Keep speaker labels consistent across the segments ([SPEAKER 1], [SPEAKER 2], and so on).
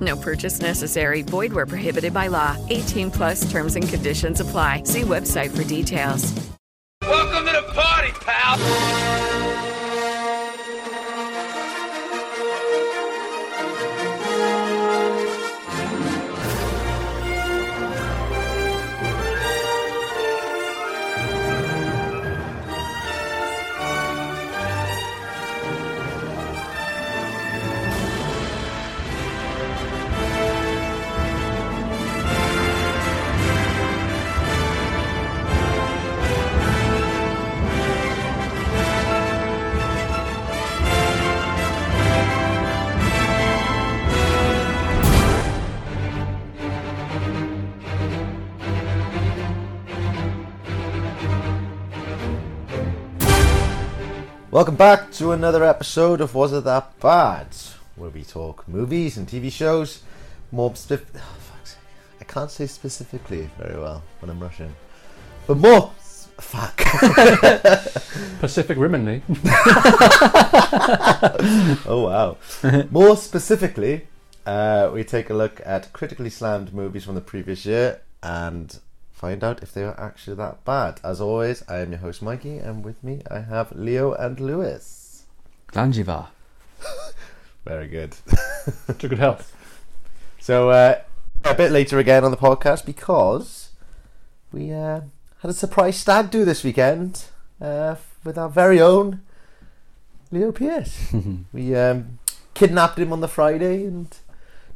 [SPEAKER 1] No purchase necessary. Void where prohibited by law. 18 plus terms and conditions apply. See website for details.
[SPEAKER 2] Welcome to the party, pal.
[SPEAKER 3] Welcome back to another episode of Was It That Bad, where we talk movies and TV shows. More spef- oh, fuck's sake. I can't say specifically very well when I'm Russian, but more s- fuck.
[SPEAKER 4] Pacific Rim and me.
[SPEAKER 3] oh wow. more specifically, uh, we take a look at critically slammed movies from the previous year and find out if they were actually that bad. As always, I am your host Mikey, and with me I have Leo and Lewis.
[SPEAKER 5] Lanjivar.
[SPEAKER 3] Very good.
[SPEAKER 4] To good health.
[SPEAKER 3] So uh, a bit later again on the podcast because we uh, had a surprise stag do this weekend uh, with our very own Leo Pierce. we um, kidnapped him on the Friday and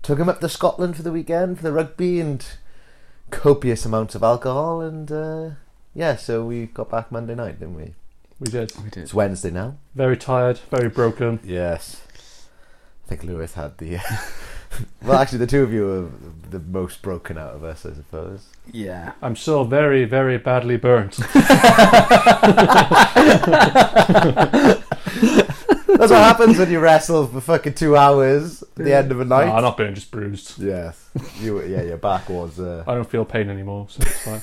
[SPEAKER 3] took him up to Scotland for the weekend for the rugby and copious amounts of alcohol and uh, yeah, so we got back Monday night, didn't we?
[SPEAKER 4] We did.
[SPEAKER 5] We did.
[SPEAKER 3] It's Wednesday now.
[SPEAKER 4] Very tired, very broken.
[SPEAKER 3] Yes. I think Lewis had the. well, actually, the two of you are the most broken out of us, I suppose.
[SPEAKER 5] Yeah.
[SPEAKER 4] I'm still very, very badly burnt.
[SPEAKER 3] That's what happens when you wrestle for fucking two hours at the end of a night.
[SPEAKER 4] I'm not burnt, just bruised.
[SPEAKER 3] Yes. You, were- yeah, your back was. Uh,
[SPEAKER 4] I don't feel pain anymore, so it's fine.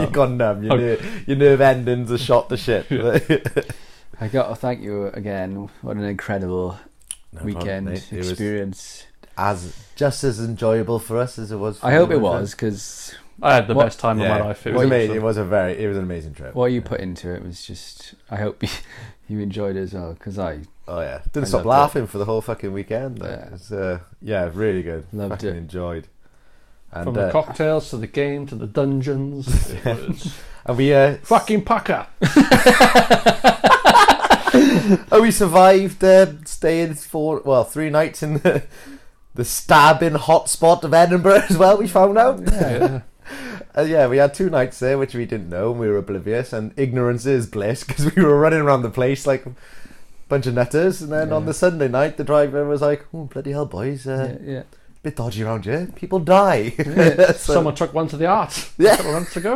[SPEAKER 3] You've gone numb. Your,
[SPEAKER 4] Oh.
[SPEAKER 3] nerve, your nerve endings are shot to shit.
[SPEAKER 5] I got to thank you again. What an incredible weekend
[SPEAKER 3] mate. It was-
[SPEAKER 5] experience.
[SPEAKER 3] as just as enjoyable for us as it was. For
[SPEAKER 5] I hope
[SPEAKER 3] you,
[SPEAKER 5] it
[SPEAKER 3] my friend.
[SPEAKER 5] was because
[SPEAKER 4] I had the
[SPEAKER 5] What-
[SPEAKER 4] best time
[SPEAKER 3] Yeah.
[SPEAKER 4] of my life.
[SPEAKER 3] It was amazing. It
[SPEAKER 4] awesome.
[SPEAKER 3] was a very. It was an amazing trip.
[SPEAKER 5] what you put into it was just. I hope you, you enjoyed it as well because I
[SPEAKER 3] Oh yeah, didn't
[SPEAKER 5] I
[SPEAKER 3] stop
[SPEAKER 5] loved
[SPEAKER 3] laughing for the whole fucking weekend. though.
[SPEAKER 5] Yeah.
[SPEAKER 3] It was, uh, yeah, really good.
[SPEAKER 5] Loved
[SPEAKER 3] fucking
[SPEAKER 5] it.
[SPEAKER 3] Enjoyed. And
[SPEAKER 4] From
[SPEAKER 3] uh,
[SPEAKER 4] the cocktails to the game to the dungeons. It was
[SPEAKER 3] and we uh,
[SPEAKER 4] fucking pucker.
[SPEAKER 3] oh we survived uh, staying four well three nights in the the stabbing hotspot of Edinburgh as well. We found out.
[SPEAKER 4] Yeah.
[SPEAKER 3] Uh, yeah, we had two nights there, which we didn't know, and we were oblivious. And ignorance is bliss because we were running around the place like a bunch of nutters. And then on the Sunday night, the driver was like, "Oh bloody hell, boys, uh,
[SPEAKER 5] yeah, yeah.
[SPEAKER 3] bit dodgy around here. People die." So-
[SPEAKER 4] Someone took one to the art a
[SPEAKER 3] Yeah.
[SPEAKER 4] couple of months ago.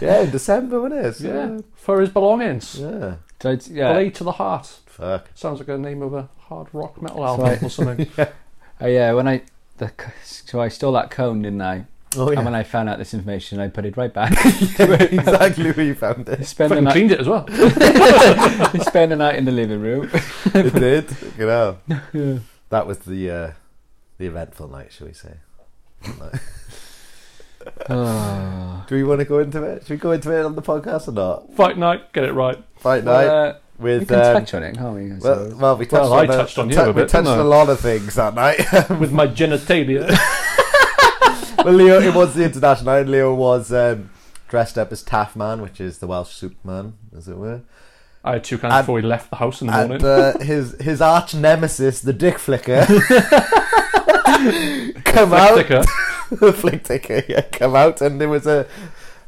[SPEAKER 3] yeah, in December, wasn't it? So,
[SPEAKER 4] Yeah, for his belongings.
[SPEAKER 3] yeah.
[SPEAKER 5] Did I, yeah.
[SPEAKER 4] Blade to the Heart.
[SPEAKER 3] Fuck.
[SPEAKER 4] Sounds like a name of a hard rock metal
[SPEAKER 5] That's
[SPEAKER 4] album
[SPEAKER 5] right.
[SPEAKER 4] or something.
[SPEAKER 5] Oh, yeah. When I the, c- so I stole that cone, didn't I?
[SPEAKER 3] Oh yeah.
[SPEAKER 5] And when I found out this information, I put it right back.
[SPEAKER 3] exactly where you found it.
[SPEAKER 5] spend the
[SPEAKER 4] Fucking
[SPEAKER 5] night.
[SPEAKER 4] cleaned it as well.
[SPEAKER 5] spend the night in the living room.
[SPEAKER 3] It did. You know. That was the uh, the eventful night, shall we say?
[SPEAKER 5] Oh.
[SPEAKER 3] Do we want to go into it? Should we go into it on the podcast or not?
[SPEAKER 4] Fight night, get it right.
[SPEAKER 3] Fight night
[SPEAKER 5] Well, uh,
[SPEAKER 3] with
[SPEAKER 5] we can
[SPEAKER 3] um,
[SPEAKER 5] touch on it, can't we? I
[SPEAKER 3] Well,
[SPEAKER 5] suppose?
[SPEAKER 3] well, we touched
[SPEAKER 4] Well, I
[SPEAKER 3] on a-
[SPEAKER 4] touched on
[SPEAKER 3] we
[SPEAKER 4] you a
[SPEAKER 3] tou- We
[SPEAKER 4] bit,
[SPEAKER 3] touched on
[SPEAKER 4] didn't I?
[SPEAKER 3] a lot of things that night.
[SPEAKER 4] With my genitalia.
[SPEAKER 3] but Leo, it was the international night. Leo was um, dressed up as Taffman, which is the Welsh Superman, as it were.
[SPEAKER 4] I had two cans
[SPEAKER 3] And-
[SPEAKER 4] before we left the house in the
[SPEAKER 3] And
[SPEAKER 4] morning.
[SPEAKER 3] uh, his his arch nemesis, the Dick Flicker, come out.
[SPEAKER 4] Sticker.
[SPEAKER 3] the flick ticker uh, yeah, come out, and there was a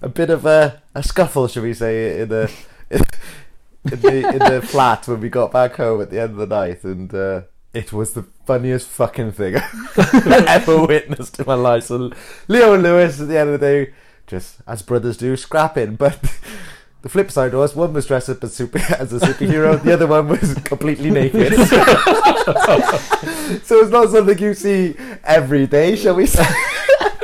[SPEAKER 3] a bit of a, a scuffle, shall we say, in the in, the in the flat when we got back home at the end of the night, and uh, it was the funniest fucking thing I ever witnessed in my life. So Leo and Lewis, at the end of the day, just as brothers do, scrapping, but. The flip side was one was dressed up as super as a superhero, the other one was completely naked. so it's not something you see every day, shall we say?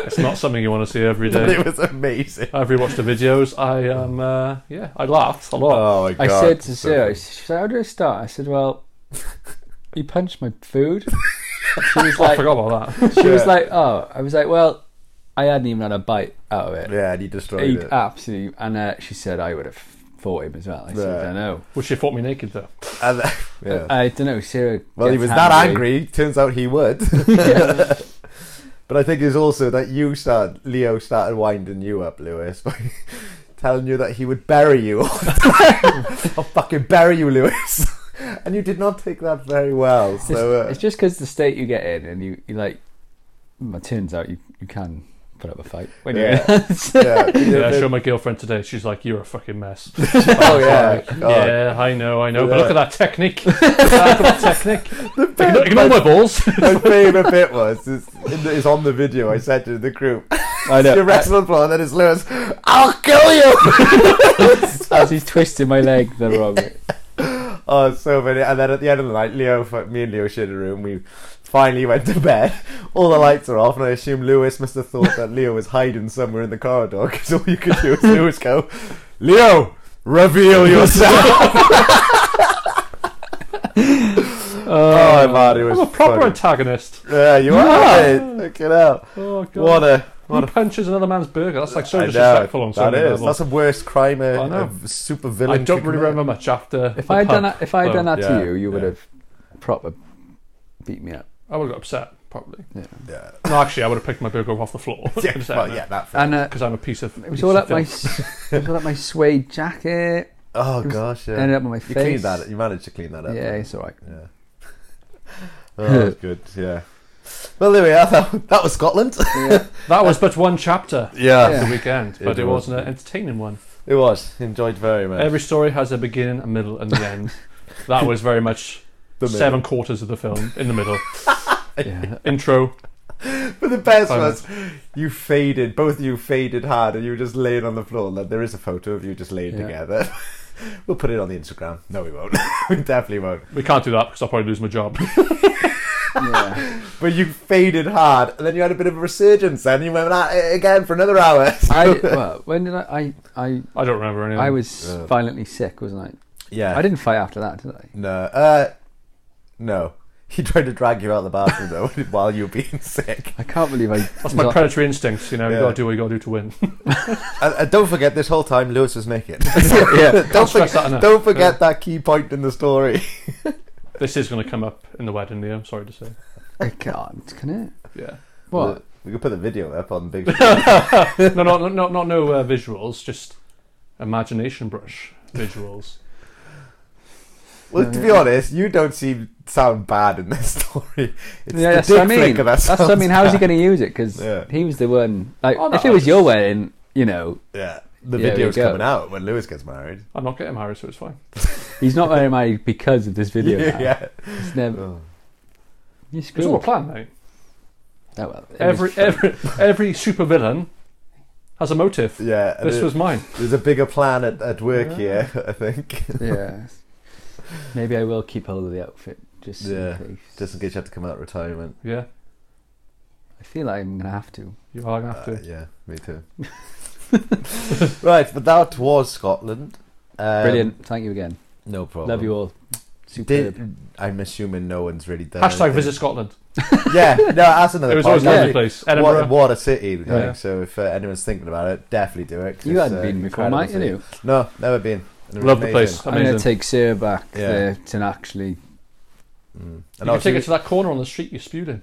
[SPEAKER 4] It's not something you want to see every
[SPEAKER 3] but
[SPEAKER 4] day.
[SPEAKER 3] it was amazing.
[SPEAKER 4] I've rewatched the videos. I um uh, yeah, I laughed a lot.
[SPEAKER 3] Oh my god!
[SPEAKER 5] I said to
[SPEAKER 3] so
[SPEAKER 5] Sarah, she said, how do I start? I said, well, he punched my food. She was
[SPEAKER 4] I
[SPEAKER 5] like,
[SPEAKER 4] forgot about that.
[SPEAKER 5] she was
[SPEAKER 3] Oh, Yeah.
[SPEAKER 5] like, oh, I was like, well, I hadn't even had a bite out of it.
[SPEAKER 3] Yeah, and he destroyed
[SPEAKER 5] He'd
[SPEAKER 3] it.
[SPEAKER 5] absolutely, and uh, she said I would have fought him as well. I said,
[SPEAKER 3] Yeah.
[SPEAKER 5] I don't know.
[SPEAKER 4] Well, she fought me naked though.
[SPEAKER 3] And, uh, yeah.
[SPEAKER 5] I don't know. Sarah.
[SPEAKER 3] well, he
[SPEAKER 5] gets
[SPEAKER 3] was that angry. Turns out he would. but I think it's also that you start, Leo started winding you up, Lewis, by telling you that he would bury you. I'll fucking bury you, Lewis. And you did not take that very well.
[SPEAKER 5] It's,
[SPEAKER 3] So uh,
[SPEAKER 5] it's just because the state you get in, and you, you like. Well, it turns out you, you can put up a fight when
[SPEAKER 3] Yeah.
[SPEAKER 5] you're.
[SPEAKER 3] yeah,
[SPEAKER 4] Yeah, I showed my girlfriend today. She's like, "You're a fucking mess."
[SPEAKER 3] oh yeah, God.
[SPEAKER 4] yeah, I know, I know. But
[SPEAKER 3] Yeah.
[SPEAKER 4] look at that technique. look at that technique. Ignore, ignore my balls.
[SPEAKER 3] My favourite bit was is, is on the video I sent to the group. I
[SPEAKER 5] know.
[SPEAKER 3] Your wrestling plan, then it's Lewis. I'll kill you.
[SPEAKER 5] As he's twisting my leg the wrong way.
[SPEAKER 3] oh, so many. And then at the end of the night, Leo, fu- me and Leo shared a room. We finally went to bed. All the lights are off, and I assume Lewis must have thought that Leo was hiding somewhere in the corridor because all you could do is Lewis go, Leo, reveal yourself. oh, man, it was
[SPEAKER 4] I'm a proper
[SPEAKER 3] funny.
[SPEAKER 4] antagonist.
[SPEAKER 3] yeah, you are. mate. Look it up.
[SPEAKER 4] Oh god.
[SPEAKER 3] What a
[SPEAKER 4] He punches another man's burger. That's like so
[SPEAKER 3] I
[SPEAKER 4] disrespectful on so
[SPEAKER 3] that
[SPEAKER 4] many
[SPEAKER 3] is. That's
[SPEAKER 4] levels.
[SPEAKER 3] the worst crime a,
[SPEAKER 4] I know.
[SPEAKER 3] a super
[SPEAKER 4] I
[SPEAKER 3] villain.
[SPEAKER 4] don't
[SPEAKER 3] could
[SPEAKER 4] really
[SPEAKER 3] commit.
[SPEAKER 4] remember much after.
[SPEAKER 5] If I had done that, if I had done that
[SPEAKER 3] yeah,
[SPEAKER 5] to you, you would
[SPEAKER 3] yeah.
[SPEAKER 5] have proper beat me up.
[SPEAKER 4] I would have got upset probably.
[SPEAKER 3] Yeah.
[SPEAKER 4] No, actually, I would have picked my burger up off the floor.
[SPEAKER 3] Yeah, well, yeah, that.
[SPEAKER 5] And uh,
[SPEAKER 4] Because I'm a piece of.
[SPEAKER 5] it was all up my, s- it was all up my suede jacket.
[SPEAKER 3] Oh
[SPEAKER 5] it was-
[SPEAKER 3] gosh, yeah.
[SPEAKER 5] ended up on my
[SPEAKER 3] You
[SPEAKER 5] face.
[SPEAKER 3] cleaned that. You managed to clean that up.
[SPEAKER 5] Yeah, it's all right.
[SPEAKER 3] Yeah. Oh, that was good. Yeah. Well, there we are. That, that was Scotland.
[SPEAKER 5] Yeah.
[SPEAKER 4] That was but one chapter.
[SPEAKER 3] Yeah.
[SPEAKER 4] of The weekend, but it,
[SPEAKER 3] It
[SPEAKER 4] was
[SPEAKER 3] was.
[SPEAKER 4] an entertaining one.
[SPEAKER 3] It was enjoyed very much.
[SPEAKER 4] Every story has a beginning, a middle, and an end. that was very much
[SPEAKER 3] The middle.
[SPEAKER 4] seven quarters of the film in the middle. Intro.
[SPEAKER 3] But the best
[SPEAKER 4] Five
[SPEAKER 3] was you faded. Both of you faded hard, and you were just laying on the floor. Like, there is a photo of you just laying
[SPEAKER 5] Yeah.
[SPEAKER 3] together. we'll put it on the Instagram. No, we won't. we definitely won't.
[SPEAKER 4] We can't do that because I'll probably lose my job.
[SPEAKER 5] yeah.
[SPEAKER 3] But you faded hard, and then you had a bit of a resurgence, and you went at it again for another hour.
[SPEAKER 5] I well, when did I? I I,
[SPEAKER 4] I don't remember anything.
[SPEAKER 5] I was violently sick, wasn't
[SPEAKER 3] yeah,
[SPEAKER 5] I? I didn't fight after that, did I?
[SPEAKER 3] No, uh, no. He tried to drag you out of the bathroom though while you were being sick.
[SPEAKER 5] I can't believe I.
[SPEAKER 4] That's my
[SPEAKER 5] got-
[SPEAKER 4] predatory instincts. You know, you
[SPEAKER 3] Yeah.
[SPEAKER 4] gotta do what you gotta do to win.
[SPEAKER 3] And, and don't forget, this whole time Lewis was naked. yeah, don't
[SPEAKER 4] stress
[SPEAKER 3] forget.
[SPEAKER 4] that enough.
[SPEAKER 3] don't forget that key point in the story.
[SPEAKER 4] this is gonna come up in the wedding, Leo. I'm sorry to say.
[SPEAKER 5] I can't. Can it?
[SPEAKER 4] Yeah.
[SPEAKER 5] What?
[SPEAKER 3] We could put the video up on big. Screen.
[SPEAKER 4] No, no, no, no, not no uh, visuals. Just imagination brush visuals.
[SPEAKER 3] well, to be honest, you don't seem sound bad in this story.
[SPEAKER 5] yeah,
[SPEAKER 3] It's the
[SPEAKER 5] that's
[SPEAKER 3] dick
[SPEAKER 5] what I mean.
[SPEAKER 3] flicker that
[SPEAKER 5] That's what I
[SPEAKER 3] sounds
[SPEAKER 5] mean. How is he
[SPEAKER 3] bad.
[SPEAKER 5] going to use it? Because
[SPEAKER 3] Yeah.
[SPEAKER 5] he was the one. Like,
[SPEAKER 4] Oh, no,
[SPEAKER 5] if it was your wedding, you know,
[SPEAKER 3] Yeah, the
[SPEAKER 5] Yeah, there
[SPEAKER 3] video's
[SPEAKER 5] you go.
[SPEAKER 3] coming out when Lewis gets married.
[SPEAKER 4] I'm not getting married, so it's fine.
[SPEAKER 5] he's not very married because of this video. now.
[SPEAKER 3] yeah.
[SPEAKER 5] It's never.
[SPEAKER 3] Oh.
[SPEAKER 5] You
[SPEAKER 4] It's all a
[SPEAKER 5] screwed.
[SPEAKER 4] plan, mate.
[SPEAKER 5] Oh, well, it
[SPEAKER 4] Every
[SPEAKER 5] was-
[SPEAKER 4] every every supervillain has a motive.
[SPEAKER 3] Yeah, and
[SPEAKER 4] This
[SPEAKER 3] it-
[SPEAKER 4] was mine.
[SPEAKER 3] There's a bigger plan at, at work here, I think.
[SPEAKER 5] Yeah. Maybe I will keep hold of the outfit just
[SPEAKER 3] Yeah,
[SPEAKER 5] in case.
[SPEAKER 3] just in case you have to come out of retirement.
[SPEAKER 4] Yeah,
[SPEAKER 5] I feel like I'm gonna have
[SPEAKER 3] Um,
[SPEAKER 5] to.
[SPEAKER 4] you are gonna have to.
[SPEAKER 3] Yeah, me too. right, but that was Scotland. Um,
[SPEAKER 5] Brilliant. Thank you again.
[SPEAKER 3] No problem.
[SPEAKER 5] Love you all. Superb.
[SPEAKER 3] oh. Did, I'm assuming no one's really done.
[SPEAKER 4] Hashtag
[SPEAKER 3] anything.
[SPEAKER 4] visit Scotland.
[SPEAKER 3] Yeah, no, that's another.
[SPEAKER 4] It was
[SPEAKER 3] point.
[SPEAKER 4] always a lovely
[SPEAKER 3] Yeah.
[SPEAKER 4] place. Edinburgh.
[SPEAKER 3] What, what a city! Like,
[SPEAKER 4] Yeah.
[SPEAKER 3] So if uh, anyone's thinking about it, definitely do it. 'cause
[SPEAKER 5] You
[SPEAKER 3] it's,
[SPEAKER 5] hadn't
[SPEAKER 3] uh,
[SPEAKER 5] been before,
[SPEAKER 3] incredible
[SPEAKER 5] mate, had
[SPEAKER 3] city.
[SPEAKER 5] you?
[SPEAKER 3] No, never been. It was
[SPEAKER 4] Love the
[SPEAKER 3] amazing.
[SPEAKER 4] place.
[SPEAKER 5] I'm going to
[SPEAKER 4] Amazing.
[SPEAKER 5] take Sarah back
[SPEAKER 3] Yeah.
[SPEAKER 5] there to actually.
[SPEAKER 3] And
[SPEAKER 4] You can
[SPEAKER 3] obviously-
[SPEAKER 4] take it to that corner on the street you spewed in.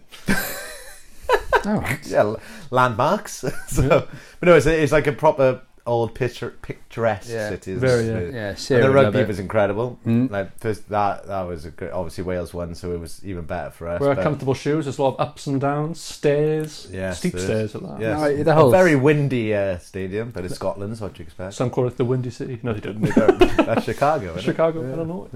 [SPEAKER 5] All right.
[SPEAKER 3] yeah, l- landmarks. so, but no, it's, it's like a proper old picture, picturesque
[SPEAKER 5] Yeah.
[SPEAKER 3] cities.
[SPEAKER 4] Very, yeah. Mm.
[SPEAKER 3] And
[SPEAKER 5] Yeah,
[SPEAKER 3] the
[SPEAKER 5] Sarah
[SPEAKER 3] rugby
[SPEAKER 5] Lovett.
[SPEAKER 3] was incredible. Like first, that that was a great, obviously Wales won, so it was even better for us.
[SPEAKER 4] Wear
[SPEAKER 3] but-
[SPEAKER 4] comfortable shoes. There's a lot of ups and downs, stairs,
[SPEAKER 3] Yeah,
[SPEAKER 4] steep
[SPEAKER 3] so-
[SPEAKER 4] stairs at that.
[SPEAKER 3] Yes.
[SPEAKER 5] No, the whole-
[SPEAKER 3] a very windy uh, stadium, but it's Scotland, so what do you expect?
[SPEAKER 4] Some call it the Windy City. No, they didn't.
[SPEAKER 3] They don't- That's Chicago, isn't it?
[SPEAKER 4] Chicago, Illinois.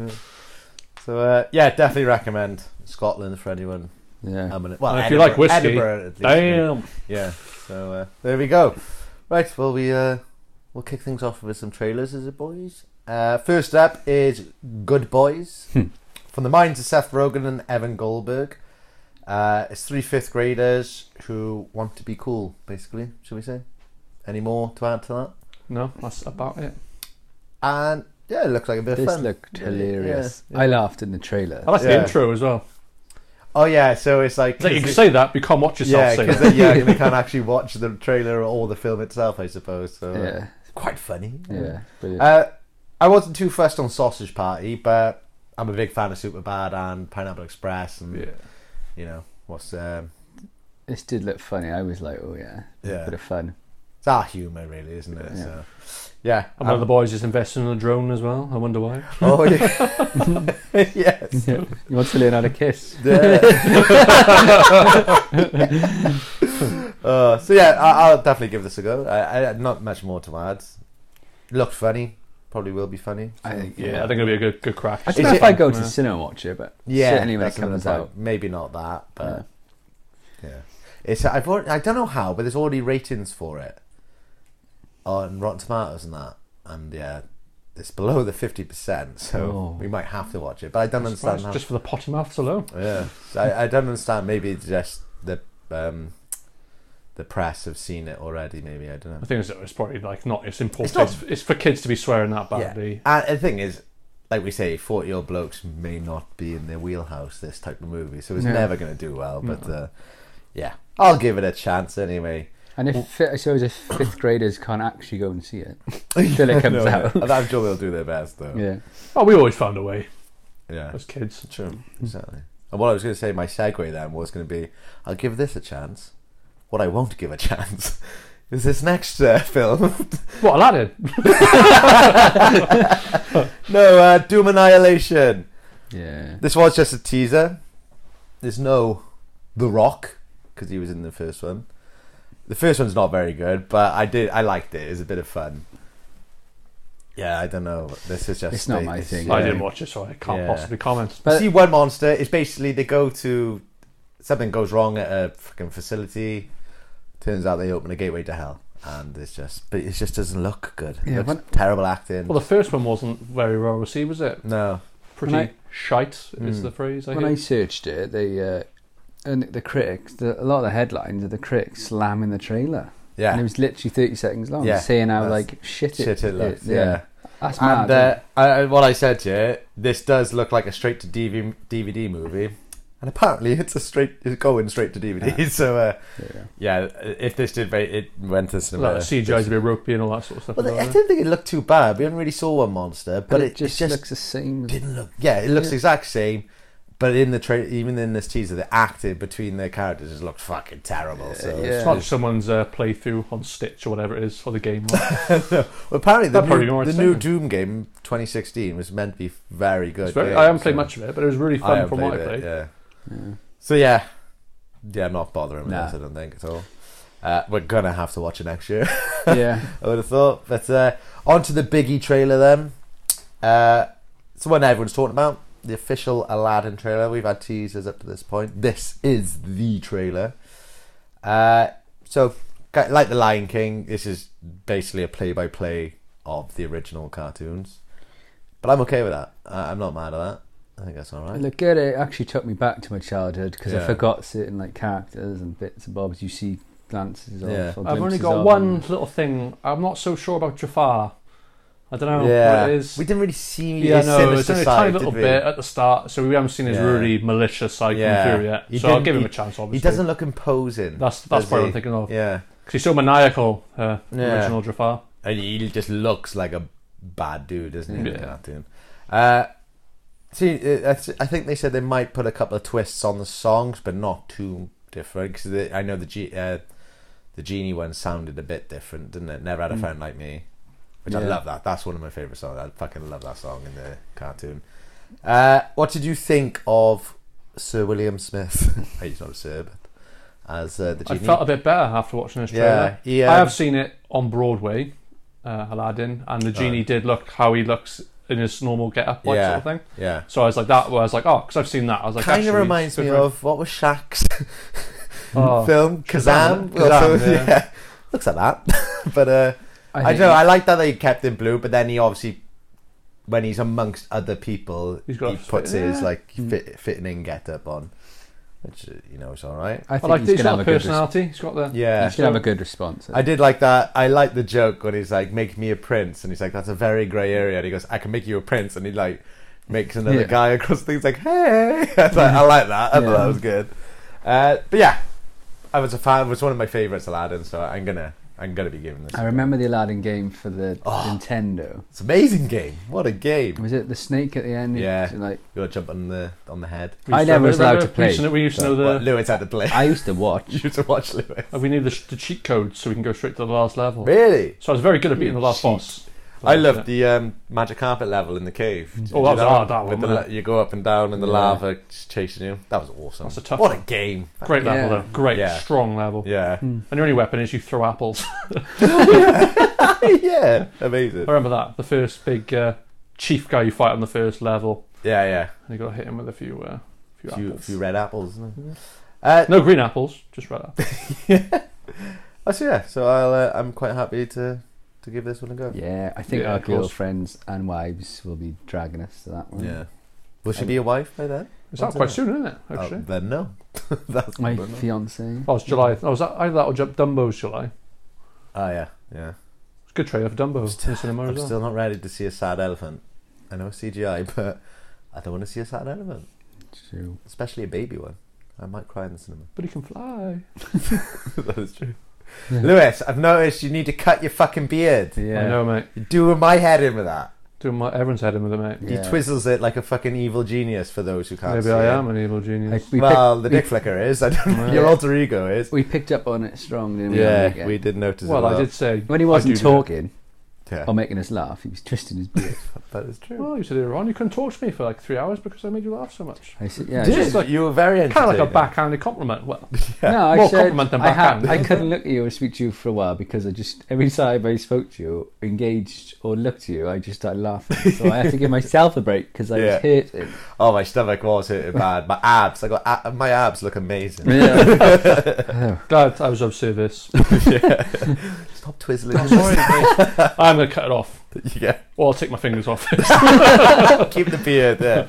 [SPEAKER 3] So uh, yeah, definitely recommend Scotland for anyone.
[SPEAKER 5] Yeah.
[SPEAKER 3] Um, and- well,
[SPEAKER 4] And if you like
[SPEAKER 3] Edinburgh-
[SPEAKER 4] whiskey,
[SPEAKER 3] Edinburgh, at least.
[SPEAKER 4] Damn.
[SPEAKER 3] Yeah. So uh, there we go. Right. Well, we uh, we'll kick things off with some trailers, is it, boys? Uh, first up is Good Boys,
[SPEAKER 4] Hmm.
[SPEAKER 3] from the minds of Seth Rogen and Evan Goldberg. Uh, it's three fifth graders who want to be cool, basically. Shall we say? Any more to add to that?
[SPEAKER 4] No, that's about it.
[SPEAKER 3] And yeah, it looks like a bit of
[SPEAKER 5] This
[SPEAKER 3] fun.
[SPEAKER 5] looked
[SPEAKER 3] Yeah,
[SPEAKER 5] hilarious.
[SPEAKER 3] yeah.
[SPEAKER 5] I laughed in the trailer.
[SPEAKER 4] I like the
[SPEAKER 3] Yeah.
[SPEAKER 4] intro as well.
[SPEAKER 3] Oh yeah, so it's like
[SPEAKER 4] It's like you can say that, but you can't watch yourself
[SPEAKER 3] yeah,
[SPEAKER 4] say
[SPEAKER 3] because
[SPEAKER 4] that.
[SPEAKER 3] then, yeah, we can't actually watch the trailer or the film itself, I suppose. So uh,
[SPEAKER 5] Yeah.
[SPEAKER 3] it's quite funny.
[SPEAKER 5] Yeah. Brilliant.
[SPEAKER 3] Uh, I wasn't too fussed on Sausage Party, but I'm a big fan of Superbad and Pineapple Express, and
[SPEAKER 4] Yeah.
[SPEAKER 3] you know what's um,
[SPEAKER 5] this did look funny. I was like, oh yeah,
[SPEAKER 3] Yeah.
[SPEAKER 5] bit of fun.
[SPEAKER 3] it's our humour, really, isn't it? Yeah. So, yeah.
[SPEAKER 4] And one of the boys is investing in a drone as well. I wonder why.
[SPEAKER 3] oh yeah. yes.
[SPEAKER 5] Yeah. You want to learn how to kiss?
[SPEAKER 3] Uh, so yeah, I, I'll definitely give this a go. I, I not much more to add. Looked funny. Probably will be funny.
[SPEAKER 5] I think.
[SPEAKER 4] Yeah, I think it'll be a good, good crack.
[SPEAKER 5] I don't
[SPEAKER 3] Is
[SPEAKER 5] know
[SPEAKER 3] it-
[SPEAKER 5] if I go to cinema and watch it, but certainly when it
[SPEAKER 3] that's another
[SPEAKER 5] comes
[SPEAKER 3] point.
[SPEAKER 5] out.
[SPEAKER 3] Maybe not that, but yeah. It's I've already, I don't know how, but there's already ratings for it on Rotten Tomatoes and that, and yeah, it's below the fifty percent, so
[SPEAKER 5] Oh.
[SPEAKER 3] we might have to watch it. But I don't understand how.
[SPEAKER 4] Just for the potty mouths alone.
[SPEAKER 3] yeah, So I, I don't understand. Maybe it's just the um, the press have seen it already. Maybe I don't know.
[SPEAKER 4] I think it's, it's probably like not. It's important.
[SPEAKER 3] not-
[SPEAKER 4] It's, it's for kids to be swearing that badly.
[SPEAKER 3] And the thing is, like we say, 40 year old blokes may not be in their wheelhouse, this type of movie, so it's never going to do well. But uh, yeah, I'll give it a chance anyway.
[SPEAKER 5] And if fi- I suppose if fifth graders can't actually go and see it until it comes
[SPEAKER 3] No,
[SPEAKER 5] out,
[SPEAKER 3] yeah. I'm sure they'll do their best, though.
[SPEAKER 5] yeah,
[SPEAKER 4] Oh, we always found a way
[SPEAKER 3] Yeah,
[SPEAKER 4] as kids.
[SPEAKER 3] true. Exactly. And what I was going to say, my segue then was going to be I'll give this a chance. What I won't give a chance is this next uh, film.
[SPEAKER 4] What Aladdin?
[SPEAKER 3] no, uh, Doom Annihilation.
[SPEAKER 5] yeah.
[SPEAKER 3] This was just a teaser. There's no The Rock because he was in the first one. The first one's not very good, but I did. I liked it. It was a bit of fun. Yeah, I don't know. This is just
[SPEAKER 5] It's not my
[SPEAKER 3] it's-
[SPEAKER 5] thing.
[SPEAKER 3] yeah.
[SPEAKER 4] I didn't watch it, so I can't
[SPEAKER 3] Yeah.
[SPEAKER 4] possibly comment.
[SPEAKER 3] You
[SPEAKER 5] But-
[SPEAKER 3] see one monster. It's basically they go to something goes wrong at a fucking facility. Turns out they open a gateway to hell, and it's just but it just doesn't look good. It
[SPEAKER 5] Yeah,
[SPEAKER 3] looks
[SPEAKER 5] when-
[SPEAKER 3] terrible acting.
[SPEAKER 4] well, the first one wasn't very well received, was it?
[SPEAKER 3] no,
[SPEAKER 4] Pretty
[SPEAKER 5] When I-
[SPEAKER 4] shite is the phrase. I
[SPEAKER 5] When I
[SPEAKER 4] hear.
[SPEAKER 5] searched it, they uh, and the critics, the, a lot of the headlines are the critics slamming the trailer.
[SPEAKER 3] Yeah.
[SPEAKER 5] and it was literally thirty seconds long,
[SPEAKER 3] Yeah,
[SPEAKER 5] saying how
[SPEAKER 3] that's-
[SPEAKER 5] like shit it,
[SPEAKER 3] shit it looks, yeah.
[SPEAKER 5] that's mad.
[SPEAKER 3] And uh, I, what I said to you, this does look like a straight to DV, DVD movie, and apparently it's a straight it's going straight to DVD. So uh, yeah. if this did very, it went to
[SPEAKER 4] Like,
[SPEAKER 3] cinema.
[SPEAKER 4] the CGI's a bit ropey and all that sort of stuff.
[SPEAKER 3] Well, I
[SPEAKER 4] Well,
[SPEAKER 3] don't think it looked too bad. We haven't really saw one monster, but,
[SPEAKER 5] it, just looks the same. as-
[SPEAKER 3] didn't look. Yeah, it looks the exact same. But in the tra- even in this teaser, the acting between their characters just looked fucking terrible. So
[SPEAKER 4] it's not someone's uh, playthrough on Stitch or whatever it is for the game.
[SPEAKER 3] Well, apparently the
[SPEAKER 4] That probably
[SPEAKER 3] new,
[SPEAKER 4] warrants
[SPEAKER 3] the new
[SPEAKER 4] saying.
[SPEAKER 3] Doom game 2016 was meant to be very good.
[SPEAKER 4] It's very,
[SPEAKER 3] game,
[SPEAKER 4] I haven't played
[SPEAKER 3] so-
[SPEAKER 4] much of it, but it was really
[SPEAKER 3] I
[SPEAKER 4] fun
[SPEAKER 3] haven't
[SPEAKER 4] from what I
[SPEAKER 3] played
[SPEAKER 4] played.
[SPEAKER 3] it, Yeah. So yeah, yeah, I'm not bothering with
[SPEAKER 5] Nah.
[SPEAKER 3] this. I don't think at all. Uh, we're gonna have to watch it next year.
[SPEAKER 5] yeah,
[SPEAKER 3] I would have thought. But uh, on to the biggie trailer then. Uh, it's the one everyone's talking about. The official Aladdin trailer. We've had teasers up to this point. This is the trailer. Uh, so, ki- like The Lion King, this is basically a play by play of the original cartoons. But I'm okay with that. I- I'm not mad at that. I think that's alright.
[SPEAKER 5] look at it. Actually, took me back to my childhood because
[SPEAKER 3] Yeah.
[SPEAKER 5] I forgot certain like characters and bits and bobs. You see glances of.
[SPEAKER 3] Yeah.
[SPEAKER 5] Or
[SPEAKER 4] I've only
[SPEAKER 5] glimpses
[SPEAKER 4] got
[SPEAKER 5] of
[SPEAKER 4] one
[SPEAKER 5] and-
[SPEAKER 4] little thing. I'm not so sure about Jafar. I don't know
[SPEAKER 3] yeah,
[SPEAKER 4] what Oh, it is.
[SPEAKER 3] we didn't really see.
[SPEAKER 4] yeah,
[SPEAKER 3] his
[SPEAKER 4] no, it's
[SPEAKER 3] sinister
[SPEAKER 4] only a
[SPEAKER 3] side,
[SPEAKER 4] tiny little
[SPEAKER 3] did we?
[SPEAKER 4] bit at the start, so we haven't seen his
[SPEAKER 3] Yeah.
[SPEAKER 4] really malicious side come through yet.
[SPEAKER 3] He
[SPEAKER 4] so I'll
[SPEAKER 3] didn't-
[SPEAKER 4] give him
[SPEAKER 3] he-
[SPEAKER 4] a chance. Obviously,
[SPEAKER 3] He doesn't look imposing.
[SPEAKER 4] That's- that's
[SPEAKER 3] does
[SPEAKER 4] what I'm
[SPEAKER 3] he?
[SPEAKER 4] thinking of.
[SPEAKER 3] Yeah,
[SPEAKER 4] because he's so maniacal. Uh,
[SPEAKER 3] Yeah.
[SPEAKER 4] Original Jafar.
[SPEAKER 3] and he just looks like a bad dude, doesn't he?
[SPEAKER 4] Yeah.
[SPEAKER 3] Yeah. Uh, see, uh, I th- I think they said they might put a couple of twists on the songs, but not too different. Because I know the G, uh, the genie one sounded a bit different, didn't it? Never had a
[SPEAKER 4] Mm.
[SPEAKER 3] friend like me, which I
[SPEAKER 5] Yeah.
[SPEAKER 3] love that. That's one of my favorite songs. I fucking love that song in the cartoon. Uh, what did you think of Sir William Smith? He's not a Sir, but as uh, the
[SPEAKER 4] I
[SPEAKER 3] genie.
[SPEAKER 4] felt a bit better after watching this
[SPEAKER 3] Yeah,
[SPEAKER 4] trailer.
[SPEAKER 3] he,
[SPEAKER 4] I
[SPEAKER 3] um, Oh.
[SPEAKER 4] have seen it on Broadway, uh, Aladdin, and the genie did look how he looks in his normal get-up, like
[SPEAKER 3] yeah,
[SPEAKER 4] sort of thing.
[SPEAKER 3] yeah.
[SPEAKER 4] So I was like that. Where I was like, oh, because I've seen that. I was like,
[SPEAKER 3] Kind of
[SPEAKER 4] actually,
[SPEAKER 3] reminds
[SPEAKER 4] good
[SPEAKER 3] me
[SPEAKER 4] re-
[SPEAKER 3] of what was Shaq's
[SPEAKER 4] Oh,
[SPEAKER 3] film Kazam.
[SPEAKER 4] Shazam,
[SPEAKER 3] Well,
[SPEAKER 4] Kazam,
[SPEAKER 3] so-
[SPEAKER 4] yeah.
[SPEAKER 3] looks like that. but uh, I, don't know. I like that they kept him blue, but then he obviously, when he's amongst other people,
[SPEAKER 4] He's got
[SPEAKER 3] he
[SPEAKER 4] a fit-
[SPEAKER 3] puts his
[SPEAKER 4] yeah.
[SPEAKER 3] like fit, fitting in get up on, which uh, you know is all right.
[SPEAKER 5] I
[SPEAKER 4] I
[SPEAKER 5] think
[SPEAKER 4] like.
[SPEAKER 5] he's going to
[SPEAKER 4] He's got
[SPEAKER 5] have
[SPEAKER 4] a
[SPEAKER 5] a good response.
[SPEAKER 4] personality. He's got the.
[SPEAKER 3] yeah,
[SPEAKER 5] He's going to have a good response.
[SPEAKER 3] I did like that. I like the joke when he's like, "Make me a prince," and he's like, "That's a very grey area." And he goes, "I can make you a prince," and he like makes another
[SPEAKER 5] Yeah.
[SPEAKER 3] guy across the. He's like, "Hey," I, was like, I like that. I thought that was good. Uh, but yeah, I was a fan. It was one of my favourites, Aladdin. So I'm gonna, I'm gonna be giving this. a
[SPEAKER 5] I
[SPEAKER 3] go.
[SPEAKER 5] remember the Aladdin game for the
[SPEAKER 3] Oh.
[SPEAKER 5] Nintendo.
[SPEAKER 3] It's an amazing game. What a game!
[SPEAKER 5] Was it the snake at the end?
[SPEAKER 3] Yeah,
[SPEAKER 5] It's Like
[SPEAKER 3] you want to jump on the on the head.
[SPEAKER 4] We used
[SPEAKER 5] I never was allowed
[SPEAKER 4] remember
[SPEAKER 5] to play,
[SPEAKER 4] We used to, we used to know
[SPEAKER 3] Well,
[SPEAKER 4] the. uh,
[SPEAKER 3] Lewis had to play.
[SPEAKER 5] I used to watch.
[SPEAKER 3] you used to watch Lewis.
[SPEAKER 4] we knew the, the cheat codes so we can go straight to the last level.
[SPEAKER 3] Really?
[SPEAKER 4] So I was very good at beating the last boss.
[SPEAKER 3] I loved the um, magic carpet level in the cave. Did
[SPEAKER 4] Oh,
[SPEAKER 3] you
[SPEAKER 4] that was
[SPEAKER 3] know?
[SPEAKER 4] hard, that
[SPEAKER 3] With
[SPEAKER 4] one,
[SPEAKER 3] the
[SPEAKER 4] wasn't
[SPEAKER 3] la- you go up and down, and the
[SPEAKER 5] Yeah.
[SPEAKER 3] lava just chasing you. That was awesome.
[SPEAKER 4] That's a tough
[SPEAKER 3] What a
[SPEAKER 4] one.
[SPEAKER 3] game!
[SPEAKER 4] Great Hmm.
[SPEAKER 5] Yeah.
[SPEAKER 4] level though. Great,
[SPEAKER 3] Yeah.
[SPEAKER 4] strong level.
[SPEAKER 3] Yeah,
[SPEAKER 4] And your only weapon is you throw apples.
[SPEAKER 3] yeah, amazing.
[SPEAKER 4] I remember that. The first big uh, chief guy you fight on the first level,
[SPEAKER 3] Yeah, yeah.
[SPEAKER 4] and you got to hit him with a few, uh, few
[SPEAKER 3] A few,
[SPEAKER 4] apples.
[SPEAKER 3] few red apples. isn't
[SPEAKER 4] Mm-hmm.
[SPEAKER 3] it? Uh,
[SPEAKER 4] No green apples, just red apples.
[SPEAKER 3] oh, so yeah, so I'll, uh, I'm quite happy to to give this one a go.
[SPEAKER 5] Yeah, I think
[SPEAKER 4] Yeah,
[SPEAKER 5] our
[SPEAKER 4] of course.
[SPEAKER 5] girlfriends and wives will be dragging us to that one.
[SPEAKER 3] Yeah. Will she be a wife by then?
[SPEAKER 4] It's out quite soon, isn't it?
[SPEAKER 3] Oh,
[SPEAKER 4] Actually,
[SPEAKER 3] then no. That's
[SPEAKER 5] My
[SPEAKER 3] but no.
[SPEAKER 5] fiance.
[SPEAKER 4] oh, it's July. Oh, was that either that or Jump Dumbo's July?
[SPEAKER 3] Oh yeah, yeah.
[SPEAKER 4] It's a good trailer for Dumbo in the cinema
[SPEAKER 3] I'm
[SPEAKER 4] as well.
[SPEAKER 3] still not ready to see a sad elephant. I know it's CGI, but I don't want to see a sad elephant,
[SPEAKER 5] True.
[SPEAKER 3] especially a baby one. I might cry in the cinema.
[SPEAKER 4] But he can fly.
[SPEAKER 3] that is true. Lewis, I've noticed you need to cut your fucking beard.
[SPEAKER 4] I
[SPEAKER 5] Yeah.
[SPEAKER 4] know, mate.
[SPEAKER 3] You're doing my head in with that.
[SPEAKER 4] Doing my everyone's head in with it, mate.
[SPEAKER 3] He
[SPEAKER 5] Yeah.
[SPEAKER 3] twizzles it like a fucking evil genius for those who can't
[SPEAKER 4] Maybe
[SPEAKER 3] see
[SPEAKER 4] I
[SPEAKER 3] it.
[SPEAKER 4] am an evil genius.
[SPEAKER 5] Like, we,
[SPEAKER 3] well, the
[SPEAKER 5] picked,
[SPEAKER 3] dick flicker is. I don't know. Your
[SPEAKER 5] Yeah.
[SPEAKER 3] alter ego is.
[SPEAKER 5] we picked up on it strong, didn't we? on the
[SPEAKER 3] yeah,
[SPEAKER 5] weekend?
[SPEAKER 3] we did notice
[SPEAKER 4] well,
[SPEAKER 3] it. a
[SPEAKER 4] I
[SPEAKER 3] lot.
[SPEAKER 4] did say
[SPEAKER 5] When he
[SPEAKER 4] I
[SPEAKER 5] wasn't
[SPEAKER 4] do do it.
[SPEAKER 5] talking
[SPEAKER 3] Yeah,
[SPEAKER 5] or making us laugh, he was twisting his beard.
[SPEAKER 3] that is true.
[SPEAKER 4] Well, you said earlier on you couldn't talk to me for like three hours because I made you laugh so much.
[SPEAKER 5] I said, yeah. I
[SPEAKER 3] Did
[SPEAKER 5] said-
[SPEAKER 3] you? you were very
[SPEAKER 4] Kind of like a
[SPEAKER 3] entertaining.
[SPEAKER 4] backhanded compliment. Well,
[SPEAKER 5] No, I
[SPEAKER 4] More
[SPEAKER 5] said,
[SPEAKER 4] compliment than
[SPEAKER 5] I,
[SPEAKER 4] backhand.
[SPEAKER 5] I couldn't look at you or speak to you for a while because I just every time I spoke to you, engaged or looked to you, I just started laughing. So I had to give myself a break because I
[SPEAKER 3] Yeah.
[SPEAKER 5] was hurting.
[SPEAKER 3] Oh, my stomach was hurting bad. My abs, I got ab- my abs look amazing.
[SPEAKER 5] Yeah.
[SPEAKER 4] glad I was of service.
[SPEAKER 3] Stop twizzling.
[SPEAKER 4] I'm going to cut it off.
[SPEAKER 3] yeah,
[SPEAKER 4] Or I'll take my fingers off.
[SPEAKER 3] keep the beard there.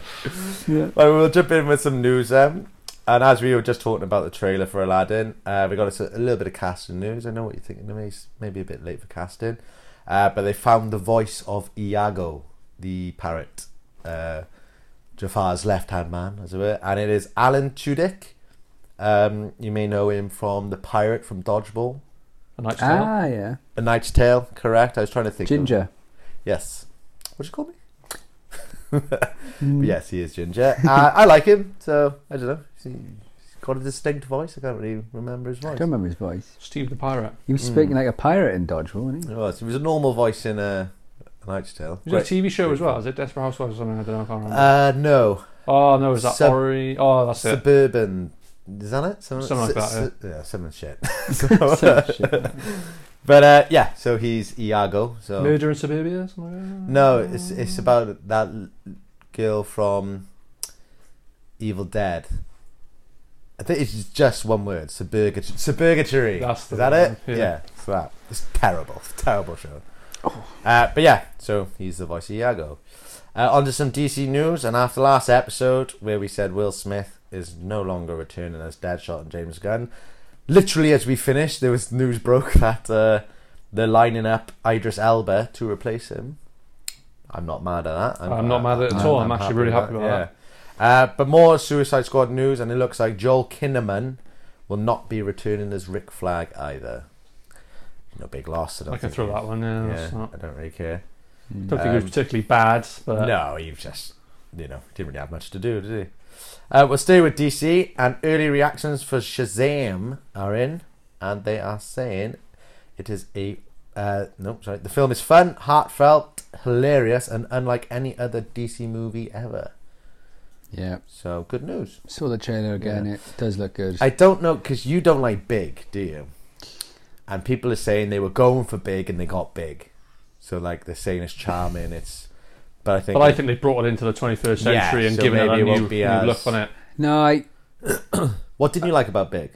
[SPEAKER 3] Right, we'll jump in with some news then. And as we were just talking about the trailer for Aladdin, uh, we got us a, a little bit of casting news. I know what you're thinking. Maybe it's- maybe a bit late for casting, uh, but they found the voice of Iago, the parrot, uh, Jafar's left-hand man, as it were, and it is Alan Tudyk. Um, you may know him from the pirate from Dodgeball,
[SPEAKER 4] A night's tale.
[SPEAKER 5] ah, yeah.
[SPEAKER 3] A Knight's Tale. Correct. I was trying to think. of-
[SPEAKER 5] Ginger.
[SPEAKER 3] Yes. What'd you call me?
[SPEAKER 4] Hmm.
[SPEAKER 3] But yes, he is ginger. Uh, I like him, so I don't know. He's he's got a distinct voice. I can't really remember his
[SPEAKER 5] I
[SPEAKER 3] voice.
[SPEAKER 5] don't remember his voice.
[SPEAKER 4] Steve the Pirate.
[SPEAKER 5] He was speaking
[SPEAKER 4] Hmm.
[SPEAKER 5] like a pirate in Dodgeball, wasn't
[SPEAKER 3] It was. It was a normal voice in a uh, Knight's Tale.
[SPEAKER 4] Is it a TV show as well? Is it Desperate Housewives or something? I don't know. I can't remember.
[SPEAKER 3] Uh, no,
[SPEAKER 4] oh, no, is that
[SPEAKER 3] sub-
[SPEAKER 4] Ori? Oh, that's it.
[SPEAKER 3] suburban. Is that it? Some,
[SPEAKER 4] Something like that,
[SPEAKER 3] yeah. yeah, some shit.
[SPEAKER 5] he? Some shit.
[SPEAKER 3] but uh, yeah, so he's Iago. So
[SPEAKER 4] Murder in Suburbia? Something like that?
[SPEAKER 3] no, it's it's about that l- girl from Evil Dead. I think it's just one word. Suburgat- Suburgatory.
[SPEAKER 4] That's the
[SPEAKER 3] Is that
[SPEAKER 4] one,
[SPEAKER 3] it?
[SPEAKER 4] yeah.
[SPEAKER 3] Yeah. it's that. It's terrible. Terrible show. Uh, but yeah, so he's the voice of Iago. Uh, on to some DC news, and after last episode where we said Will Smith is no longer returning as Deadshot and James Gunn, literally as we finished, there was news broke that uh, they're lining up Idris Elba to replace him. I'm not mad at that.
[SPEAKER 4] I'm not mad at it at all. I'm actually really happy about that.
[SPEAKER 3] that. Uh, but more Suicide Squad news, and it looks like Joel Kinnaman will not be returning as Rick Flag either. No big loss. I, don't
[SPEAKER 4] I can
[SPEAKER 3] think
[SPEAKER 4] throw
[SPEAKER 3] he-
[SPEAKER 4] that one,
[SPEAKER 3] Yeah,
[SPEAKER 4] yeah.
[SPEAKER 3] Um,
[SPEAKER 4] that's not-
[SPEAKER 3] I don't really care.
[SPEAKER 4] don't think it was particularly bad, but
[SPEAKER 3] no, you've just you know didn't really have much to do, did he? Uh, we'll stay with DC, and early reactions for Shazam are in, and they are saying it is a uh, no, sorry. The film is fun, heartfelt, hilarious, and unlike any other DC movie ever.
[SPEAKER 5] Yeah.
[SPEAKER 3] So good news.
[SPEAKER 5] Saw the trailer again.
[SPEAKER 3] Yeah.
[SPEAKER 5] It does look good.
[SPEAKER 3] I don't know because you don't like big, do you? And people are saying they were going for big and they got big. So like they're saying it's charming. It's but I think
[SPEAKER 4] But I think they brought it into the 21st century
[SPEAKER 3] Yeah,
[SPEAKER 4] and
[SPEAKER 3] so
[SPEAKER 4] given it
[SPEAKER 3] maybe
[SPEAKER 4] a
[SPEAKER 3] it won't
[SPEAKER 4] new,
[SPEAKER 3] be
[SPEAKER 4] new
[SPEAKER 3] as-
[SPEAKER 4] look on it.
[SPEAKER 5] no, I
[SPEAKER 3] what didn't you like about big?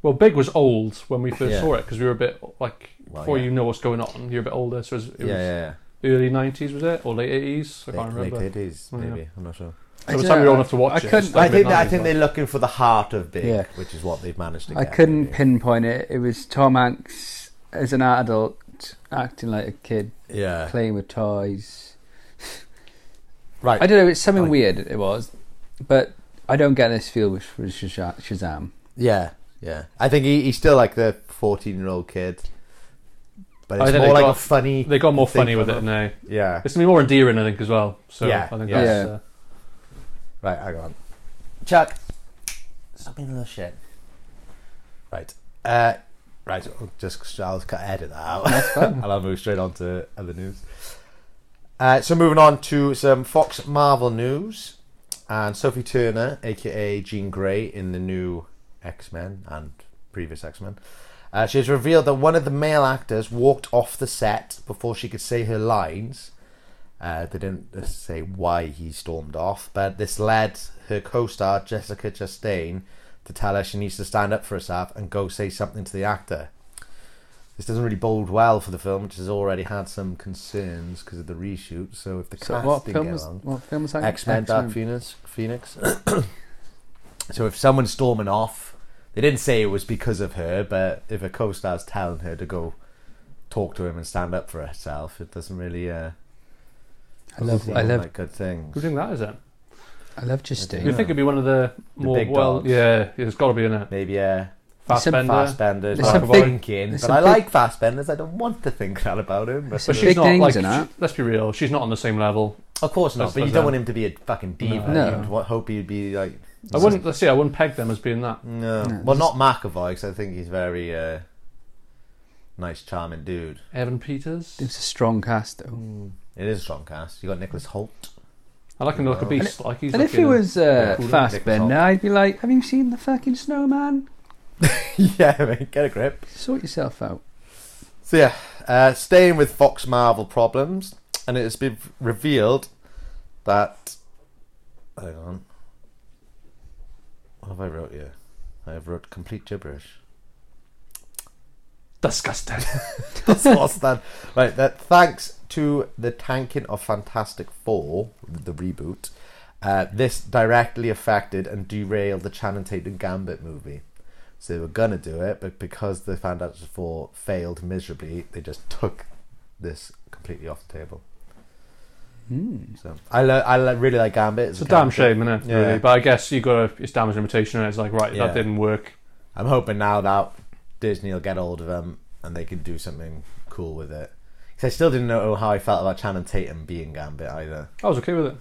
[SPEAKER 4] Well, Big was old when we first
[SPEAKER 3] Yeah.
[SPEAKER 4] saw it because we were a bit like
[SPEAKER 3] Well,
[SPEAKER 4] before
[SPEAKER 3] yeah.
[SPEAKER 4] you know what's going on, you're a bit older. So it was,
[SPEAKER 3] Yeah,
[SPEAKER 4] it was
[SPEAKER 3] yeah,
[SPEAKER 4] early 90s, was it, or late 80s? I
[SPEAKER 3] yeah.
[SPEAKER 4] can't
[SPEAKER 3] Late
[SPEAKER 4] remember.
[SPEAKER 3] eighties,
[SPEAKER 4] yeah.
[SPEAKER 3] maybe. I'm not sure.
[SPEAKER 4] By the time we were old enough to watch
[SPEAKER 5] I
[SPEAKER 4] it, it
[SPEAKER 5] couldn't.
[SPEAKER 4] was
[SPEAKER 3] I
[SPEAKER 4] like
[SPEAKER 3] think that, I
[SPEAKER 4] mid-nineties,
[SPEAKER 3] think
[SPEAKER 4] wasn't
[SPEAKER 3] they're looking for the heart of big,
[SPEAKER 5] Yeah.
[SPEAKER 3] which is what they've managed to
[SPEAKER 5] I
[SPEAKER 3] get.
[SPEAKER 5] couldn't
[SPEAKER 3] maybe.
[SPEAKER 5] pinpoint it. It was Tom Hanks as an adult acting like a kid,
[SPEAKER 3] Yeah.
[SPEAKER 5] playing with toys.
[SPEAKER 3] Right.
[SPEAKER 5] I don't know. It's something
[SPEAKER 3] Fine.
[SPEAKER 5] weird. It was, but I don't get this feel with with Shazam. Shazam.
[SPEAKER 3] Yeah, yeah. I think he, he's still like the fourteen-year-old kid, but
[SPEAKER 4] I
[SPEAKER 3] it's
[SPEAKER 4] think
[SPEAKER 3] more
[SPEAKER 4] they
[SPEAKER 3] like
[SPEAKER 4] got-
[SPEAKER 3] a funny.
[SPEAKER 4] They got more
[SPEAKER 3] thing
[SPEAKER 4] funny with
[SPEAKER 3] from
[SPEAKER 4] it now.
[SPEAKER 3] Yeah.
[SPEAKER 4] It's gonna be more endearing, I think, as well. So
[SPEAKER 3] Yeah,
[SPEAKER 4] I think
[SPEAKER 3] yeah.
[SPEAKER 4] that's.
[SPEAKER 5] Yeah.
[SPEAKER 4] Uh,
[SPEAKER 3] Right, hang on. Chuck, stop being a little shit. Right. Uh, right, I'll just I'll cut edit that out. and I'll move straight on to other news. Uh, so moving on to some Fox Marvel news. And Sophie Turner, aka Jean Grey, in the new X Men and previous X Men, uh, she has revealed that one of the male actors walked off the set before she could say her lines. Uh, they didn't say why he stormed off, but this led her co-star Jessica Chastain to tell her she needs to stand up for herself and go say something to the actor. This doesn't really bode well for the film, which has already had some concerns because of the reshoot. So if the
[SPEAKER 5] So
[SPEAKER 3] cast
[SPEAKER 5] what
[SPEAKER 3] didn't
[SPEAKER 5] film
[SPEAKER 3] get
[SPEAKER 5] was?
[SPEAKER 3] along,
[SPEAKER 5] What film was that?
[SPEAKER 3] X Men Dark Phoenix. Phoenix. so if someone's storming off, they didn't say it was because of her, but if a co-star's telling her to go talk to him and stand up for herself, it doesn't really. Uh,
[SPEAKER 5] I love.
[SPEAKER 3] seem
[SPEAKER 5] I love.
[SPEAKER 3] like good things.
[SPEAKER 4] who do you think that is then?
[SPEAKER 5] I love
[SPEAKER 4] You
[SPEAKER 5] Justine.
[SPEAKER 4] think it'd be one of the more
[SPEAKER 3] big
[SPEAKER 4] well?
[SPEAKER 3] dogs.
[SPEAKER 4] Yeah, it's got to be in it.
[SPEAKER 3] Maybe uh,
[SPEAKER 5] some
[SPEAKER 4] Fastbender.
[SPEAKER 3] Fastbender.
[SPEAKER 5] There's some
[SPEAKER 3] I'm
[SPEAKER 5] big-
[SPEAKER 3] thinking,
[SPEAKER 5] there's
[SPEAKER 3] but
[SPEAKER 5] some
[SPEAKER 3] I
[SPEAKER 5] big-
[SPEAKER 3] like Fastbenders. I don't want to think that about him. But
[SPEAKER 5] Some
[SPEAKER 4] But
[SPEAKER 5] big
[SPEAKER 4] she's not
[SPEAKER 5] names
[SPEAKER 4] like.
[SPEAKER 5] in that.
[SPEAKER 4] she- let's be real. She's not on the same level.
[SPEAKER 3] of course not.
[SPEAKER 4] That's
[SPEAKER 3] But you
[SPEAKER 4] what
[SPEAKER 3] don't
[SPEAKER 4] I-
[SPEAKER 3] want him to be a fucking diva.
[SPEAKER 5] No.
[SPEAKER 3] You'd wa- hope he'd be like.
[SPEAKER 4] I wouldn't. Let's see. I wouldn't peg them as being that.
[SPEAKER 3] No. well, not McAvoy, because I think he's very uh, nice, charming dude.
[SPEAKER 4] Evan Peters.
[SPEAKER 5] It was a strong cast though.
[SPEAKER 3] It is a strong cast. You got Nicholas Holt.
[SPEAKER 4] I like him to look a beast. Like he's.
[SPEAKER 5] And if
[SPEAKER 4] looking
[SPEAKER 5] it was uh,
[SPEAKER 3] cool, Nick Holt.
[SPEAKER 5] Fassbender, I'd be like, "Have you seen the fucking snowman?
[SPEAKER 3] yeah, mate, get a grip.
[SPEAKER 5] Sort yourself out."
[SPEAKER 3] So yeah, uh, staying with Fox Marvel problems, and it has been revealed that. Hang on. What have I wrote here? I have wrote complete gibberish.
[SPEAKER 4] disgusting.
[SPEAKER 3] That's what's that. Right, that thanks to the tanking of Fantastic Four, the reboot, uh, this directly affected and derailed the Channing Tatum Gambit movie. So they were gonna do it, but because the Fantastic Four failed miserably, they just took this completely off the table. So I lo- I lo- really like Gambit.
[SPEAKER 4] Hmm. It's a damn shame, isn't it?
[SPEAKER 3] Yeah.
[SPEAKER 4] Really. But I guess you got to. It's damage limitation, and it's like right,
[SPEAKER 3] Yeah.
[SPEAKER 4] that didn't work.
[SPEAKER 3] I'm hoping now that Disney will get hold of them and they can do something cool with it. Because I still didn't know how I felt about Channing Tatum being Gambit either.
[SPEAKER 4] I was okay with it.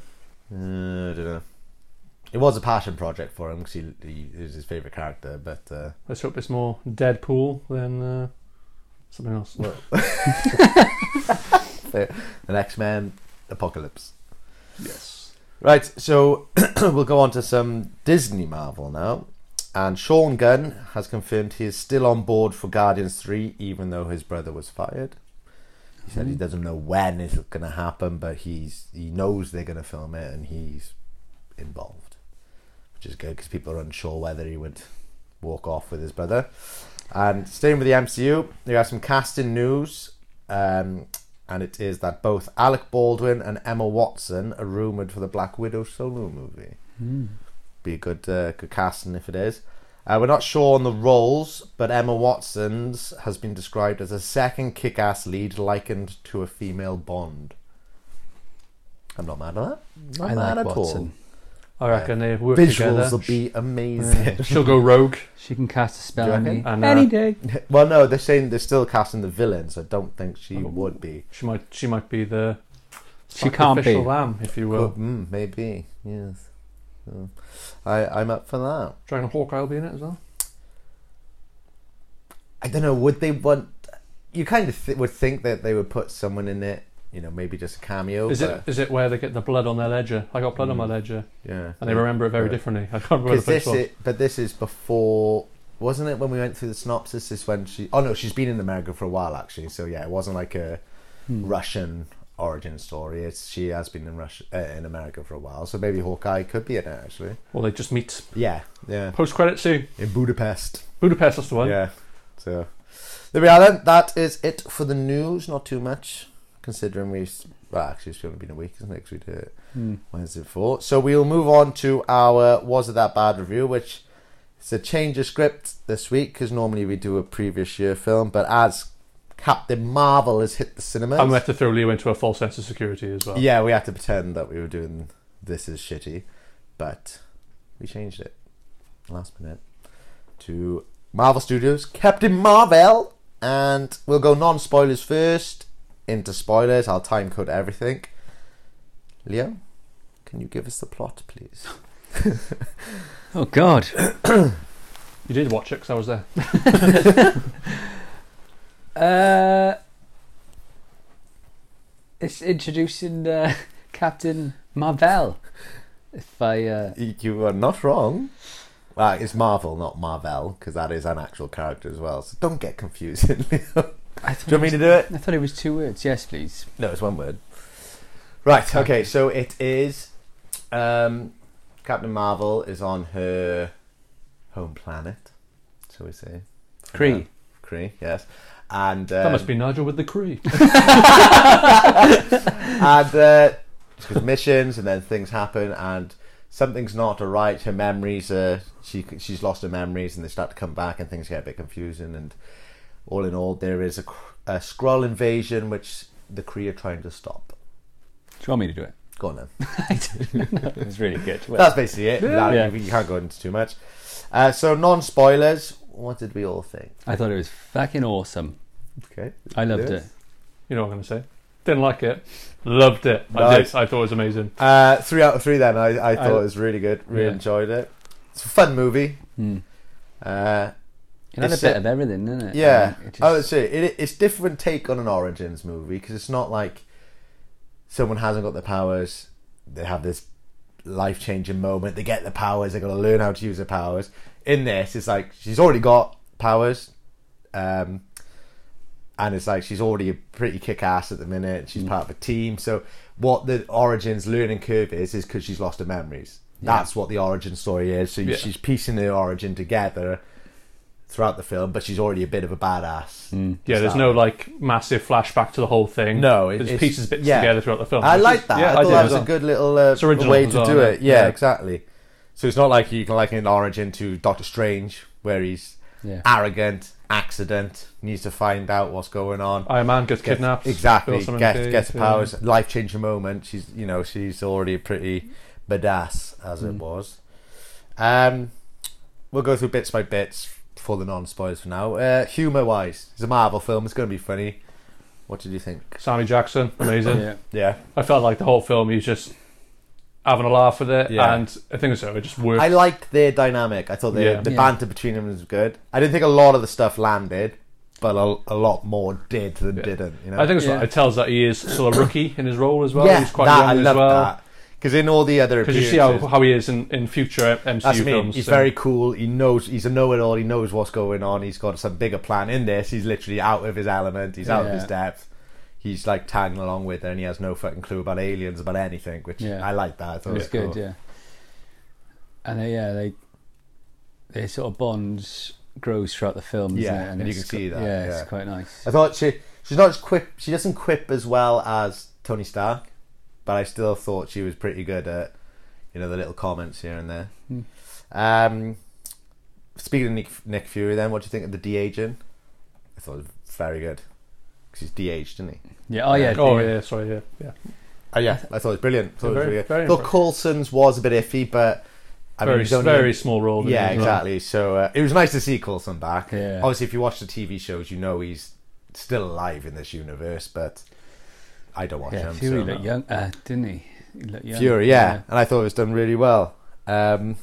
[SPEAKER 3] Uh, I don't know. It was a passion project for him because he, he, it was his favourite character, but uh,
[SPEAKER 4] Let's hope it's more Deadpool than uh, something else.
[SPEAKER 3] the, the X Men Apocalypse.
[SPEAKER 4] yes.
[SPEAKER 3] Right, so we'll go on to some Disney Marvel now. And Sean Gunn has confirmed he is still on board for Guardians 3, even though his brother was fired. He said he doesn't know when it's going to happen, but he's he knows they're going to film it and he's involved, which is good because people are unsure whether he would walk off with his brother. And staying with the MCU, we have some casting news, um, and it is that both Alec Baldwin and Emma Watson are rumored for the Black Widow solo movie.
[SPEAKER 5] Hmm.
[SPEAKER 3] Be a good uh, good casting if it is. Uh, we're not sure on the roles, but Emma Watson's has been described as a second kick-ass lead likened to a female Bond. I'm not mad at that. Not
[SPEAKER 5] I
[SPEAKER 3] mad
[SPEAKER 5] like
[SPEAKER 3] at all
[SPEAKER 5] Watson.
[SPEAKER 4] I reckon they've worked
[SPEAKER 3] visuals
[SPEAKER 4] together.
[SPEAKER 3] will be amazing.
[SPEAKER 4] She'll go rogue.
[SPEAKER 5] She can cast a spell
[SPEAKER 3] Do you
[SPEAKER 5] on me
[SPEAKER 3] reckon?
[SPEAKER 4] And, uh,
[SPEAKER 5] any day.
[SPEAKER 3] well, no, they're saying they're still casting the villain, so I don't think she
[SPEAKER 4] Oh.
[SPEAKER 3] would be.
[SPEAKER 4] She might. She might be the.
[SPEAKER 5] She can't be.
[SPEAKER 4] sacrificial lamb, if you will.
[SPEAKER 3] Well, mm, maybe, yes. So, I, I'm up for that.
[SPEAKER 4] Dragon Hawkeye will be in it as well.
[SPEAKER 3] I don't know. Would they want? You kind of th- would think that they would put someone in it. You know, maybe just a cameo.
[SPEAKER 4] Is it
[SPEAKER 3] but-
[SPEAKER 4] is it where they get the blood on their ledger? I got blood on my ledger,
[SPEAKER 3] Mm. Yeah,
[SPEAKER 4] and they remember it very
[SPEAKER 3] Right.
[SPEAKER 4] differently. I can't remember
[SPEAKER 3] Because
[SPEAKER 4] the
[SPEAKER 3] this,
[SPEAKER 4] first one.
[SPEAKER 3] is, but this is before, wasn't it? When we went through the synopsis, is when she. Oh no, she's been in America for a while actually. So yeah, it wasn't like a
[SPEAKER 4] Hmm.
[SPEAKER 3] Russian origin story. It's she has been in Russia uh, in America for a while. So maybe Hawkeye could be in it actually.
[SPEAKER 4] Well, they just meet
[SPEAKER 3] Yeah, yeah,
[SPEAKER 4] post credit scene.
[SPEAKER 3] in Budapest.
[SPEAKER 4] Budapest, that's the one.
[SPEAKER 3] Yeah. So there we are then. That is it for the news. Not too much, considering we. Well, actually, it's only been a week, isn't it? 'Cause we did it Wednesday before. So we'll move on to our Was It That Bad review, which is a change of script this week, because normally we do a previous year film, but as Captain Marvel has hit the cinemas.
[SPEAKER 4] And we had to throw Leo into a false sense of security as well.
[SPEAKER 3] yeah, we had to pretend that we were doing This Is Shitty, but we changed it last minute to Marvel Studios, Captain Marvel, and we'll go non spoilers first, into spoilers. I'll time code everything. Leo, can you give us the plot, please?
[SPEAKER 5] Oh God.
[SPEAKER 4] You did watch it because I was there.
[SPEAKER 5] Uh, it's introducing uh, Captain Marvel. If I uh,
[SPEAKER 3] Y- You are not wrong. Well, it's Marvel, not Marvel, because that is an actual character as well. So don't get confused, Leo. Do
[SPEAKER 5] I thought
[SPEAKER 3] you want me to do it?
[SPEAKER 5] I thought it was two words. Yes, please.
[SPEAKER 3] No, it's one word. Right. Okay. So it is. Um, Captain Marvel is on her home planet, shall we say?
[SPEAKER 5] Cree.
[SPEAKER 3] Kree. Yes. And
[SPEAKER 4] That
[SPEAKER 3] um,
[SPEAKER 4] must be Nigel with the Cree.
[SPEAKER 3] and uh, it's with missions, and then things happen, and something's not alright. Her memories, uh, she she's lost her memories, and they start to come back, and things get a bit confusing. And all in all, there is a, Kr- a Skrull invasion, which the Kree are trying to stop.
[SPEAKER 5] Do you want me to do it?
[SPEAKER 3] Go on then.
[SPEAKER 5] it was really good.
[SPEAKER 3] That's basically it. Without-
[SPEAKER 5] Yeah.
[SPEAKER 3] You can't go into too much. Uh, so non spoilers. What did we all think?
[SPEAKER 5] I thought it was fucking awesome.
[SPEAKER 3] Okay,
[SPEAKER 5] I loved it.
[SPEAKER 4] You know what I'm going to say. Didn't like it. Loved it. I
[SPEAKER 3] Nice.
[SPEAKER 4] did. I thought it was amazing.
[SPEAKER 3] Uh, three out of three. Then I, I thought
[SPEAKER 4] I-
[SPEAKER 3] it was really good. Really
[SPEAKER 4] Yeah.
[SPEAKER 3] enjoyed it. It's a fun movie. Uh,
[SPEAKER 5] It had
[SPEAKER 3] It's
[SPEAKER 5] a bit
[SPEAKER 3] a-
[SPEAKER 5] of everything, didn't it?
[SPEAKER 3] yeah.
[SPEAKER 5] Like, it just-
[SPEAKER 3] Oh, it's it. it. It's different take on an origins movie because it's not like someone hasn't got the powers. They have this life changing moment. They get the powers. They got to learn how to use the powers. In this, it's like she's already got powers. Um, and it's like she's already pretty kick ass at the minute.
[SPEAKER 4] Mm.
[SPEAKER 3] She's part of a team. So what the origins learning curve is is because she's lost her memories. That's what the origin story is. So
[SPEAKER 4] Yeah.
[SPEAKER 3] she's piecing the origin together throughout the film, but she's already a bit of a badass.
[SPEAKER 4] Yeah, there's no like massive flashback to the whole thing.
[SPEAKER 3] No, it-
[SPEAKER 4] it's,
[SPEAKER 3] it's-
[SPEAKER 4] pieces bits
[SPEAKER 3] yeah.
[SPEAKER 4] together throughout the film.
[SPEAKER 3] I
[SPEAKER 4] which
[SPEAKER 3] like
[SPEAKER 4] is-
[SPEAKER 3] that.
[SPEAKER 4] Yeah,
[SPEAKER 3] I
[SPEAKER 4] I,
[SPEAKER 3] thought
[SPEAKER 4] did
[SPEAKER 3] that
[SPEAKER 4] as
[SPEAKER 3] was
[SPEAKER 4] well.
[SPEAKER 3] a good little uh,
[SPEAKER 4] It's original
[SPEAKER 3] way
[SPEAKER 4] as
[SPEAKER 3] to
[SPEAKER 4] well,
[SPEAKER 3] do
[SPEAKER 4] yeah.
[SPEAKER 3] it. Yeah,
[SPEAKER 4] Yeah.
[SPEAKER 3] exactly. So it's not like you can liken an origin to Doctor Strange, where he's
[SPEAKER 5] Yeah.
[SPEAKER 3] arrogant, accident, needs to find out what's going on.
[SPEAKER 4] Iron Man gets kidnapped.
[SPEAKER 3] Exactly.
[SPEAKER 4] Bill Simmons
[SPEAKER 3] Gets, gets
[SPEAKER 4] yeah.
[SPEAKER 3] powers. Life changing moment. She's you know she's already pretty badass as
[SPEAKER 4] Mm.
[SPEAKER 3] it was. Um, we'll go through bits by bits for the non spoilers for now. Uh, humor wise, it's a Marvel film. It's going to be funny. What did you think?
[SPEAKER 4] Sammy Jackson, amazing.
[SPEAKER 5] Yeah.
[SPEAKER 3] Yeah,
[SPEAKER 4] I felt like the whole film he's just having a laugh with it,
[SPEAKER 3] Yeah.
[SPEAKER 4] and I think so. It just worked.
[SPEAKER 3] I liked their dynamic. I thought the
[SPEAKER 4] Yeah.
[SPEAKER 3] the
[SPEAKER 5] Yeah.
[SPEAKER 3] banter between them was good. I didn't think a lot of the stuff landed, but a, a lot more did than didn't. You know,
[SPEAKER 4] I think it's
[SPEAKER 5] Yeah.
[SPEAKER 4] right. it tells that he is still a rookie in his role as well.
[SPEAKER 3] yeah,
[SPEAKER 4] he's quite
[SPEAKER 3] that,
[SPEAKER 4] young
[SPEAKER 3] I
[SPEAKER 4] as
[SPEAKER 3] loved
[SPEAKER 4] well.
[SPEAKER 3] that because in all the other
[SPEAKER 4] Because you see how,
[SPEAKER 3] appearances-
[SPEAKER 4] how he is in, in future MCU
[SPEAKER 3] That's me.
[SPEAKER 4] films.
[SPEAKER 3] He's
[SPEAKER 4] so-
[SPEAKER 3] very cool. He knows. He's a know-it-all. He knows what's going on. He's got some bigger plan in this. He's literally out of his element. He's out of his
[SPEAKER 5] Yeah.
[SPEAKER 3] depth. He's like tagging along with her, and he has no fucking clue about aliens, about anything. Which
[SPEAKER 5] Yeah.
[SPEAKER 3] I like that. I thought
[SPEAKER 5] It was
[SPEAKER 3] it was
[SPEAKER 5] good, yeah. And they, yeah, they they sort of bonds grows throughout the film, doesn't
[SPEAKER 3] Yeah,
[SPEAKER 5] it?
[SPEAKER 3] and you
[SPEAKER 5] it's
[SPEAKER 3] can see
[SPEAKER 5] qu-
[SPEAKER 3] that,
[SPEAKER 5] Yeah,
[SPEAKER 3] yeah.
[SPEAKER 5] it's quite nice.
[SPEAKER 3] I thought she she's not as quip. She doesn't quip as well as Tony Stark, but I still thought she was pretty good at you know the little comments here and there.
[SPEAKER 4] Hmm.
[SPEAKER 3] Um, speaking of Nick, Nick Fury, then what do you think of the de aging? I thought it was very good. 'Cause He's de-aged, isn't he?
[SPEAKER 5] Yeah. Oh yeah.
[SPEAKER 4] Oh
[SPEAKER 5] the-
[SPEAKER 4] yeah, sorry, yeah, yeah.
[SPEAKER 3] Oh, yeah, I thought it was brilliant. I thought
[SPEAKER 4] Yeah,
[SPEAKER 3] it was
[SPEAKER 4] very-
[SPEAKER 3] really good.
[SPEAKER 4] very
[SPEAKER 3] Thought
[SPEAKER 4] impressive.
[SPEAKER 3] Coulson's was a bit iffy, but I mean,
[SPEAKER 4] Very
[SPEAKER 3] he's only
[SPEAKER 4] very
[SPEAKER 3] in-
[SPEAKER 4] small role. didn't
[SPEAKER 3] yeah,
[SPEAKER 4] he, as well?
[SPEAKER 3] exactly. So uh, it was nice to see Coulson back.
[SPEAKER 5] Yeah.
[SPEAKER 3] Obviously, if you watch the TV shows, you know he's still alive in this universe, but I don't watch
[SPEAKER 5] Yeah,
[SPEAKER 3] him.
[SPEAKER 5] Fury
[SPEAKER 3] so-
[SPEAKER 5] looked young, uh, didn't he? he looked young.
[SPEAKER 3] Fury, yeah. and I thought it was done really well. Um,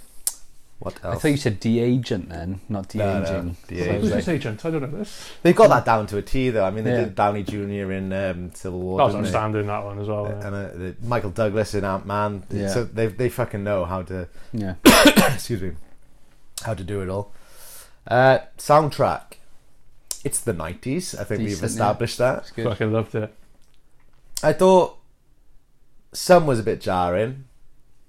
[SPEAKER 3] What
[SPEAKER 5] I
[SPEAKER 3] else?
[SPEAKER 5] thought you said de-agent then, not
[SPEAKER 3] No, no,
[SPEAKER 5] de-aging.
[SPEAKER 3] de-aging.
[SPEAKER 5] So I was
[SPEAKER 4] Who's
[SPEAKER 5] like,
[SPEAKER 4] this agent? I don't know this.
[SPEAKER 3] They've got that down to a T, though. I mean, they
[SPEAKER 5] Yeah.
[SPEAKER 3] did Downey Jr. in um, Civil War.
[SPEAKER 4] That was
[SPEAKER 3] didn't they?
[SPEAKER 4] outstanding, that one as well. yeah.
[SPEAKER 3] And uh, the, Michael Douglas in Ant Man.
[SPEAKER 5] Yeah.
[SPEAKER 3] So they they fucking know how to
[SPEAKER 5] yeah.
[SPEAKER 3] excuse me, how to do it all. Uh, soundtrack. It's the nineties. I think
[SPEAKER 5] Decent,
[SPEAKER 3] we've
[SPEAKER 5] yeah.
[SPEAKER 3] established that.
[SPEAKER 5] good.
[SPEAKER 4] Fucking loved it.
[SPEAKER 3] I thought some was a bit jarring,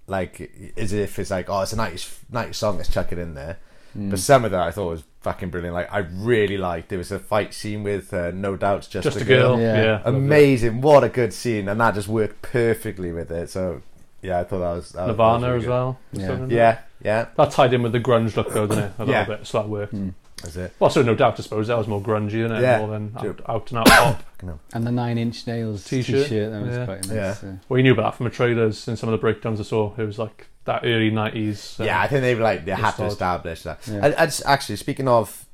[SPEAKER 3] like as if it's like, oh, it's a nineties nineties song. Let's chuck it in there.
[SPEAKER 4] Hmm.
[SPEAKER 3] But some of that I thought was fucking brilliant. Like I really liked. There was a fight scene with uh, No Doubt's Just,
[SPEAKER 4] Just a girl.
[SPEAKER 5] Yeah.
[SPEAKER 4] Yeah.
[SPEAKER 3] Amazing! What a good scene, and that just worked perfectly with it. So, yeah, I thought that was that was- that was
[SPEAKER 4] Nirvana
[SPEAKER 3] really
[SPEAKER 4] as
[SPEAKER 3] good.
[SPEAKER 4] well. was
[SPEAKER 5] Yeah.
[SPEAKER 4] done in
[SPEAKER 3] Yeah, yeah,
[SPEAKER 4] That tied in with the grunge look, though, didn't it? A little
[SPEAKER 3] Yeah.
[SPEAKER 4] bit, so that worked.
[SPEAKER 3] that's it.
[SPEAKER 4] Well, so no doubt, I suppose that was more grungy, isn't it?
[SPEAKER 3] Yeah.
[SPEAKER 4] More than
[SPEAKER 3] True.
[SPEAKER 4] out, out and out pop.
[SPEAKER 5] And the Nine Inch Nails
[SPEAKER 4] T-shirt.
[SPEAKER 5] t-shirt, that was
[SPEAKER 4] Yeah.
[SPEAKER 5] quite nice.
[SPEAKER 3] Yeah.
[SPEAKER 5] so.
[SPEAKER 4] Well, you knew about that from the trailers and some of the breakdowns I saw. It was like that early nineties. uh,
[SPEAKER 3] yeah, I think they've like they had to
[SPEAKER 4] solid.
[SPEAKER 3] establish that.
[SPEAKER 5] Yeah.
[SPEAKER 3] And, and s- actually, speaking of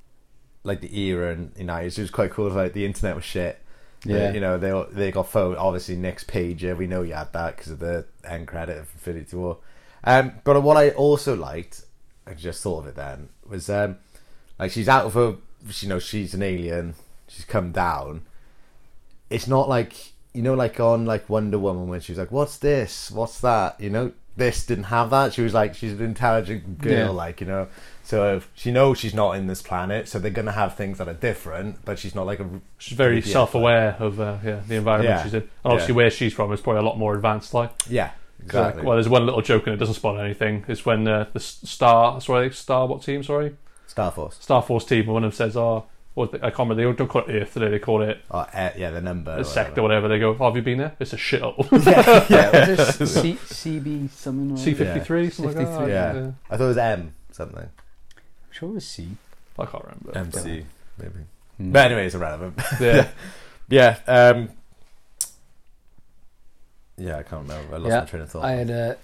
[SPEAKER 3] like the era and you know, it was quite cool. Like the internet was shit. They-
[SPEAKER 5] Yeah.
[SPEAKER 3] you know they all- they got phone. Obviously, next page. Yeah, we know you had that because of the end credit of Infinity War. Um, but what I also liked, I just thought of it then, was um, like she's out of her. You know, she's an alien. She's come down. It's not like you know, like on like Wonder Woman when she was like, "What's this? What's that?" You know, this didn't have that. She was like, she's an intelligent girl,
[SPEAKER 5] Yeah.
[SPEAKER 3] like you know. So if she knows she's not in this planet, so they're gonna have things that are different. But she's not like a.
[SPEAKER 4] She's very
[SPEAKER 3] Yeah.
[SPEAKER 4] self-aware of uh, yeah the environment
[SPEAKER 3] Yeah.
[SPEAKER 4] she's in, and obviously
[SPEAKER 3] Yeah.
[SPEAKER 4] where she's from is probably a lot more advanced. Like, 'Cause,
[SPEAKER 3] Yeah,
[SPEAKER 4] like,
[SPEAKER 3] exactly.
[SPEAKER 4] well, there's one little joke and it doesn't spoil anything. It's when uh, the S- star, sorry, star, what team? Sorry,
[SPEAKER 3] Star Force.
[SPEAKER 4] Star Force team. One of them says, "Oh, what the, I can't remember. They don't call it Earth today. They call it
[SPEAKER 3] Oh, eh, yeah, the number.
[SPEAKER 4] a
[SPEAKER 3] or
[SPEAKER 4] sect or whatever." They go, oh, "Have you been there? It's a shithole."
[SPEAKER 3] whatever. yeah, yeah,
[SPEAKER 5] Was it C- CB something? or
[SPEAKER 4] C
[SPEAKER 5] other?
[SPEAKER 4] fifty three, something like that.
[SPEAKER 3] yeah. I thought it was M something.
[SPEAKER 5] I'm sure it was C.
[SPEAKER 4] I can't remember.
[SPEAKER 3] MC maybe. But anyway, it's irrelevant.
[SPEAKER 4] Yeah.
[SPEAKER 3] yeah. Um, yeah, I can't remember. I lost my train of thought.
[SPEAKER 5] I had a.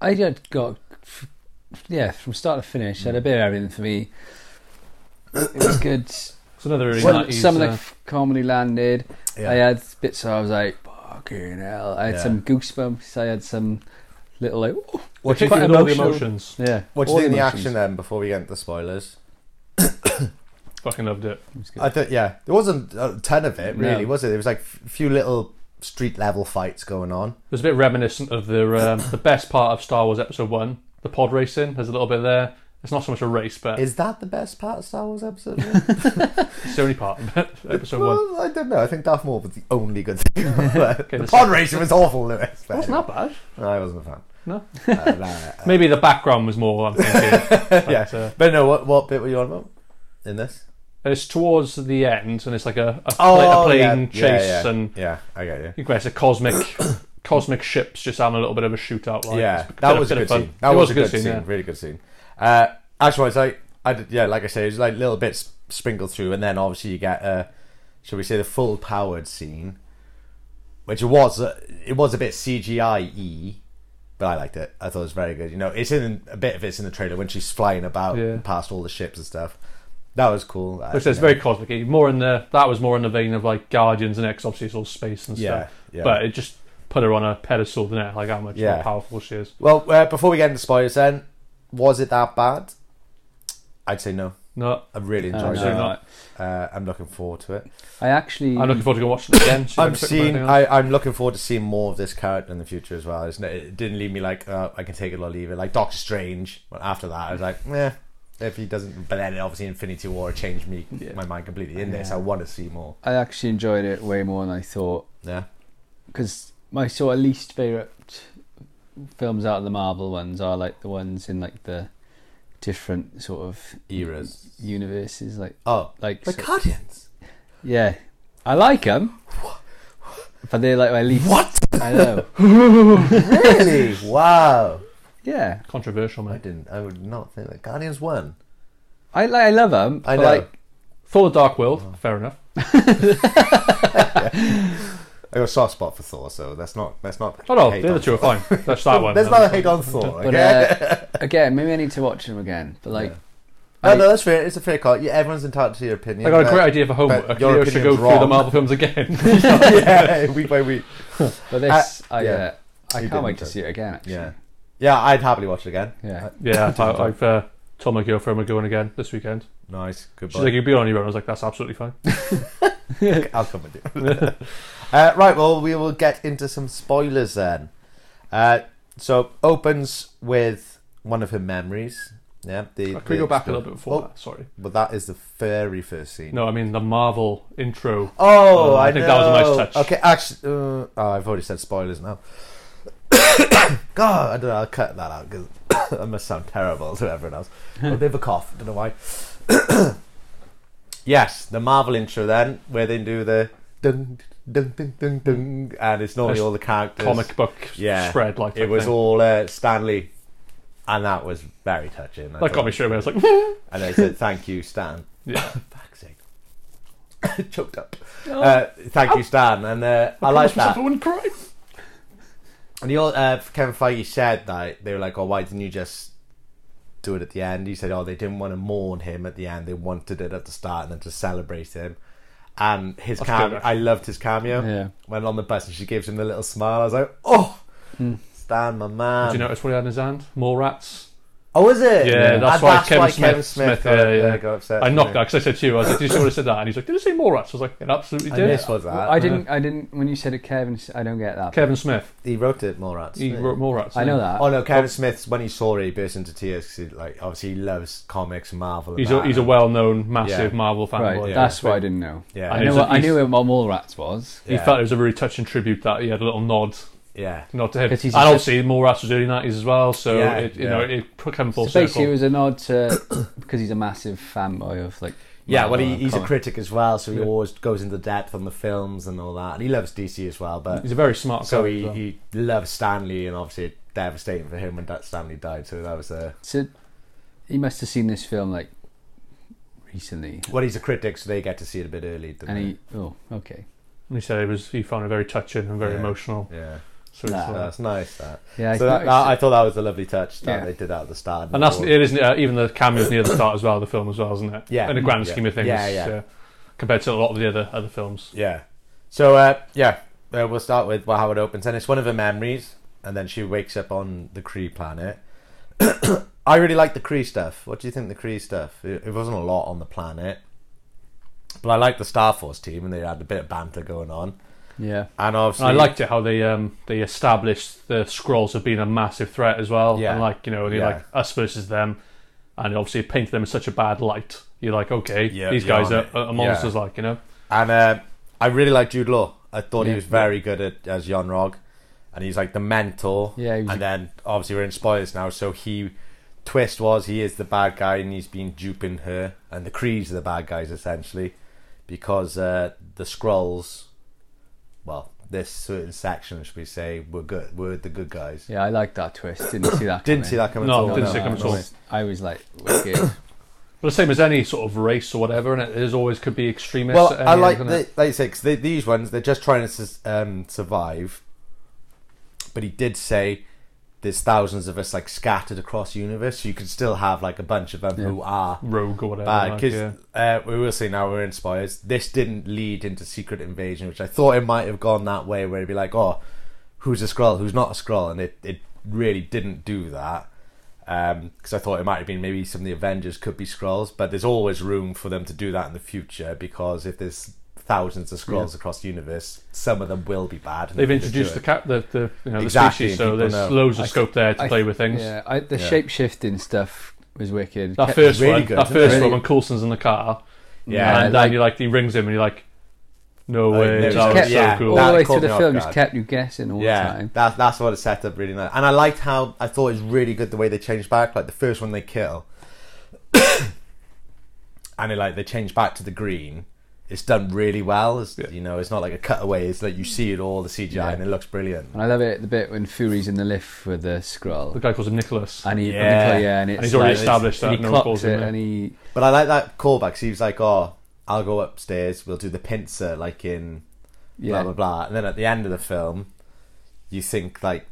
[SPEAKER 5] I had got, f- yeah, from start to finish, I
[SPEAKER 3] Hmm.
[SPEAKER 5] had a bit of everything for me. It was good.
[SPEAKER 4] It's another early
[SPEAKER 5] some,
[SPEAKER 4] 90s.
[SPEAKER 5] some of the
[SPEAKER 4] uh,
[SPEAKER 5] f- comedy landed.
[SPEAKER 3] Yeah.
[SPEAKER 5] I had bits. I was like, fucking hell. I had
[SPEAKER 3] Yeah.
[SPEAKER 5] some goosebumps. I had some little like, "Ooh."
[SPEAKER 3] what do you
[SPEAKER 4] quite
[SPEAKER 3] think?
[SPEAKER 4] a lot of the
[SPEAKER 5] emotional.
[SPEAKER 4] emotions.
[SPEAKER 5] yeah.
[SPEAKER 3] What do
[SPEAKER 5] all
[SPEAKER 3] you think of the
[SPEAKER 5] emotions.
[SPEAKER 3] action then? Before we get into the spoilers,
[SPEAKER 4] Fucking loved it.
[SPEAKER 3] I thought yeah, there wasn't a ton of it really,
[SPEAKER 5] No.
[SPEAKER 3] was it? There was like a few little street level fights going on.
[SPEAKER 4] It was a bit reminiscent of the um, the best part of Star Wars Episode One, the pod racing. There's a little bit there. It's not so much a race, but
[SPEAKER 3] Is that the best part of Star Wars episode? one?
[SPEAKER 4] it's the only part of Episode One.
[SPEAKER 3] Well, I don't know. I think Darth Maul was the only good thing. the
[SPEAKER 4] the
[SPEAKER 3] pod racing was awful. It
[SPEAKER 4] That's not bad.
[SPEAKER 3] No, I wasn't a fan.
[SPEAKER 4] No,
[SPEAKER 3] Uh, no, no, no.
[SPEAKER 4] maybe the background was more. I'm thinking.
[SPEAKER 3] yeah,
[SPEAKER 4] uh,
[SPEAKER 3] but no. What what bit were you on about in this?
[SPEAKER 4] it's towards the end, and it's like a, a, a plane
[SPEAKER 3] Oh, yeah,
[SPEAKER 4] chase,
[SPEAKER 3] yeah, yeah.
[SPEAKER 4] and
[SPEAKER 3] yeah, I get you.
[SPEAKER 4] you guess a cosmic cosmic ships just having a little bit of a shootout. Like,
[SPEAKER 3] yeah,
[SPEAKER 4] It's
[SPEAKER 3] that
[SPEAKER 4] bit
[SPEAKER 3] was a
[SPEAKER 4] of
[SPEAKER 3] good
[SPEAKER 4] fun.
[SPEAKER 3] scene. That
[SPEAKER 4] it
[SPEAKER 3] was, a good scene.
[SPEAKER 4] yeah.
[SPEAKER 3] Really good scene. Uh, actually, it's like I did, yeah, like I say, it's like little bits sprinkled through, and then obviously you get, uh, shall we say, the full powered scene, which it was uh, it was a bit CGI e, but I liked it. I thought it was very good. You know, it's in a bit of it's in the trailer when she's flying about
[SPEAKER 4] Yeah.
[SPEAKER 3] past all the ships and stuff. That was cool. Uh, I-
[SPEAKER 4] Like I said, it's
[SPEAKER 3] you know.
[SPEAKER 4] very cosmic. More in the that was more in the vein of like Guardians and X. Obviously, it's all space and
[SPEAKER 3] Yeah,
[SPEAKER 4] stuff.
[SPEAKER 3] yeah.
[SPEAKER 4] But it just put her on a pedestal, didn't it? Like how much
[SPEAKER 3] Yeah.
[SPEAKER 4] more powerful she is.
[SPEAKER 3] well. Uh, before we get into spoilers, then was it that bad? I'd say no.
[SPEAKER 4] No,
[SPEAKER 3] I really
[SPEAKER 5] I
[SPEAKER 3] enjoyed
[SPEAKER 5] know.
[SPEAKER 4] Sorry, no.
[SPEAKER 3] it. Uh, I'm looking forward to it.
[SPEAKER 5] I actually.
[SPEAKER 4] I'm looking forward to go watch it again.
[SPEAKER 3] I'm seeing. I, I'm looking forward to seeing more of this character in the future as well. It's, n- it didn't leave me like uh, I can take it or leave it. Like Doctor Strange. Well, after that, I was like, eh. If he doesn't, but then obviously Infinity War changed me my mind completely. In this, I want to see more.
[SPEAKER 5] I actually enjoyed it way more than I thought.
[SPEAKER 3] Yeah,
[SPEAKER 5] because my sort of least favorite films out of the Marvel ones are like the ones in like the different sort of
[SPEAKER 3] eras.
[SPEAKER 5] universes. Like,
[SPEAKER 3] Oh,
[SPEAKER 5] like
[SPEAKER 3] the
[SPEAKER 5] so-
[SPEAKER 3] Guardians.
[SPEAKER 5] yeah, I like them, but they're like my least.
[SPEAKER 3] What?
[SPEAKER 5] I know.
[SPEAKER 3] Really? wow.
[SPEAKER 5] Yeah,
[SPEAKER 4] controversial,
[SPEAKER 3] I
[SPEAKER 4] mate.
[SPEAKER 3] didn't. I would not think that Guardians won.
[SPEAKER 5] I like. I love them.
[SPEAKER 3] I
[SPEAKER 5] but
[SPEAKER 3] know.
[SPEAKER 5] Like,
[SPEAKER 4] Thor: The Dark World.
[SPEAKER 3] Oh.
[SPEAKER 4] Fair enough.
[SPEAKER 3] I got a soft spot for Thor, so that's not. That's not.
[SPEAKER 4] Oh no,
[SPEAKER 3] hate
[SPEAKER 4] the other
[SPEAKER 3] on
[SPEAKER 4] two are
[SPEAKER 3] Thor.
[SPEAKER 4] fine. That's that one.
[SPEAKER 3] There's
[SPEAKER 4] That
[SPEAKER 3] not a
[SPEAKER 4] one's
[SPEAKER 3] hate
[SPEAKER 4] fine.
[SPEAKER 3] on Thor.
[SPEAKER 5] but
[SPEAKER 3] okay?
[SPEAKER 5] uh, again, maybe I need to watch them again. But like,
[SPEAKER 3] No, no, that's fair. It's a fair call. Yeah, everyone's entitled to your opinion.
[SPEAKER 4] uh, I got a
[SPEAKER 3] but-
[SPEAKER 4] great idea for
[SPEAKER 3] but
[SPEAKER 4] homework.
[SPEAKER 3] your
[SPEAKER 4] Leo should go
[SPEAKER 3] opinion's
[SPEAKER 4] through the
[SPEAKER 3] wrong.
[SPEAKER 4] Marvel films again.
[SPEAKER 3] yeah, week by week.
[SPEAKER 5] but this, I,
[SPEAKER 3] yeah.
[SPEAKER 5] uh, I
[SPEAKER 3] You
[SPEAKER 5] can't wait
[SPEAKER 3] didn't,
[SPEAKER 5] to
[SPEAKER 3] though.
[SPEAKER 5] see it again. Actually.
[SPEAKER 3] Yeah. Yeah, I'd happily watch it again.
[SPEAKER 5] Yeah.
[SPEAKER 4] Yeah, I, I've uh, told my girlfriend we're going again this weekend.
[SPEAKER 3] Nice. Goodbye.
[SPEAKER 4] She's like, you'll be on your own. I was like, that's absolutely fine.
[SPEAKER 3] I'll come with you. uh, right, well, we will get into some spoilers then. Uh, so opens with one of her memories. Yeah, the,
[SPEAKER 4] Can we go back a little bit before
[SPEAKER 3] Oh,
[SPEAKER 4] that? Sorry.
[SPEAKER 3] But that is the very first scene.
[SPEAKER 4] No, I mean the Marvel intro.
[SPEAKER 3] Oh,
[SPEAKER 4] Uh,
[SPEAKER 3] I,
[SPEAKER 4] I think that was a
[SPEAKER 3] know.
[SPEAKER 4] nice touch.
[SPEAKER 3] Okay, actually, uh, oh, I've already said spoilers now. God, I don't know. I'll cut that out because I must sound terrible to everyone else. A bit of a cough. Don't know why. yes, the Marvel intro then, where they do the dun dun dun dun dun, and it's normally
[SPEAKER 4] That's
[SPEAKER 3] all the characters.
[SPEAKER 4] Comic book spread like
[SPEAKER 3] it was all uh, Stanley, and that was very touching. I
[SPEAKER 4] That got
[SPEAKER 3] thought.
[SPEAKER 4] me straight away. I was like,
[SPEAKER 3] And they said, "Thank you, Stan."
[SPEAKER 4] yeah.
[SPEAKER 3] Fuck's sake. Choked up. Uh, thank you, Stan. And uh, I like that.
[SPEAKER 4] Everyone cried.
[SPEAKER 3] And you all, uh, Kevin Feige said that they were like, "Oh, why didn't you just do it at the end?" He said, "Oh, they didn't want to mourn him at the end. They wanted it at the start and then to celebrate him." And his cameo,
[SPEAKER 4] good.
[SPEAKER 3] I loved his cameo.
[SPEAKER 5] Yeah.
[SPEAKER 3] When on the bus and she gives him the little smile, I was like, "Oh, Stan, my man."
[SPEAKER 4] Do you notice what he had in his hand? More rats.
[SPEAKER 3] oh, is it?
[SPEAKER 4] Yeah,
[SPEAKER 3] And
[SPEAKER 4] that's why Kevin Smith.
[SPEAKER 3] got,
[SPEAKER 4] yeah, yeah.
[SPEAKER 3] uh, got upset.
[SPEAKER 4] I
[SPEAKER 3] didn't
[SPEAKER 4] knocked
[SPEAKER 3] he?
[SPEAKER 4] that because I said to you, I was like, "Did you see what I said that?" And he's like, "Did I say more rats?" I was like, "It absolutely
[SPEAKER 3] I uh,
[SPEAKER 4] did."
[SPEAKER 3] missed what that.
[SPEAKER 5] I didn't. I didn't. When you said it, Kevin, I don't get that.
[SPEAKER 4] Kevin Smith.
[SPEAKER 3] He wrote it, Morats.
[SPEAKER 4] He wrote more rats.
[SPEAKER 5] I know that.
[SPEAKER 3] Oh
[SPEAKER 4] Uh,
[SPEAKER 3] no, Kevin Smith's when he saw it, he burst into tears. 'cause he, like obviously he loves comics, Marvel. And
[SPEAKER 4] He's a,
[SPEAKER 3] that.
[SPEAKER 4] he's a well-known, massive
[SPEAKER 3] Yeah.
[SPEAKER 4] Marvel fanboy.
[SPEAKER 5] Right,
[SPEAKER 4] boy.
[SPEAKER 5] that's what I didn't know.
[SPEAKER 3] Yeah.
[SPEAKER 5] I
[SPEAKER 3] And
[SPEAKER 5] know.
[SPEAKER 4] it's
[SPEAKER 5] What,
[SPEAKER 4] a-
[SPEAKER 5] I knew what Mallrats was.
[SPEAKER 4] He
[SPEAKER 3] Yeah.
[SPEAKER 4] felt it was a really touching tribute that he had a little nod,
[SPEAKER 3] yeah.
[SPEAKER 4] nod to him.
[SPEAKER 5] 'Cause he's
[SPEAKER 4] and
[SPEAKER 5] a-
[SPEAKER 4] obviously, more rats was doing that as well. So
[SPEAKER 3] Yeah,
[SPEAKER 4] it, you
[SPEAKER 3] yeah.
[SPEAKER 4] know, it put him full
[SPEAKER 5] So basically,
[SPEAKER 4] circle.
[SPEAKER 5] it was a nod to because he's a massive fanboy of like.
[SPEAKER 3] Yeah, well,
[SPEAKER 5] Marvel
[SPEAKER 3] he,
[SPEAKER 5] and
[SPEAKER 3] he's a
[SPEAKER 5] comic-
[SPEAKER 3] critic as well, so he always goes into depth on the films and all that. And he loves DC as well, but
[SPEAKER 4] he's a very smart.
[SPEAKER 3] so
[SPEAKER 4] guy
[SPEAKER 3] he,
[SPEAKER 4] as well.
[SPEAKER 3] he loves Stanley, and obviously it devastating for him when that Stanley died. So that was a
[SPEAKER 5] So he must have seen this film like recently,
[SPEAKER 3] well, he's a critic, so they get to see it a bit early. Didn't
[SPEAKER 5] and
[SPEAKER 3] they?
[SPEAKER 5] he. Oh, okay.
[SPEAKER 4] And he said it was. He found it very touching and very emotional.
[SPEAKER 3] yeah,
[SPEAKER 4] So it's,
[SPEAKER 3] so
[SPEAKER 4] uh,
[SPEAKER 3] that's nice. That
[SPEAKER 5] Yeah, I
[SPEAKER 3] so that,
[SPEAKER 5] noticed
[SPEAKER 3] that- I
[SPEAKER 5] it.
[SPEAKER 3] thought that was a lovely touch that
[SPEAKER 5] Yeah.
[SPEAKER 3] they did that at the start.
[SPEAKER 4] and that's
[SPEAKER 3] all-
[SPEAKER 4] it isn't uh, even the cameos near the start as well. The film as well, isn't it?
[SPEAKER 3] Yeah.
[SPEAKER 4] In the grand
[SPEAKER 3] Yeah.
[SPEAKER 4] scheme of things,
[SPEAKER 3] Yeah, yeah.
[SPEAKER 4] uh, compared to a lot of the other other films.
[SPEAKER 3] Yeah. So uh, yeah, uh, we'll start with well, how it opens, and it's one of her memories, and then she wakes up on the Kree planet. I really like the Kree stuff. What do you think of the Kree stuff? It, it wasn't a lot on the planet, but I like the Star Force team, and they had a bit of banter going on,
[SPEAKER 5] Yeah.
[SPEAKER 3] and obviously
[SPEAKER 4] And I liked it how they um, they established the scrolls have been a massive threat as well.
[SPEAKER 3] Yeah.
[SPEAKER 4] And like you know, they're
[SPEAKER 3] Yeah.
[SPEAKER 4] like us versus them, and obviously it painted them in such a bad light. You're like, okay,
[SPEAKER 3] Yeah,
[SPEAKER 4] these
[SPEAKER 3] you're on
[SPEAKER 4] guys are,
[SPEAKER 3] it.
[SPEAKER 4] are monsters.
[SPEAKER 3] Yeah.
[SPEAKER 4] Like you know,
[SPEAKER 3] And uh, I really like Jude Law. I thought he
[SPEAKER 5] Yeah.
[SPEAKER 3] was very good at, as Jon Rog, and he's like the mentor.
[SPEAKER 5] Yeah, he was-
[SPEAKER 3] and then obviously we're in spoilers now. So he twist was he is the bad guy, and he's been duping her, and the Krees are the bad guys essentially, because uh, the Skrulls, well, this certain section should we say, were good, were the good guys.
[SPEAKER 5] Yeah, I like that twist. Didn't see that.
[SPEAKER 3] Didn't
[SPEAKER 5] coming.
[SPEAKER 3] see that coming.
[SPEAKER 4] No,
[SPEAKER 3] at all.
[SPEAKER 4] didn't see it coming at all.
[SPEAKER 5] I was like, wicked.
[SPEAKER 4] but the same as any sort of race or whatever, and it there's always could be extremists.
[SPEAKER 3] Well,
[SPEAKER 4] at any
[SPEAKER 3] I like
[SPEAKER 4] end,
[SPEAKER 3] the,
[SPEAKER 4] isn't it?
[SPEAKER 3] like you say, 'cause they, these ones. They're just trying to sus- um, survive. But he did say there's thousands of us like scattered across the universe. So you could still have like a bunch of them who are
[SPEAKER 4] rogue or whatever.
[SPEAKER 3] bad.
[SPEAKER 4] like,
[SPEAKER 3] Because
[SPEAKER 4] yeah.
[SPEAKER 3] uh, we will see now we're inspired. This didn't lead into secret invasion, which I thought it might have gone that way, where it'd be like, oh, who's a scroll, who's not a scroll, and it it really didn't do that. Because I thought it might have been maybe some of the Avengers could be scrolls, but there's always room for them to do that in the future because if there's thousands of scrolls across the universe, some of them will be bad. and
[SPEAKER 4] They've
[SPEAKER 3] they can just do
[SPEAKER 4] introduced the
[SPEAKER 3] it.
[SPEAKER 4] cat, the, the you know
[SPEAKER 3] Exactly,
[SPEAKER 4] the species, so
[SPEAKER 3] people
[SPEAKER 4] there's
[SPEAKER 3] know.
[SPEAKER 4] loads of scope there to
[SPEAKER 5] I-
[SPEAKER 4] play with things.
[SPEAKER 5] Yeah, I, the shape shifting stuff was wicked.
[SPEAKER 4] That
[SPEAKER 5] Kept-
[SPEAKER 4] first
[SPEAKER 3] really
[SPEAKER 4] one,
[SPEAKER 3] good,
[SPEAKER 4] that
[SPEAKER 3] isn't it?
[SPEAKER 4] first
[SPEAKER 5] Really
[SPEAKER 4] one when Coulson's in the car,
[SPEAKER 3] Yeah, Oh,
[SPEAKER 4] and
[SPEAKER 5] like-
[SPEAKER 4] then you like he rings him and you're like, no way,
[SPEAKER 3] there's-
[SPEAKER 4] that
[SPEAKER 5] kept,
[SPEAKER 4] was
[SPEAKER 3] yeah.
[SPEAKER 4] so cool.
[SPEAKER 5] All
[SPEAKER 3] That
[SPEAKER 5] the way
[SPEAKER 3] caught
[SPEAKER 5] through the
[SPEAKER 3] me off
[SPEAKER 5] film, just
[SPEAKER 3] guard.
[SPEAKER 5] kept you guessing all the
[SPEAKER 3] Yeah,
[SPEAKER 5] time.
[SPEAKER 3] that, that's what it set up really nice. And I liked how I thought it was really good the way they changed back. Like the first one they kill, and it, like they change back to the green. It's done really well. It's, You know, it's not like a cutaway. It's like you see it all the CGI and it looks brilliant.
[SPEAKER 5] And I love it the bit when Fury's in the lift with the scroll.
[SPEAKER 4] The guy calls him Nicholas.
[SPEAKER 5] And he,
[SPEAKER 3] Yeah.
[SPEAKER 5] yeah, yeah and, it's
[SPEAKER 4] he's already
[SPEAKER 5] like-
[SPEAKER 4] established
[SPEAKER 5] and
[SPEAKER 4] that,
[SPEAKER 5] he
[SPEAKER 4] no one
[SPEAKER 5] clocks
[SPEAKER 4] calls him
[SPEAKER 5] it,
[SPEAKER 4] that.
[SPEAKER 5] and he
[SPEAKER 3] But I like that callback. 'cause he was like, "Oh, I'll go upstairs. We'll do the pincer like in
[SPEAKER 5] yeah,
[SPEAKER 3] blah blah blah." And then at the end of the film, you think like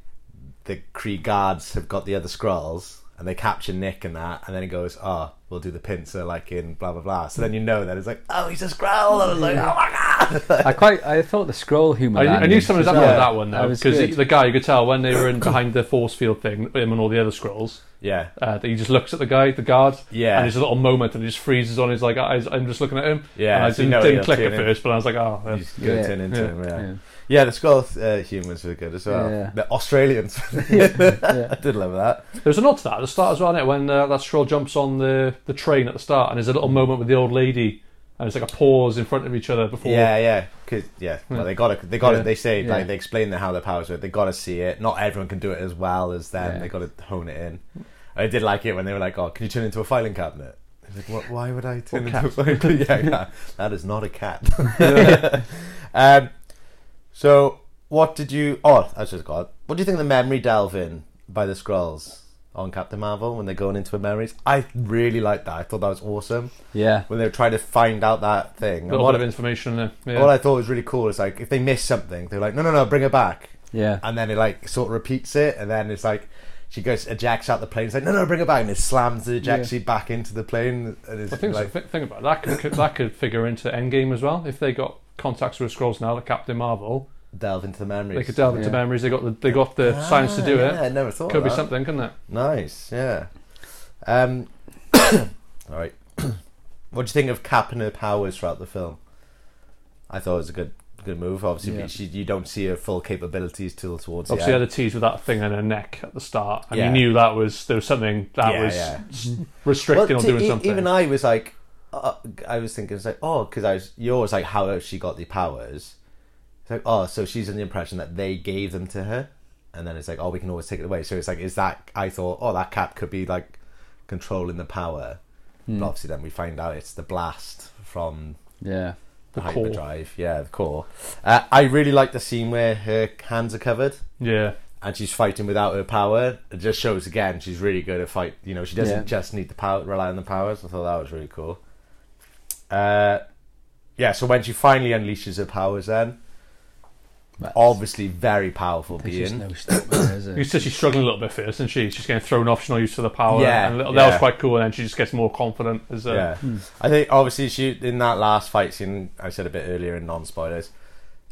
[SPEAKER 3] the Kree guards have got the other scrolls and they capture Nick and that, and then it goes, "Oh, we'll do the pincer like in blah blah blah." So then you know that it's like, "Oh, he's a scroll." I was like, "Oh my god!"
[SPEAKER 5] I quite I thought the scroll humour.
[SPEAKER 4] I, I knew
[SPEAKER 5] landings
[SPEAKER 4] something was
[SPEAKER 5] as
[SPEAKER 4] up with
[SPEAKER 5] well.
[SPEAKER 4] that one
[SPEAKER 5] I
[SPEAKER 4] though,
[SPEAKER 5] was
[SPEAKER 4] because
[SPEAKER 5] good.
[SPEAKER 4] the guy you could tell when they were in behind the force field thing, him and all the other scrolls,
[SPEAKER 3] Yeah.
[SPEAKER 4] uh, that he just looks at the guy, the guard,
[SPEAKER 3] Yeah.
[SPEAKER 4] and there's a little moment and he just freezes on his like eyes. I'm just looking at him,
[SPEAKER 3] Yeah,
[SPEAKER 4] And I
[SPEAKER 3] so you
[SPEAKER 4] didn't,
[SPEAKER 3] know
[SPEAKER 4] didn't
[SPEAKER 3] he'll
[SPEAKER 4] click at
[SPEAKER 3] tune in.
[SPEAKER 4] first, but I was like, oh,
[SPEAKER 3] You
[SPEAKER 4] that's
[SPEAKER 3] just go
[SPEAKER 5] Yeah.
[SPEAKER 3] turn into
[SPEAKER 4] Yeah.
[SPEAKER 3] him, yeah.
[SPEAKER 5] Yeah.
[SPEAKER 3] yeah. the skull uh, humans were good as well.
[SPEAKER 5] Yeah.
[SPEAKER 3] The Australians. I did love that.
[SPEAKER 4] There's a nod to that at the start as well, is When uh, that scroll jumps on the, the train at the start, and there's a little moment with the old lady, and it's like a pause in front of each other before.
[SPEAKER 3] Yeah, yeah. 'Cause- yeah. Well, they got to. They got to.
[SPEAKER 4] Hmm. Yeah.
[SPEAKER 3] They say
[SPEAKER 5] Yeah.
[SPEAKER 3] like they explain the, how their powers work. They got to see it. Not everyone can do it as well as them.
[SPEAKER 5] Yeah.
[SPEAKER 3] They got to hone it in. I did like it when they were like, "Oh, can you turn into a filing cabinet?" I was Like, what, why would I turn into a filing cabinet? yeah, yeah. that is not a cat. um, so, what did you? Oh, I just got. What do you think of the memory delve in by the scrolls on Captain Marvel when they're going into her memories? I really liked that. I thought that was awesome
[SPEAKER 5] Yeah.
[SPEAKER 3] when they were trying to find out that thing.
[SPEAKER 4] a
[SPEAKER 3] And
[SPEAKER 4] little
[SPEAKER 3] what-
[SPEAKER 4] bit of information in there. Yeah.
[SPEAKER 3] what I thought was really cool is like if they miss something, they're like, no, no, no, bring her back,
[SPEAKER 5] Yeah.
[SPEAKER 3] and then it like sort of repeats it, and then it's like she goes ejects out the plane. It's like, no, no, bring her back, and it slams the ejection back into the plane. And it's
[SPEAKER 4] I think
[SPEAKER 3] like,
[SPEAKER 4] so. Thi- Think about it. that. Could, could, that could figure into Endgame as well. If they got contacts with scrolls now, like Captain Marvel,
[SPEAKER 3] delve into the memories.
[SPEAKER 4] they could delve into
[SPEAKER 5] Yeah.
[SPEAKER 4] memories. They got the they got the science to do
[SPEAKER 3] Ah, yeah,
[SPEAKER 4] it.
[SPEAKER 3] I never thought
[SPEAKER 4] could
[SPEAKER 3] of
[SPEAKER 4] be
[SPEAKER 3] that.
[SPEAKER 4] something, couldn't it?
[SPEAKER 3] Nice, yeah. Um, all right. what do you think of Cap and her powers throughout the film? I thought it was a good good move. Obviously,
[SPEAKER 5] Yeah.
[SPEAKER 3] she, you don't see her full capabilities till towards
[SPEAKER 4] Obviously,
[SPEAKER 3] the
[SPEAKER 4] had
[SPEAKER 3] end.
[SPEAKER 4] a tease with that thing in her neck at the start, and
[SPEAKER 3] Yeah.
[SPEAKER 4] you knew that was there was something that
[SPEAKER 3] Yeah,
[SPEAKER 4] was
[SPEAKER 3] yeah. Mm-hmm.
[SPEAKER 4] s- restricting
[SPEAKER 3] Well,
[SPEAKER 4] or
[SPEAKER 3] to-
[SPEAKER 4] doing
[SPEAKER 3] e-
[SPEAKER 4] something.
[SPEAKER 3] Even I was like, uh, I was thinking, it's like, oh, because I was, you're always like, how has she got the powers? It's like, oh, so she's in the impression that they gave them to her, and then it's like, oh, we can always take it away. So it's like, is that? I thought, oh, that cap could be like controlling the power.
[SPEAKER 4] Hmm.
[SPEAKER 3] But obviously, then we find out it's the blast from
[SPEAKER 5] Yeah.
[SPEAKER 3] the
[SPEAKER 4] core.
[SPEAKER 3] hyperdrive. Yeah, the core. Uh, I really like the scene where her hands are covered
[SPEAKER 4] yeah,
[SPEAKER 3] and she's fighting without her power. It just shows again she's really good at fight. You know, she doesn't
[SPEAKER 5] Yeah.
[SPEAKER 3] just need the power, rely on the powers. I thought that was really cool. Uh, yeah, so when she finally unleashes her powers, then
[SPEAKER 5] That's-
[SPEAKER 3] obviously very powerful
[SPEAKER 5] There's just
[SPEAKER 3] being.
[SPEAKER 5] no stopping her, is
[SPEAKER 4] you
[SPEAKER 5] it?
[SPEAKER 4] said she's struggling a little bit first, and she she's getting thrown off. She's not used to the power.
[SPEAKER 3] Yeah,
[SPEAKER 4] and that
[SPEAKER 3] yeah.
[SPEAKER 4] was quite cool. And then she just gets more confident as a
[SPEAKER 3] yeah, I think obviously she in that last fight scene I said a bit earlier in non spoilers.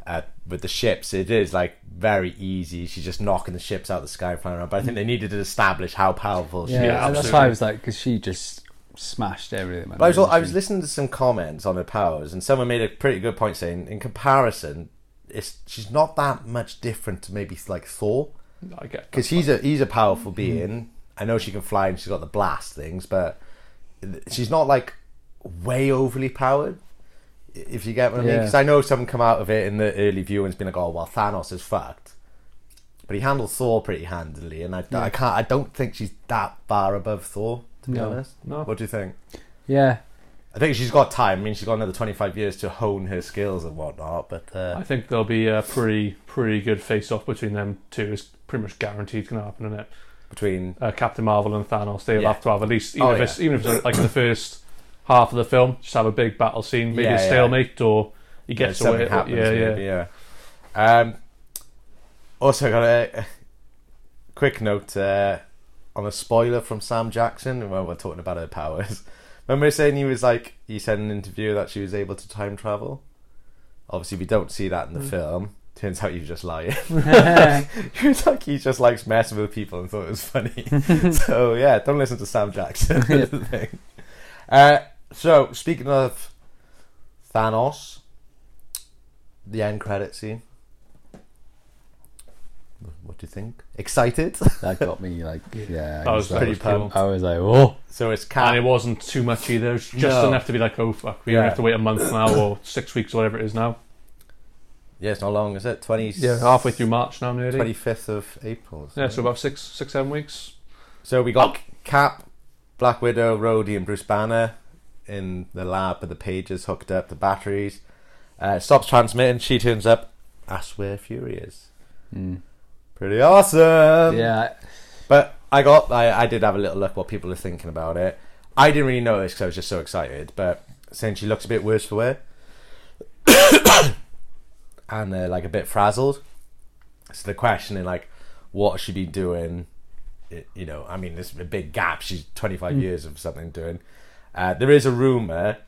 [SPEAKER 3] Uh, with the ships, it is like very easy. She's just knocking the ships out of the sky, and flying around.
[SPEAKER 5] Hmm.
[SPEAKER 3] But I think they needed to establish how powerful she
[SPEAKER 5] Yeah.
[SPEAKER 3] is.
[SPEAKER 4] Yeah,
[SPEAKER 5] that's why I was like, because she just smashed everything.
[SPEAKER 3] But I was, I was listening to some comments on her powers, and someone made a pretty good point saying, in comparison, it's she's not that much different to maybe like Thor,
[SPEAKER 4] I get
[SPEAKER 3] because he's a he's a powerful
[SPEAKER 5] Mm-hmm.
[SPEAKER 3] being. I know she can fly and she's got the blast things, but th- she's not like way overly powered. i- If you get what I mean,
[SPEAKER 5] Yeah.
[SPEAKER 3] because I know some come out of it in the early viewings being like, "Oh, well, Thanos is fucked," but he handled Thor pretty handily, and I, I can't, I don't think she's that far above Thor. To be
[SPEAKER 5] No.
[SPEAKER 3] honest,
[SPEAKER 4] No.
[SPEAKER 3] what do you think?
[SPEAKER 5] Yeah.
[SPEAKER 3] I think she's got time. I mean, she's got another 25 years to hone her skills and whatnot, but uh,
[SPEAKER 4] I think there'll be a pretty pretty good face off between them two. It's pretty much guaranteed going to happen, isn't it?
[SPEAKER 3] between.
[SPEAKER 4] Uh, Captain Marvel and Thanos, they'll
[SPEAKER 3] Yeah.
[SPEAKER 4] have to have at least even
[SPEAKER 3] Oh,
[SPEAKER 4] if it's
[SPEAKER 3] yeah.
[SPEAKER 4] even if it's like the first half of the film, just have a big battle scene, maybe
[SPEAKER 3] Yeah,
[SPEAKER 4] a
[SPEAKER 3] yeah.
[SPEAKER 4] stalemate or he
[SPEAKER 3] Yeah,
[SPEAKER 4] gets away.
[SPEAKER 3] something happens,
[SPEAKER 4] yeah, yeah.
[SPEAKER 3] maybe, yeah. Um, also, got a quick note uh, on a spoiler from Sam Jackson when we're talking about her powers. Remember saying he was like, he said in an interview that she was able to time travel? Obviously, we don't see that in the film. Turns out you're just lying. he was like, he just likes messing with people and thought it was funny. so, yeah, don't listen to Sam Jackson. Thing. Uh, so, speaking of Thanos, the end credit scene. What do you think? Excited?
[SPEAKER 5] That got me like, yeah.
[SPEAKER 4] That was
[SPEAKER 5] I
[SPEAKER 4] pretty
[SPEAKER 5] was,
[SPEAKER 4] pumped.
[SPEAKER 5] I was like, oh.
[SPEAKER 3] so it's
[SPEAKER 4] And it
[SPEAKER 3] Cap.
[SPEAKER 4] wasn't too much either. It was just
[SPEAKER 3] No.
[SPEAKER 4] enough to be like, oh fuck, we
[SPEAKER 3] Yeah.
[SPEAKER 4] have to wait a month now or six weeks or whatever it is now.
[SPEAKER 3] Yeah, it's not long, is it? 20,
[SPEAKER 4] halfway through March now, nearly.
[SPEAKER 3] 25th of April.
[SPEAKER 4] Yeah, so about six, six, seven weeks.
[SPEAKER 3] So we got Cap, Black Widow, Rhodey, and Bruce Banner in the lab with the pages hooked up, the batteries. Uh, it stops transmitting. She turns up. That's where Fury is. Pretty awesome.
[SPEAKER 5] Yeah.
[SPEAKER 3] But I got, I, I did have a little look what people are thinking about it. I didn't really notice because I was just so excited. But saying she looks a bit worse for wear, and uh, like a bit frazzled. So the question in like, what has she been doing? It, you know, I mean, there's a big gap. She's 25 years of something doing. Uh, there is a rumor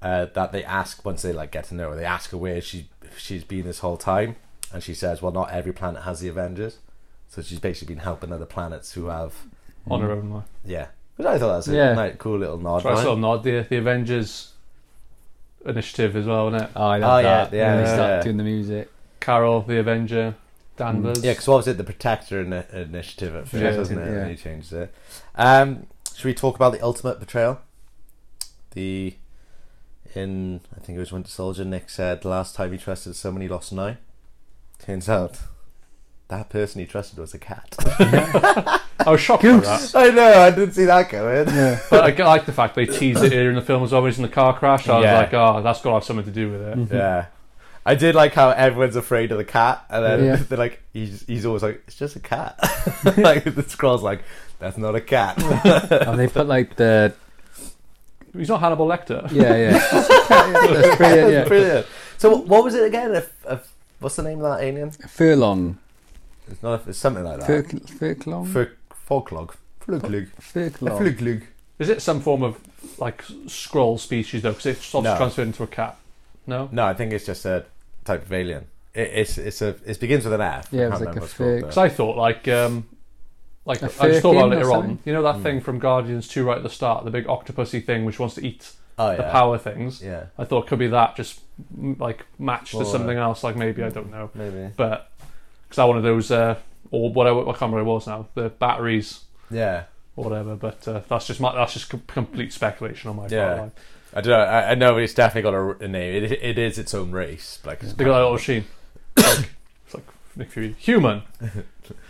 [SPEAKER 3] uh, that they ask once they like get to know her. They ask her where she she's been this whole time, and she says, "Well, not every planet has the Avengers." So she's basically been helping other planets who have,
[SPEAKER 4] on
[SPEAKER 3] Hmm.
[SPEAKER 4] her own. Like.
[SPEAKER 3] yeah. Which I thought that was a
[SPEAKER 5] Yeah.
[SPEAKER 3] nice, cool little nod.
[SPEAKER 4] Try
[SPEAKER 3] right?
[SPEAKER 4] sort of nod the the Avengers initiative as well, isn't it?
[SPEAKER 5] Oh, I love
[SPEAKER 3] Oh, yeah,
[SPEAKER 5] that.
[SPEAKER 3] yeah,
[SPEAKER 5] when they
[SPEAKER 3] yeah,
[SPEAKER 5] start
[SPEAKER 3] yeah.
[SPEAKER 5] doing the music.
[SPEAKER 4] Carol, the Avenger, Danvers.
[SPEAKER 3] Mm. Yeah, because what was it? The Protector in- Initiative at first,
[SPEAKER 4] Yeah.
[SPEAKER 3] wasn't it?
[SPEAKER 5] Yeah.
[SPEAKER 3] And he changed it. Um, should we talk about the ultimate betrayal? The in I think it was Winter Soldier. Nick said the last time he trusted someone, he lost an eye. Turns out that person he trusted was a cat.
[SPEAKER 4] I was shocked by that.
[SPEAKER 3] I know. I didn't see that coming.
[SPEAKER 4] But I like the fact they teased it here in the film as well. When he's in the car crash, I was
[SPEAKER 3] Yeah. Mm.
[SPEAKER 4] like, oh, that's got to have something to do with it.
[SPEAKER 3] Yeah. I did like how everyone's afraid of the cat, and then
[SPEAKER 5] Yeah.
[SPEAKER 3] they're like, he's, he's always like, it's just a cat. like the scroll's like, that's not a cat.
[SPEAKER 5] And they put like the
[SPEAKER 4] He's not Hannibal Lecter.
[SPEAKER 5] yeah, yeah. That's brilliant. Yeah.
[SPEAKER 3] Brilliant. So wh- what was it again? If, if, what's the name of that alien?
[SPEAKER 5] Furlong,
[SPEAKER 3] It's not. It's something like
[SPEAKER 5] Fur-
[SPEAKER 3] that.
[SPEAKER 5] furlong,
[SPEAKER 3] Fur Forklog. Fluglug.
[SPEAKER 5] furlong.
[SPEAKER 3] Fluglug.
[SPEAKER 4] Is it some form of like scroll species though? Because it's obviously
[SPEAKER 3] No.
[SPEAKER 4] transferred into a cat. No.
[SPEAKER 3] No, I think it's just a type of alien. It, it's it's a it begins with an F. I
[SPEAKER 5] Yeah, it was
[SPEAKER 3] can't
[SPEAKER 5] like
[SPEAKER 3] remember
[SPEAKER 5] a
[SPEAKER 3] what it's called,
[SPEAKER 5] fig.
[SPEAKER 4] Because I thought like um, like
[SPEAKER 5] A
[SPEAKER 4] I just thought
[SPEAKER 5] firkin
[SPEAKER 4] about it later
[SPEAKER 5] or
[SPEAKER 4] on.
[SPEAKER 5] something?
[SPEAKER 4] You know
[SPEAKER 3] Mm.
[SPEAKER 4] that thing from Guardians Two right at the start, the big octopusy thing which wants to eat
[SPEAKER 3] Oh,
[SPEAKER 4] the
[SPEAKER 3] yeah.
[SPEAKER 4] power things.
[SPEAKER 3] Yeah.
[SPEAKER 4] I thought it could be that just m- like matched
[SPEAKER 3] Or,
[SPEAKER 4] to something else. Like maybe
[SPEAKER 3] mm.
[SPEAKER 4] I don't know.
[SPEAKER 3] Maybe.
[SPEAKER 4] But because I wanted those uh, or what I, I can't remember what it was now the batteries.
[SPEAKER 3] but- Yeah.
[SPEAKER 4] Or whatever, but uh, that's just my, that's just com- complete speculation on my part.
[SPEAKER 3] Yeah.
[SPEAKER 4] Like,
[SPEAKER 3] I don't know. I, I know it's definitely got a, r- a name. It, it is its own race. Like it's
[SPEAKER 4] They got that little machine. Like, it's like Nick Fury. Human.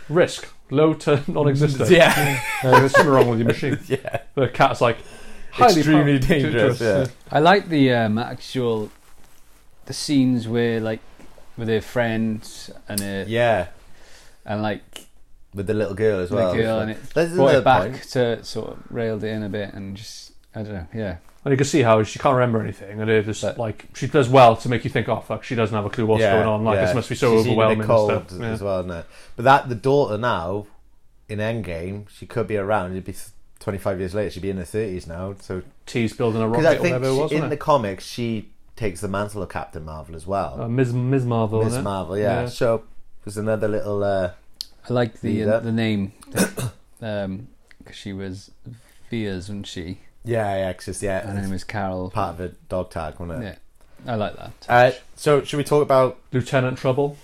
[SPEAKER 4] Risk. Low to non existent.
[SPEAKER 3] Yeah.
[SPEAKER 4] There's something wrong with your machine.
[SPEAKER 3] yeah.
[SPEAKER 4] The cat's like highly
[SPEAKER 3] Extremely
[SPEAKER 4] pow-
[SPEAKER 3] dangerous. Yeah.
[SPEAKER 5] I like the um, actual the scenes where like with her friends and her,
[SPEAKER 3] Yeah.
[SPEAKER 5] and like
[SPEAKER 3] With the little girl as
[SPEAKER 5] the
[SPEAKER 3] well.
[SPEAKER 5] girl and
[SPEAKER 3] It's
[SPEAKER 5] it
[SPEAKER 3] like- This is
[SPEAKER 5] brought
[SPEAKER 3] another
[SPEAKER 5] it back
[SPEAKER 3] point.
[SPEAKER 5] to sort of railed it in a bit and just I don't know yeah
[SPEAKER 4] And you can see how she can't remember anything, and it just
[SPEAKER 5] But-
[SPEAKER 4] like she does well to make you think, oh fuck, she doesn't have a clue what's
[SPEAKER 3] Yeah,
[SPEAKER 4] going on. Like
[SPEAKER 3] yeah.
[SPEAKER 4] this must be so
[SPEAKER 3] She's eating it
[SPEAKER 4] overwhelming.
[SPEAKER 3] cold
[SPEAKER 4] and stuff. Yeah.
[SPEAKER 3] as well, isn't it? But that the daughter now in Endgame, she could be around. It'd be twenty five years later. She'd be in her thirties now. So
[SPEAKER 4] Tea's building a
[SPEAKER 3] because
[SPEAKER 4] rocket,
[SPEAKER 3] I
[SPEAKER 4] or
[SPEAKER 3] think
[SPEAKER 4] whatever it was,
[SPEAKER 3] she, in
[SPEAKER 4] wasn't
[SPEAKER 3] the
[SPEAKER 4] it?
[SPEAKER 3] comics she takes the mantle of Captain Marvel as well,
[SPEAKER 4] Uh, Ms. Ms. Marvel.
[SPEAKER 3] Miss
[SPEAKER 4] innit?
[SPEAKER 3] Marvel. Yeah. So there's another little. Uh,
[SPEAKER 5] I like the uh,
[SPEAKER 3] Yeah.
[SPEAKER 5] the name because she was Via's wasn't she
[SPEAKER 3] yeah, yeah, 'cause it's yeah,
[SPEAKER 5] her name is Carol
[SPEAKER 3] part of a dog tag, wasn't
[SPEAKER 5] yeah
[SPEAKER 3] it?
[SPEAKER 5] I like that
[SPEAKER 3] Uh, so should we talk about
[SPEAKER 4] Lieutenant Trouble.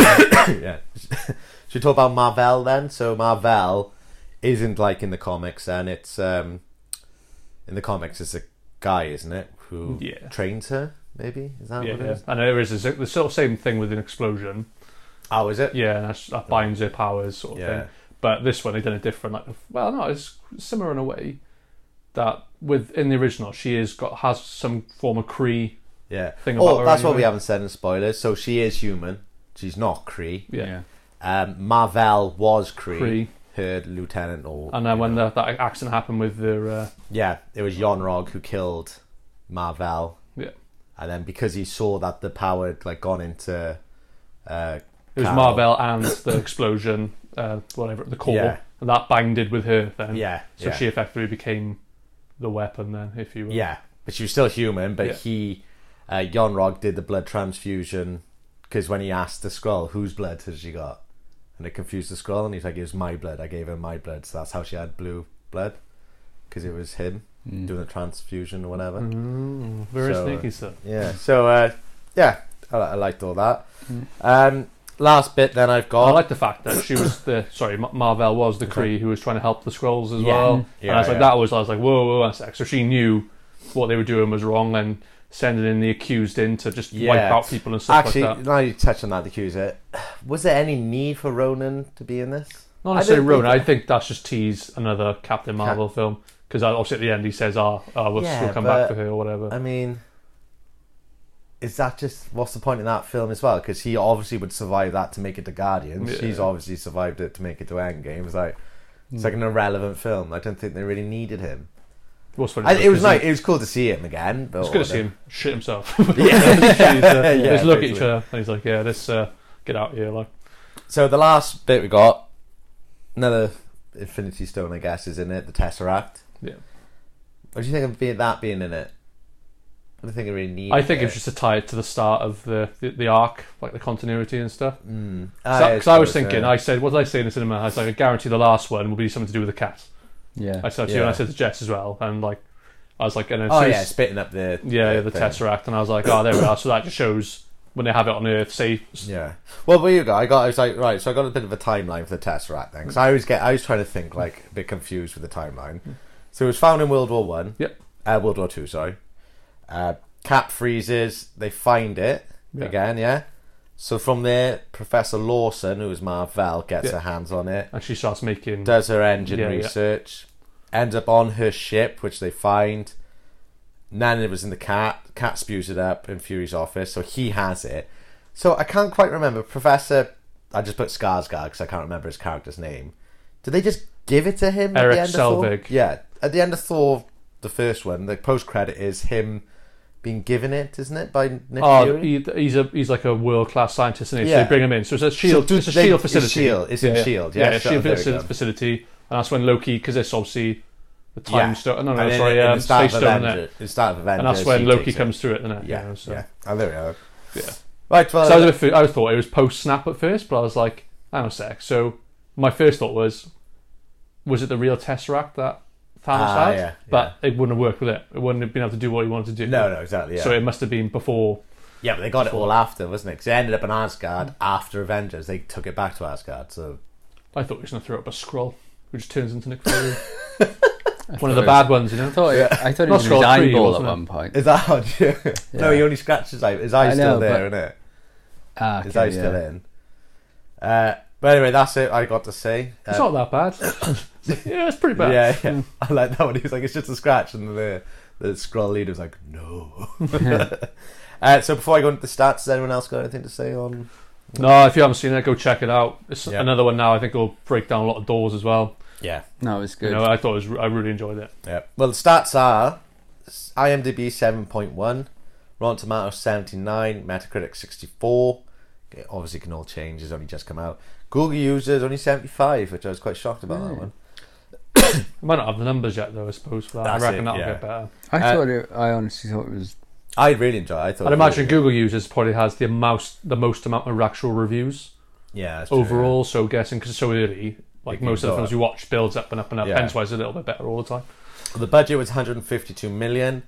[SPEAKER 3] yeah. Should we talk about Marvel then? So Marvel isn't like in the comics, and it's um, in the comics it's a guy, isn't it, who
[SPEAKER 4] Yeah.
[SPEAKER 3] trains her? Maybe is that
[SPEAKER 4] Yeah,
[SPEAKER 3] what it
[SPEAKER 4] yeah.
[SPEAKER 3] is?
[SPEAKER 4] And there is a, the sort of same thing with an explosion.
[SPEAKER 3] Oh, is it?
[SPEAKER 4] Yeah, and that's, that binds their powers, sort of
[SPEAKER 3] Yeah.
[SPEAKER 4] thing. But this one, they done it different. Like, well, no, it's similar in a way that with in the original, she is got has some form of Cree.
[SPEAKER 3] yeah.
[SPEAKER 4] Thing about
[SPEAKER 3] oh,
[SPEAKER 4] her
[SPEAKER 3] that's what
[SPEAKER 4] anyway.
[SPEAKER 3] we haven't said in spoilers. So she is human. She's not Cree.
[SPEAKER 4] Yeah.
[SPEAKER 5] yeah
[SPEAKER 3] Um, Marvel was Cree.
[SPEAKER 4] Kree. Um,
[SPEAKER 3] Her lieutenant, or
[SPEAKER 4] And then when that that accident happened with their, uh,
[SPEAKER 3] yeah, it was Yonrog who killed Marvel,
[SPEAKER 4] yeah,
[SPEAKER 3] and then because he saw that the power had like gone into. Uh,
[SPEAKER 4] it was
[SPEAKER 3] Carol.
[SPEAKER 4] Marvel and the explosion, uh, whatever the core,
[SPEAKER 3] Yeah.
[SPEAKER 4] and that binded with her. Then,
[SPEAKER 3] Yeah,
[SPEAKER 4] so
[SPEAKER 3] yeah.
[SPEAKER 4] she effectively became the weapon. Then, if you will,
[SPEAKER 3] Yeah, but she was still human. But
[SPEAKER 4] Yeah.
[SPEAKER 3] he, uh, Yonrog, did the blood transfusion because when he asked the scroll, whose blood has she got? And it confused the scroll, and he's like, "It was my blood. I gave her my blood, so that's how she had blue blood because it was him
[SPEAKER 4] Hmm.
[SPEAKER 3] doing the transfusion or whatever."
[SPEAKER 4] Mm-hmm. very
[SPEAKER 3] So, uh,
[SPEAKER 4] sneaky stuff.
[SPEAKER 3] Yeah. So, uh, yeah, I, I liked all that. Um, last bit, then I've got.
[SPEAKER 4] Hmm. Oh, I like the fact that she was the sorry Ma- Marvel was the Cree who was trying to help the Skrulls as well. and
[SPEAKER 3] Yeah,
[SPEAKER 4] I was like,
[SPEAKER 3] yeah.
[SPEAKER 4] that was I was like, whoa, whoa, one sec. So she knew what they were doing was wrong and sending in the accused in to just wipe out people and stuff
[SPEAKER 3] Actually,
[SPEAKER 4] like that.
[SPEAKER 3] now you touch on that, the accuser. Was there any need for Ronan to be in this?
[SPEAKER 4] Not
[SPEAKER 3] I
[SPEAKER 4] necessarily
[SPEAKER 3] don't
[SPEAKER 4] Ronan.
[SPEAKER 3] think-
[SPEAKER 4] I think that's just tease another Captain Marvel film because obviously at the end he says, "Ah, ah, we'll
[SPEAKER 3] Yeah,
[SPEAKER 4] still come
[SPEAKER 3] but-
[SPEAKER 4] back for her or whatever."
[SPEAKER 3] I mean, is that just what's the point in that film as well? Because he obviously would survive that to make it to Guardians.
[SPEAKER 4] Yeah.
[SPEAKER 3] She's obviously survived it to make it to Endgame. It's like it's
[SPEAKER 4] Hmm.
[SPEAKER 3] like an irrelevant film. I don't think they really needed him.
[SPEAKER 4] What's funny
[SPEAKER 3] And
[SPEAKER 4] is
[SPEAKER 3] it was
[SPEAKER 4] he-
[SPEAKER 3] like it was cool to see him again. But
[SPEAKER 4] It's good to see him shit himself. Yeah,
[SPEAKER 3] Yeah,
[SPEAKER 4] they just look at each
[SPEAKER 3] basically.
[SPEAKER 4] other and he's like, "Yeah, let's uh, get out here." Like,
[SPEAKER 3] So the last bit we got another Infinity Stone, I guess, is in it. The Tesseract.
[SPEAKER 4] yeah.
[SPEAKER 3] What do you think of be- that being in it? I don't think I really need.
[SPEAKER 4] I think
[SPEAKER 3] it.
[SPEAKER 4] it's just to tie it to the start of the the, the arc, like the continuity and stuff.
[SPEAKER 3] Ah, yeah,
[SPEAKER 4] Because I, was
[SPEAKER 3] suppose,
[SPEAKER 4] thinking,
[SPEAKER 3] yeah.
[SPEAKER 4] I said, what did I say in the cinema? I was like, I guarantee the last one will be something to do with the cat.
[SPEAKER 5] Yeah.
[SPEAKER 4] I said to you,
[SPEAKER 3] Yeah.
[SPEAKER 4] and I said to Jess as well, and like, I was like, and then
[SPEAKER 3] Oh
[SPEAKER 4] so
[SPEAKER 3] yeah,
[SPEAKER 4] it's-
[SPEAKER 3] spitting up the
[SPEAKER 4] yeah, the
[SPEAKER 3] thing.
[SPEAKER 4] Tesseract, and I was like, oh, there we are. So that just shows when they have it on Earth, say,
[SPEAKER 3] Yeah. Well, but you go. I got. I was like, right. So I got a bit of a timeline for the Tesseract then, because I always get. I was trying to think like a bit confused with the timeline. So it was found in World War One.
[SPEAKER 4] Yep.
[SPEAKER 3] Uh, World War Two. Sorry. Uh, Cap freezes. They find it
[SPEAKER 4] Yeah.
[SPEAKER 3] again. Yeah. So from there, Professor Lawson, who is Marvel, gets
[SPEAKER 4] Yeah.
[SPEAKER 3] her hands on it.
[SPEAKER 4] and she starts making.
[SPEAKER 3] does her engine
[SPEAKER 4] Yeah, yeah.
[SPEAKER 3] research, ends up on her ship, which they find. Nana was in the cat. Cat spews it up in Fury's office, so he has it. So I can't quite remember. Professor, I just put Skarsgård because I can't remember his character's name. Did they just give it to him? at
[SPEAKER 4] Eric
[SPEAKER 3] the end Of Thor?
[SPEAKER 4] Selvig.
[SPEAKER 3] Yeah, at the end of Thor, the first one, the post credit is him being given it, isn't it, by Nick
[SPEAKER 4] Oh,
[SPEAKER 3] Fury?
[SPEAKER 4] he, he's a he's like a world class scientist, and so
[SPEAKER 3] Yeah.
[SPEAKER 4] they bring him in. So it's a shield.
[SPEAKER 3] do
[SPEAKER 4] it's a
[SPEAKER 3] they-
[SPEAKER 4] shield
[SPEAKER 3] it's
[SPEAKER 4] facility.
[SPEAKER 3] Shield- it's in Shield, yeah,
[SPEAKER 4] yeah,
[SPEAKER 3] so
[SPEAKER 4] shield
[SPEAKER 3] there we
[SPEAKER 4] faci-
[SPEAKER 3] go.
[SPEAKER 4] facility, and that's when Loki, because it's obviously the time
[SPEAKER 3] Yeah.
[SPEAKER 4] stone. No, no,
[SPEAKER 3] And then
[SPEAKER 4] sorry,
[SPEAKER 3] in
[SPEAKER 4] um,
[SPEAKER 3] the start
[SPEAKER 4] space
[SPEAKER 3] of
[SPEAKER 4] stone.
[SPEAKER 3] Avenger-
[SPEAKER 4] There.
[SPEAKER 3] the start of
[SPEAKER 4] And
[SPEAKER 3] Avengers,
[SPEAKER 4] that's when
[SPEAKER 3] he
[SPEAKER 4] Loki
[SPEAKER 3] takes it.
[SPEAKER 4] comes through it, isn't it?
[SPEAKER 3] Yeah,
[SPEAKER 4] You know, so.
[SPEAKER 3] yeah. Oh, there we go.
[SPEAKER 4] Yeah.
[SPEAKER 3] Right, well, uh,
[SPEAKER 4] So I was a bit. fu- I thought it was post snap at first, but I was like, hang on a sec. So my first thought was, was it the real Tesseract that Thanos
[SPEAKER 3] Ah,
[SPEAKER 4] had?
[SPEAKER 3] yeah,
[SPEAKER 4] But it wouldn't have worked with it. It wouldn't have been able to do what he wanted to do.
[SPEAKER 3] No, no, exactly. Yeah.
[SPEAKER 4] So it must have been before.
[SPEAKER 3] yeah, but they got it all after, wasn't it? 'Cause it ended up in Asgard after Avengers. They took it back to Asgard. So
[SPEAKER 4] I thought he was going to throw up a scroll, who just turns into Nick Fury. One of the bad ones, you know.
[SPEAKER 5] I thought, I thought it
[SPEAKER 4] Not
[SPEAKER 5] was in
[SPEAKER 4] Scroll
[SPEAKER 5] his
[SPEAKER 4] three,
[SPEAKER 5] eyeball at
[SPEAKER 4] wasn't it?
[SPEAKER 5] one point.
[SPEAKER 3] is that how? Yeah. No,
[SPEAKER 5] Yeah.
[SPEAKER 3] he only scratched his eye. His
[SPEAKER 5] I
[SPEAKER 3] eye's
[SPEAKER 5] know,
[SPEAKER 3] still there,
[SPEAKER 5] but-
[SPEAKER 3] isn't it?
[SPEAKER 5] Ah,
[SPEAKER 3] His
[SPEAKER 5] okay,
[SPEAKER 3] eye's still
[SPEAKER 5] yeah.
[SPEAKER 3] in. Uh, but anyway, that's it. I got to say.
[SPEAKER 4] It's
[SPEAKER 3] Uh,
[SPEAKER 4] not that bad. yeah, it's pretty bad. Mm.
[SPEAKER 3] yeah,
[SPEAKER 5] Hmm.
[SPEAKER 3] yeah. I like that one. He was like, "It's just a scratch," and the the scroll leader was like, "No." uh, so before I go into the stats, has anyone else got anything to say on?
[SPEAKER 4] No, if you haven't seen it, go check it out. It's
[SPEAKER 3] Yeah.
[SPEAKER 4] another one now. I think will break down a lot of doors as well.
[SPEAKER 3] Yeah.
[SPEAKER 5] No, it was good.
[SPEAKER 4] You know, I thought it was, I really enjoyed it.
[SPEAKER 3] Yeah. Well, the stats are s- IMDb 7.1, Rotten Tomatoes 79, Metacritic 64. Okay, obviously, it can all change. It's only just come out. Google users only 75, which I was quite shocked about that one.
[SPEAKER 4] I might not have the numbers yet, though. I suppose for that,
[SPEAKER 3] That's
[SPEAKER 4] I reckon
[SPEAKER 3] it,
[SPEAKER 4] that'll
[SPEAKER 3] yeah.
[SPEAKER 4] get better.
[SPEAKER 5] I thought it, I honestly thought it was.
[SPEAKER 3] I really enjoy. It. I thought.
[SPEAKER 4] I'd
[SPEAKER 3] it was
[SPEAKER 4] imagine
[SPEAKER 3] really
[SPEAKER 4] Google users probably has the most the most amount of actual reviews
[SPEAKER 3] good. Yeah. that's true,
[SPEAKER 4] overall. So guessing because it's so early, like
[SPEAKER 3] can
[SPEAKER 4] most of
[SPEAKER 3] go
[SPEAKER 4] the films
[SPEAKER 3] up.
[SPEAKER 4] you watch builds up and up and up.
[SPEAKER 3] Yeah.
[SPEAKER 4] Hence why it's a little bit better all the time.
[SPEAKER 3] yeah. The budget was 152 million.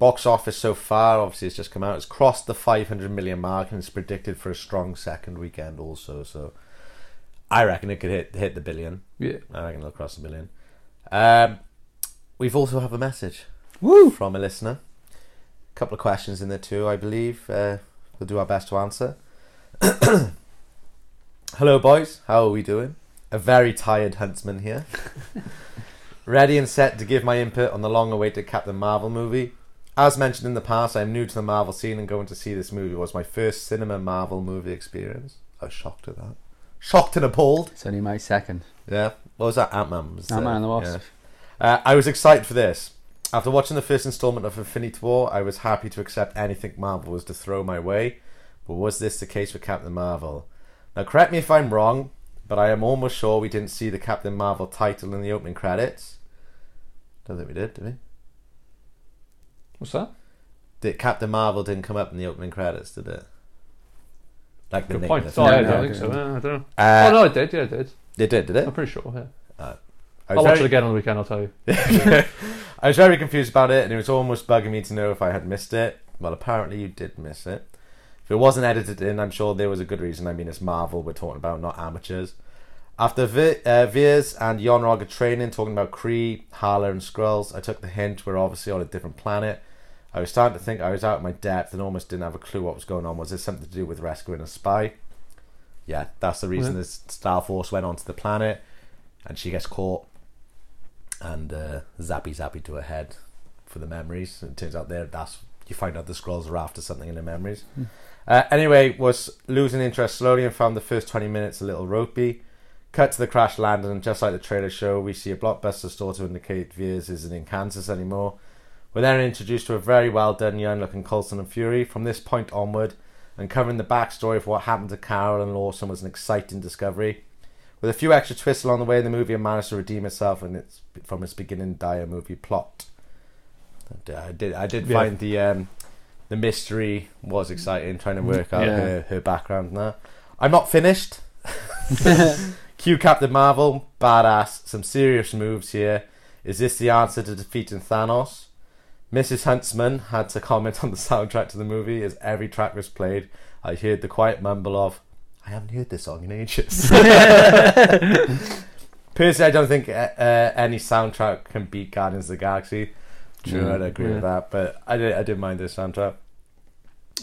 [SPEAKER 3] Box office so far, obviously, it's just come out. It's crossed the 500 million mark, and it's predicted for a strong second weekend also. So, I reckon it could hit hit the billion.
[SPEAKER 4] Yeah.
[SPEAKER 3] I reckon it'll cross a million. Um, we've also have a message from a listener. A couple of questions in there too, I believe. Uh, we'll do our best to answer. Hello, boys. How are we doing? A very tired huntsman here. Ready and set to give my input on the long-awaited Captain Marvel movie. As mentioned in the past, I am new to the Marvel scene, and going to see this movie was my first cinema Marvel movie experience. I was shocked at that. Shocked and appalled.
[SPEAKER 5] It's only my second.
[SPEAKER 3] Yeah. What was that? Ant Man.
[SPEAKER 5] Ant-Man and the Wasp.
[SPEAKER 3] Uh, I was excited for this. After watching the first installment of Infinity War, I was happy to accept anything Marvel was to throw my way. But was this the case with Captain Marvel? Now, correct me if I'm wrong, but I am almost sure we didn't see the Captain Marvel title in the opening credits. Don't think we did, did we?
[SPEAKER 4] What's that?
[SPEAKER 3] Did Captain Marvel didn't come up in the opening credits, did it? Like the
[SPEAKER 4] Good
[SPEAKER 3] name
[SPEAKER 4] point.
[SPEAKER 3] of the
[SPEAKER 4] Oh, yeah,
[SPEAKER 3] film.
[SPEAKER 4] I
[SPEAKER 5] no,
[SPEAKER 4] don't
[SPEAKER 5] I
[SPEAKER 4] think so.
[SPEAKER 5] didn't.
[SPEAKER 4] Yeah, I don't know.
[SPEAKER 3] Uh,
[SPEAKER 4] oh no, I did. Yeah, I did.
[SPEAKER 3] They did, did it?
[SPEAKER 4] I'm pretty sure. Yeah.
[SPEAKER 3] I was
[SPEAKER 4] I'll watch
[SPEAKER 3] very-
[SPEAKER 4] it again on the weekend. I'll tell you.
[SPEAKER 3] I was very confused about it, and it was almost bugging me to know if I had missed it. Well, apparently you did miss it. If it wasn't edited in, I'm sure there was a good reason. I mean, it's Marvel we're talking about, not amateurs. After Vi- uh, Veers and Yonrog are training, talking about Kree, Hala, and Skrulls, I took the hint. We're obviously on a different planet. I was starting to think I was out of my depth and almost didn't have a clue what was going on. Was this something to do with rescuing a spy? Yeah, that's the reason this Star Force went onto the planet, and she gets caught and uh, zappy zappy to her head for the memories. It turns out there that's you find out the scrolls are after something in the memories. Uh, anyway, was losing interest slowly and found the first twenty minutes a little ropey. Cut to the crash landing, and just like the trailer show, we see a blockbuster store to indicate Veers isn't in Kansas anymore. We're then introduced to a very well done young looking Coulson and Fury. From this point onward, uncovering the backstory of what happened to Carol and Lawson was an exciting discovery. With a few extra twists along the way, the movie managed to redeem itself and its from its beginning dire movie plot. uh, I did. I did
[SPEAKER 4] Yeah.
[SPEAKER 3] find the um, the mystery was exciting, trying to work out
[SPEAKER 4] Yeah.
[SPEAKER 3] her, her background and that. I'm not finished. Q Captain Marvel, badass. Some serious moves here. Is this the answer to defeating Thanos? Mrs. Huntsman had to comment on the soundtrack to the movie as every track was played. I heard the quiet mumble of, I haven't heard this song in ages. Personally, I don't think uh, uh, any soundtrack can beat Guardians of the Galaxy. True, I'd agree with that, but I did, I did mind this soundtrack.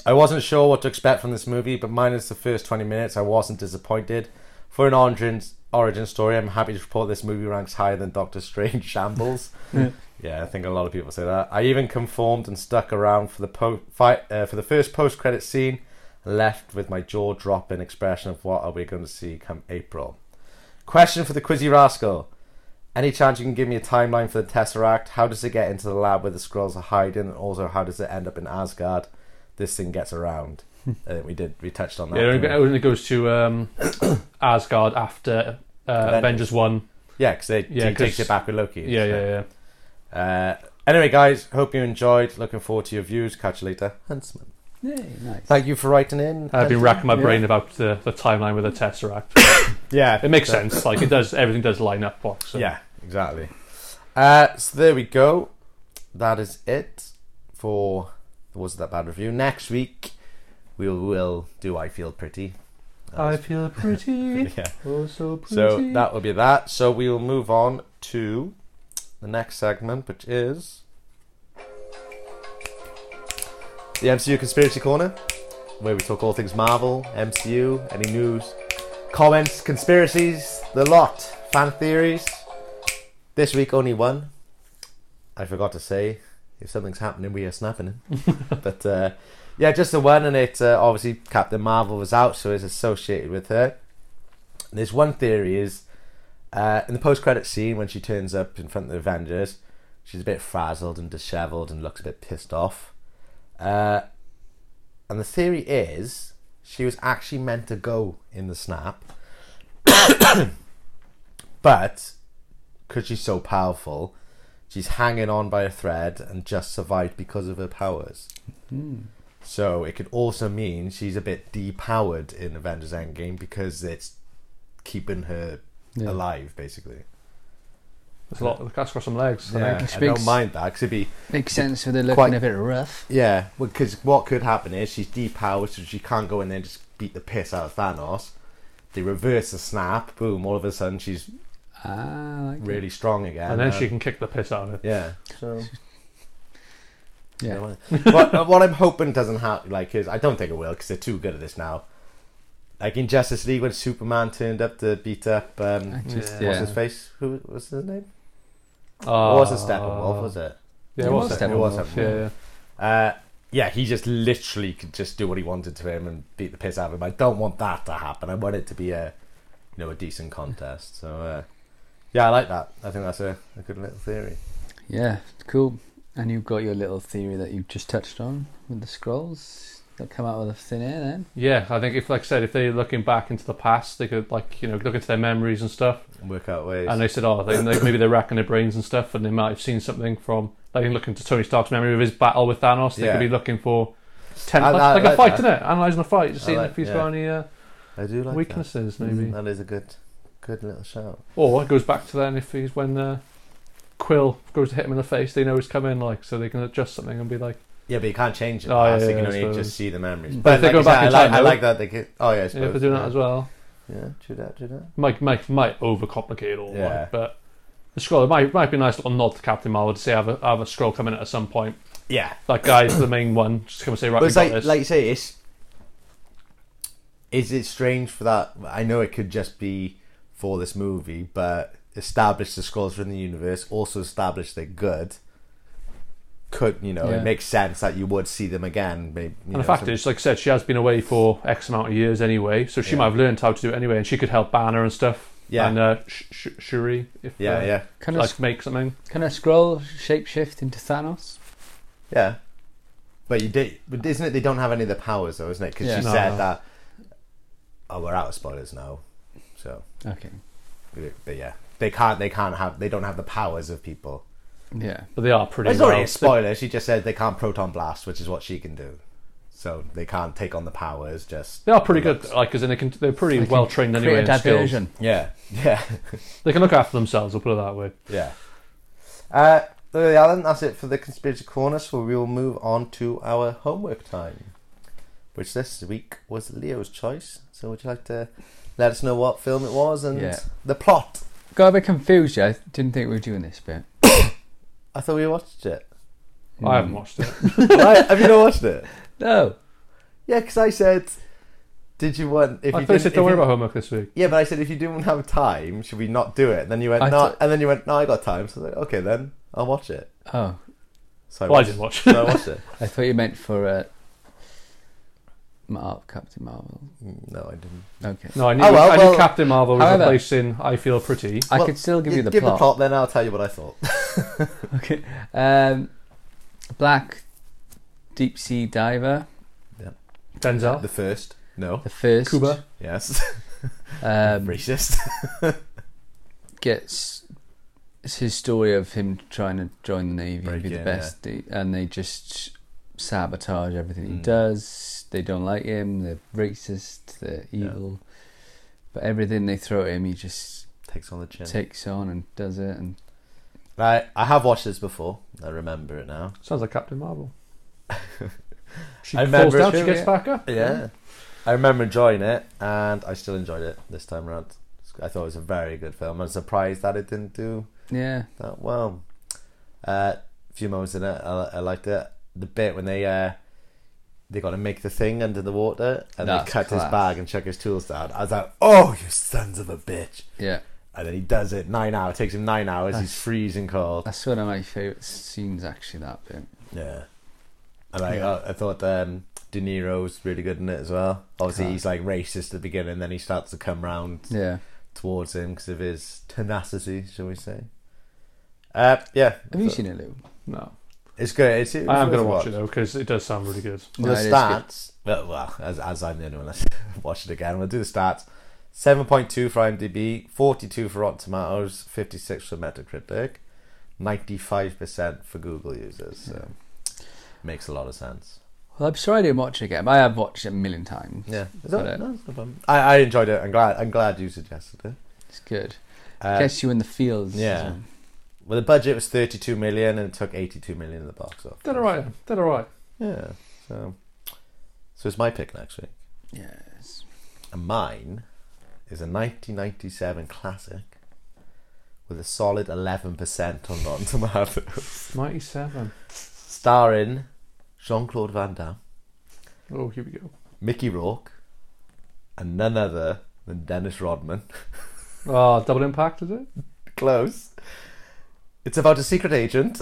[SPEAKER 3] I wasn't sure what to expect from this movie, but minus the first 20 minutes, I wasn't disappointed. For an origin, origin story, I'm happy to report this movie ranks higher than Doctor Strange Shambles. yeah, I think a lot of people say that. I even conformed and stuck around for the po- fight uh, for the first post-credit scene, left with my jaw dropping expression of what are we going to see come April. Question for the Quizzy Rascal. Any chance you can give me a timeline for the Tesseract? How does it get into the lab where the scrolls are hiding? And also, how does it end up in Asgard? This thing gets around. I think we did. We touched on that.
[SPEAKER 4] Yeah,
[SPEAKER 3] didn't
[SPEAKER 4] it
[SPEAKER 3] we?
[SPEAKER 4] only goes to um, Asgard after uh, Avengers One.
[SPEAKER 3] yeah, because they
[SPEAKER 4] Yeah,
[SPEAKER 3] he takes
[SPEAKER 4] 'cause-
[SPEAKER 3] it back with Loki.
[SPEAKER 4] Yeah, yeah, yeah.
[SPEAKER 3] yeah. Uh, anyway, guys, hope you enjoyed. Looking forward to your views. Catch you later, Huntsman.
[SPEAKER 5] nice.
[SPEAKER 3] Thank you for writing in.
[SPEAKER 4] I've been
[SPEAKER 3] Huntsman.
[SPEAKER 4] racking my brain about the, the timeline with the Tesseract.
[SPEAKER 3] Yeah,
[SPEAKER 4] it makes
[SPEAKER 3] so-
[SPEAKER 4] sense. Like it does. Everything does line up. Like, so.
[SPEAKER 3] Yeah, exactly. Uh, so there we go. That is it for was that bad review. Next week we will do I feel pretty.
[SPEAKER 4] I feel pretty.
[SPEAKER 3] Yeah.
[SPEAKER 4] Oh, so pretty.
[SPEAKER 3] So that will be that. So we will move on to the next segment, which is the MCU Conspiracy Corner, where we talk all things Marvel, MCU, any news, comments, conspiracies, the lot, fan theories. This week only one. I forgot to say, if something's happening, we are snapping it. but uh, yeah, just the one, and it uh, obviously Captain Marvel was out, so it's associated with her there's one theory is uh, in the post credit scene when she turns up in front of the Avengers, she's a bit frazzled and dishevelled and looks a bit pissed off. Uh, and the theory is she was actually meant to go in the snap, but because she's so powerful, she's hanging on by a thread and just survived because of her powers.
[SPEAKER 5] Hmm.
[SPEAKER 3] So it could also mean she's a bit depowered in Avengers Endgame because it's keeping her alive, basically.
[SPEAKER 4] There's a lot. That's got some legs.
[SPEAKER 3] Yeah,
[SPEAKER 5] Which
[SPEAKER 3] I
[SPEAKER 5] makes-
[SPEAKER 3] don't mind that because it'd be
[SPEAKER 5] Makes sense for the looking
[SPEAKER 3] Quite-
[SPEAKER 5] a bit rough.
[SPEAKER 3] yeah. Because what could happen is she's depowered, so she can't go in there and just beat the piss out of Thanos. They reverse the snap, boom! All of a sudden she's
[SPEAKER 5] Ah, like
[SPEAKER 3] really strong again,
[SPEAKER 4] And then
[SPEAKER 3] uh,
[SPEAKER 4] she can kick the piss out of it.
[SPEAKER 3] yeah. So
[SPEAKER 5] yeah.
[SPEAKER 3] what, uh, what I'm hoping doesn't happen, like, is I don't think it will because they're too good at this now. Like in Justice League, when Superman turned up to beat up, um,
[SPEAKER 5] I just-
[SPEAKER 3] what's
[SPEAKER 5] yeah.
[SPEAKER 3] his face? Who was his name?
[SPEAKER 4] Uh,
[SPEAKER 3] or was it Steppenwolf? Was it?
[SPEAKER 4] Yeah,
[SPEAKER 5] It
[SPEAKER 4] it was
[SPEAKER 5] was
[SPEAKER 4] Steppenwolf.
[SPEAKER 3] It was Steppenwolf.
[SPEAKER 4] Yeah, yeah.
[SPEAKER 3] Uh, yeah, he just literally could just do what he wanted to him and beat the piss out of him. I don't want that to happen. I want it to be a, you know, a decent contest. So uh, yeah, I like that. I think that's a, a good little theory.
[SPEAKER 5] Yeah, cool. And you've got your little theory that you just touched on with the scrolls that come out of the thin air. Then
[SPEAKER 4] Yeah, I think if, like I said, if they're looking back into the past, they could, like, you know, look into their memories and stuff.
[SPEAKER 3] Work out ways.
[SPEAKER 4] And they said, oh, they, they, maybe they're racking their brains and stuff, and they might have seen something from, like, looking to Tony Stark's memory of his battle with Thanos. They
[SPEAKER 3] Yeah.
[SPEAKER 4] could be looking for ten,
[SPEAKER 3] I-
[SPEAKER 4] like,
[SPEAKER 3] I
[SPEAKER 4] like
[SPEAKER 3] like
[SPEAKER 4] a fight,
[SPEAKER 3] that.
[SPEAKER 4] is it? Analyzing a fight, just
[SPEAKER 3] I
[SPEAKER 4] seeing
[SPEAKER 3] like-
[SPEAKER 4] if he's
[SPEAKER 3] yeah.
[SPEAKER 4] got any uh,
[SPEAKER 3] I do like
[SPEAKER 4] weaknesses,
[SPEAKER 3] that. Mm-hmm.
[SPEAKER 4] maybe.
[SPEAKER 3] That is a good, good little shout.
[SPEAKER 4] Or it goes back to then if he's when uh, Quill goes to hit him in the face, they know he's coming, like, so they can adjust something and be like,
[SPEAKER 3] Yeah, but you can't change it.
[SPEAKER 4] Oh,
[SPEAKER 3] I
[SPEAKER 4] yeah,
[SPEAKER 3] think
[SPEAKER 4] yeah,
[SPEAKER 3] you
[SPEAKER 4] I
[SPEAKER 3] can only
[SPEAKER 4] suppose.
[SPEAKER 3] just see the memories.
[SPEAKER 4] But if they
[SPEAKER 3] like
[SPEAKER 4] go
[SPEAKER 3] you
[SPEAKER 4] back
[SPEAKER 3] said,
[SPEAKER 4] in
[SPEAKER 3] I like,
[SPEAKER 4] time,
[SPEAKER 3] I
[SPEAKER 4] though-
[SPEAKER 3] like that they could. Oh yeah, I
[SPEAKER 4] yeah, if
[SPEAKER 3] suppose.
[SPEAKER 4] they're doing
[SPEAKER 3] yeah.
[SPEAKER 4] that as well.
[SPEAKER 3] Yeah, do that, do that.
[SPEAKER 4] Mike Mike might overcomplicate it all
[SPEAKER 3] Yeah.
[SPEAKER 4] right, but the scroll it might might be a nice little nod to Captain Marvel to say have a have a scroll coming at some point.
[SPEAKER 3] Yeah,
[SPEAKER 4] That guy's the main one. Just come and say right,
[SPEAKER 3] but
[SPEAKER 4] we
[SPEAKER 3] it's
[SPEAKER 4] got
[SPEAKER 3] like,
[SPEAKER 4] this.
[SPEAKER 3] like you say, it's is it strange for that? I know it could just be for this movie, but establish the scrolls within the universe, also establish they're good. Could you know?
[SPEAKER 5] Yeah.
[SPEAKER 3] It makes sense that you would see them again. Maybe, you
[SPEAKER 4] and
[SPEAKER 3] know,
[SPEAKER 4] the fact
[SPEAKER 3] some-
[SPEAKER 4] is, like I said, she has been away for X amount of years anyway, so she
[SPEAKER 3] Yeah.
[SPEAKER 4] might have learned how to do it anyway, and she could help Banner and stuff.
[SPEAKER 3] Yeah.
[SPEAKER 4] and uh, Sh- Sh- Shuri if
[SPEAKER 3] yeah,
[SPEAKER 4] uh,
[SPEAKER 3] yeah,
[SPEAKER 5] can a,
[SPEAKER 4] like make something.
[SPEAKER 5] can a scroll shapeshift into Thanos?
[SPEAKER 3] yeah. But you did, but isn't it? They don't have any of the powers, though, isn't it? Because
[SPEAKER 5] Yeah.
[SPEAKER 3] she
[SPEAKER 4] No,
[SPEAKER 3] said
[SPEAKER 4] no.
[SPEAKER 3] that. Oh, we're out of spoilers now, so
[SPEAKER 5] Okay.
[SPEAKER 3] but yeah, they can't. They can't have. They don't have the powers of people.
[SPEAKER 5] Yeah.
[SPEAKER 4] but they are pretty.
[SPEAKER 3] It's
[SPEAKER 4] well.
[SPEAKER 3] not really a spoiler. She just said they can't proton blast, which is what she can do. So they can't take on the powers. Just
[SPEAKER 4] They are pretty
[SPEAKER 3] the
[SPEAKER 4] good,
[SPEAKER 3] looks.
[SPEAKER 4] like because they can, they're pretty well trained anyway.
[SPEAKER 5] Create
[SPEAKER 4] and skilled.
[SPEAKER 5] diversion.
[SPEAKER 3] Yeah, yeah,
[SPEAKER 4] They can look after themselves. I'll put it that way.
[SPEAKER 3] yeah. Uh, Lily Allen, that's it for the conspiracy corner. So we will move on to our homework time, which this week was Leo's choice. So would you like to let us know what film it was and
[SPEAKER 5] Yeah.
[SPEAKER 3] the plot?
[SPEAKER 5] Got a bit confused. yeah. I didn't think we were doing this bit.
[SPEAKER 3] I thought we watched it.
[SPEAKER 4] I haven't watched it.
[SPEAKER 3] right? Have you not watched it?
[SPEAKER 5] No.
[SPEAKER 3] Yeah, because I said, did you want? If
[SPEAKER 4] I
[SPEAKER 3] you
[SPEAKER 4] thought you
[SPEAKER 3] didn't-
[SPEAKER 4] said don't
[SPEAKER 3] if
[SPEAKER 4] worry
[SPEAKER 3] you-
[SPEAKER 4] about homework this week.
[SPEAKER 3] Yeah, but I said if you didn't have time, should we not do it? And then you went
[SPEAKER 5] I
[SPEAKER 3] no,
[SPEAKER 5] thought-
[SPEAKER 3] and then you went no, I got time. So I was like, okay, then I'll watch it.
[SPEAKER 5] Oh,
[SPEAKER 3] So
[SPEAKER 4] Well, I
[SPEAKER 3] watched-
[SPEAKER 4] didn't watch it.
[SPEAKER 3] so I watched it.
[SPEAKER 5] I thought you meant for uh, Mar- Captain Marvel.
[SPEAKER 3] No, I didn't.
[SPEAKER 5] Okay.
[SPEAKER 4] No, I knew,
[SPEAKER 3] Oh, well,
[SPEAKER 4] I knew
[SPEAKER 3] well,
[SPEAKER 4] Captain Marvel was
[SPEAKER 5] however-
[SPEAKER 4] replacing I Feel Pretty.
[SPEAKER 5] I
[SPEAKER 3] Well,
[SPEAKER 5] could still give
[SPEAKER 3] y-
[SPEAKER 5] you the
[SPEAKER 3] give
[SPEAKER 5] plot.
[SPEAKER 3] the plot, then I'll tell you what I thought.
[SPEAKER 5] Okay. Um, black deep sea diver,
[SPEAKER 4] Denzel.
[SPEAKER 3] the first, no,
[SPEAKER 5] the first.
[SPEAKER 4] Cuba.
[SPEAKER 3] yes,
[SPEAKER 5] Um,
[SPEAKER 3] racist.
[SPEAKER 5] gets it's his story of him trying to join the navy
[SPEAKER 3] Break
[SPEAKER 5] and be the
[SPEAKER 3] in,
[SPEAKER 5] best, and they just sabotage everything he does. They don't like him. They're racist. They're evil. But everything they throw at him, he just
[SPEAKER 3] Takes on the chin.
[SPEAKER 5] takes on and does it. And
[SPEAKER 3] Right, I have watched this before. I remember it now.
[SPEAKER 4] Sounds like Captain Marvel. She
[SPEAKER 3] I
[SPEAKER 4] falls
[SPEAKER 3] remember
[SPEAKER 4] down,
[SPEAKER 3] it
[SPEAKER 4] she
[SPEAKER 3] too,
[SPEAKER 4] gets
[SPEAKER 5] yeah.
[SPEAKER 4] back up.
[SPEAKER 3] Yeah, I remember enjoying it, and I still enjoyed it this time around. I thought it was a very good film. I'm surprised that it didn't do
[SPEAKER 5] yeah,
[SPEAKER 3] that well. Uh, a few moments in it, I, I liked it. The bit when they uh, they got to make the thing under the water, and
[SPEAKER 5] That's
[SPEAKER 3] they cut
[SPEAKER 5] class.
[SPEAKER 3] his bag and chuck his tools down. I was like, "Oh, you sons of a bitch!"
[SPEAKER 5] yeah.
[SPEAKER 3] And then he does it nine hours. It takes him nine hours. He's freezing cold.
[SPEAKER 5] That's one of my favourite scenes, actually. That bit.
[SPEAKER 3] Yeah. And I, I, I thought um, De Niro's really good in it as well. Obviously, he's like racist at the beginning, then he starts to come round
[SPEAKER 5] Yeah.
[SPEAKER 3] towards him because of his tenacity, shall we say? Uh, yeah,
[SPEAKER 5] Have you seen it, Lou?
[SPEAKER 4] No,
[SPEAKER 3] it's good. It's, it's
[SPEAKER 4] I am
[SPEAKER 3] worth
[SPEAKER 4] going to
[SPEAKER 3] a
[SPEAKER 4] watch it though because it does sound really good.
[SPEAKER 5] No,
[SPEAKER 3] Well,
[SPEAKER 5] it
[SPEAKER 3] the
[SPEAKER 5] is
[SPEAKER 3] stats. Well, well as, as I'm the only one that's watched it again, we'll do the stats. 7.2 for IMDb, 42 for Rotten Tomatoes, 56 for Metacritic, 95% for Google users. So makes a lot of sense.
[SPEAKER 5] Well, I'm sorry I didn't watch it again, but I have watched it a million times.
[SPEAKER 3] Yeah,
[SPEAKER 5] But, uh,
[SPEAKER 3] no, it's no problem. I, I enjoyed it. I'm glad. I'm glad you suggested it.
[SPEAKER 5] It's good.
[SPEAKER 3] Uh,
[SPEAKER 5] Gets you in the fields.
[SPEAKER 3] Yeah.
[SPEAKER 5] so-
[SPEAKER 3] Well, the budget was 32 million, and it took 82 million in the box office.
[SPEAKER 4] Did all right. Did all right.
[SPEAKER 3] Yeah. So, so it's my pick next week,
[SPEAKER 5] Yes.
[SPEAKER 3] and mine is a 1997 classic with a solid 11% on Rotten Tomatoes,
[SPEAKER 4] Ninety-seven.
[SPEAKER 3] starring Jean-Claude Van Damme,
[SPEAKER 4] Oh, here we go.
[SPEAKER 3] Mickey Rourke, and none other than Dennis Rodman.
[SPEAKER 4] Oh, double impact is it?
[SPEAKER 3] Close. It's about a secret agent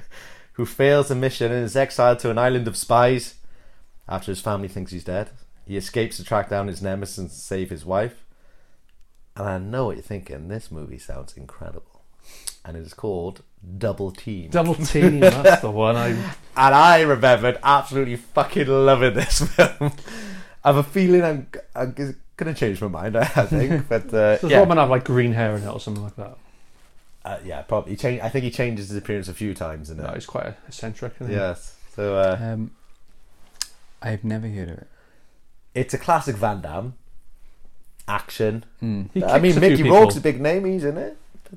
[SPEAKER 3] who fails a mission and is exiled to an island of spies after his family thinks he's dead. He escapes to track down his nemesis and save his wife. And I know what you're thinking. This movie sounds incredible. And it is called Double Team.
[SPEAKER 4] Double team. that's the one. I
[SPEAKER 3] and I remembered absolutely fucking loving this film. I have a feeling I'm, I'm going to change my mind, I think. But uh,
[SPEAKER 4] does
[SPEAKER 3] yeah.
[SPEAKER 4] Robin have like green hair in it or something like that?
[SPEAKER 3] Uh, yeah, probably. He changed, I think he changes his appearance a few times in it.
[SPEAKER 4] No, he's quite eccentric. Isn't he?
[SPEAKER 3] Yes. So uh,
[SPEAKER 5] Um, I've never heard of it.
[SPEAKER 3] it's a classic Van Damme action.
[SPEAKER 5] Hmm.
[SPEAKER 4] He
[SPEAKER 3] I
[SPEAKER 4] kicks
[SPEAKER 3] mean,
[SPEAKER 4] a few
[SPEAKER 3] Mickey
[SPEAKER 4] people.
[SPEAKER 3] Rourke's a big name. He's in it.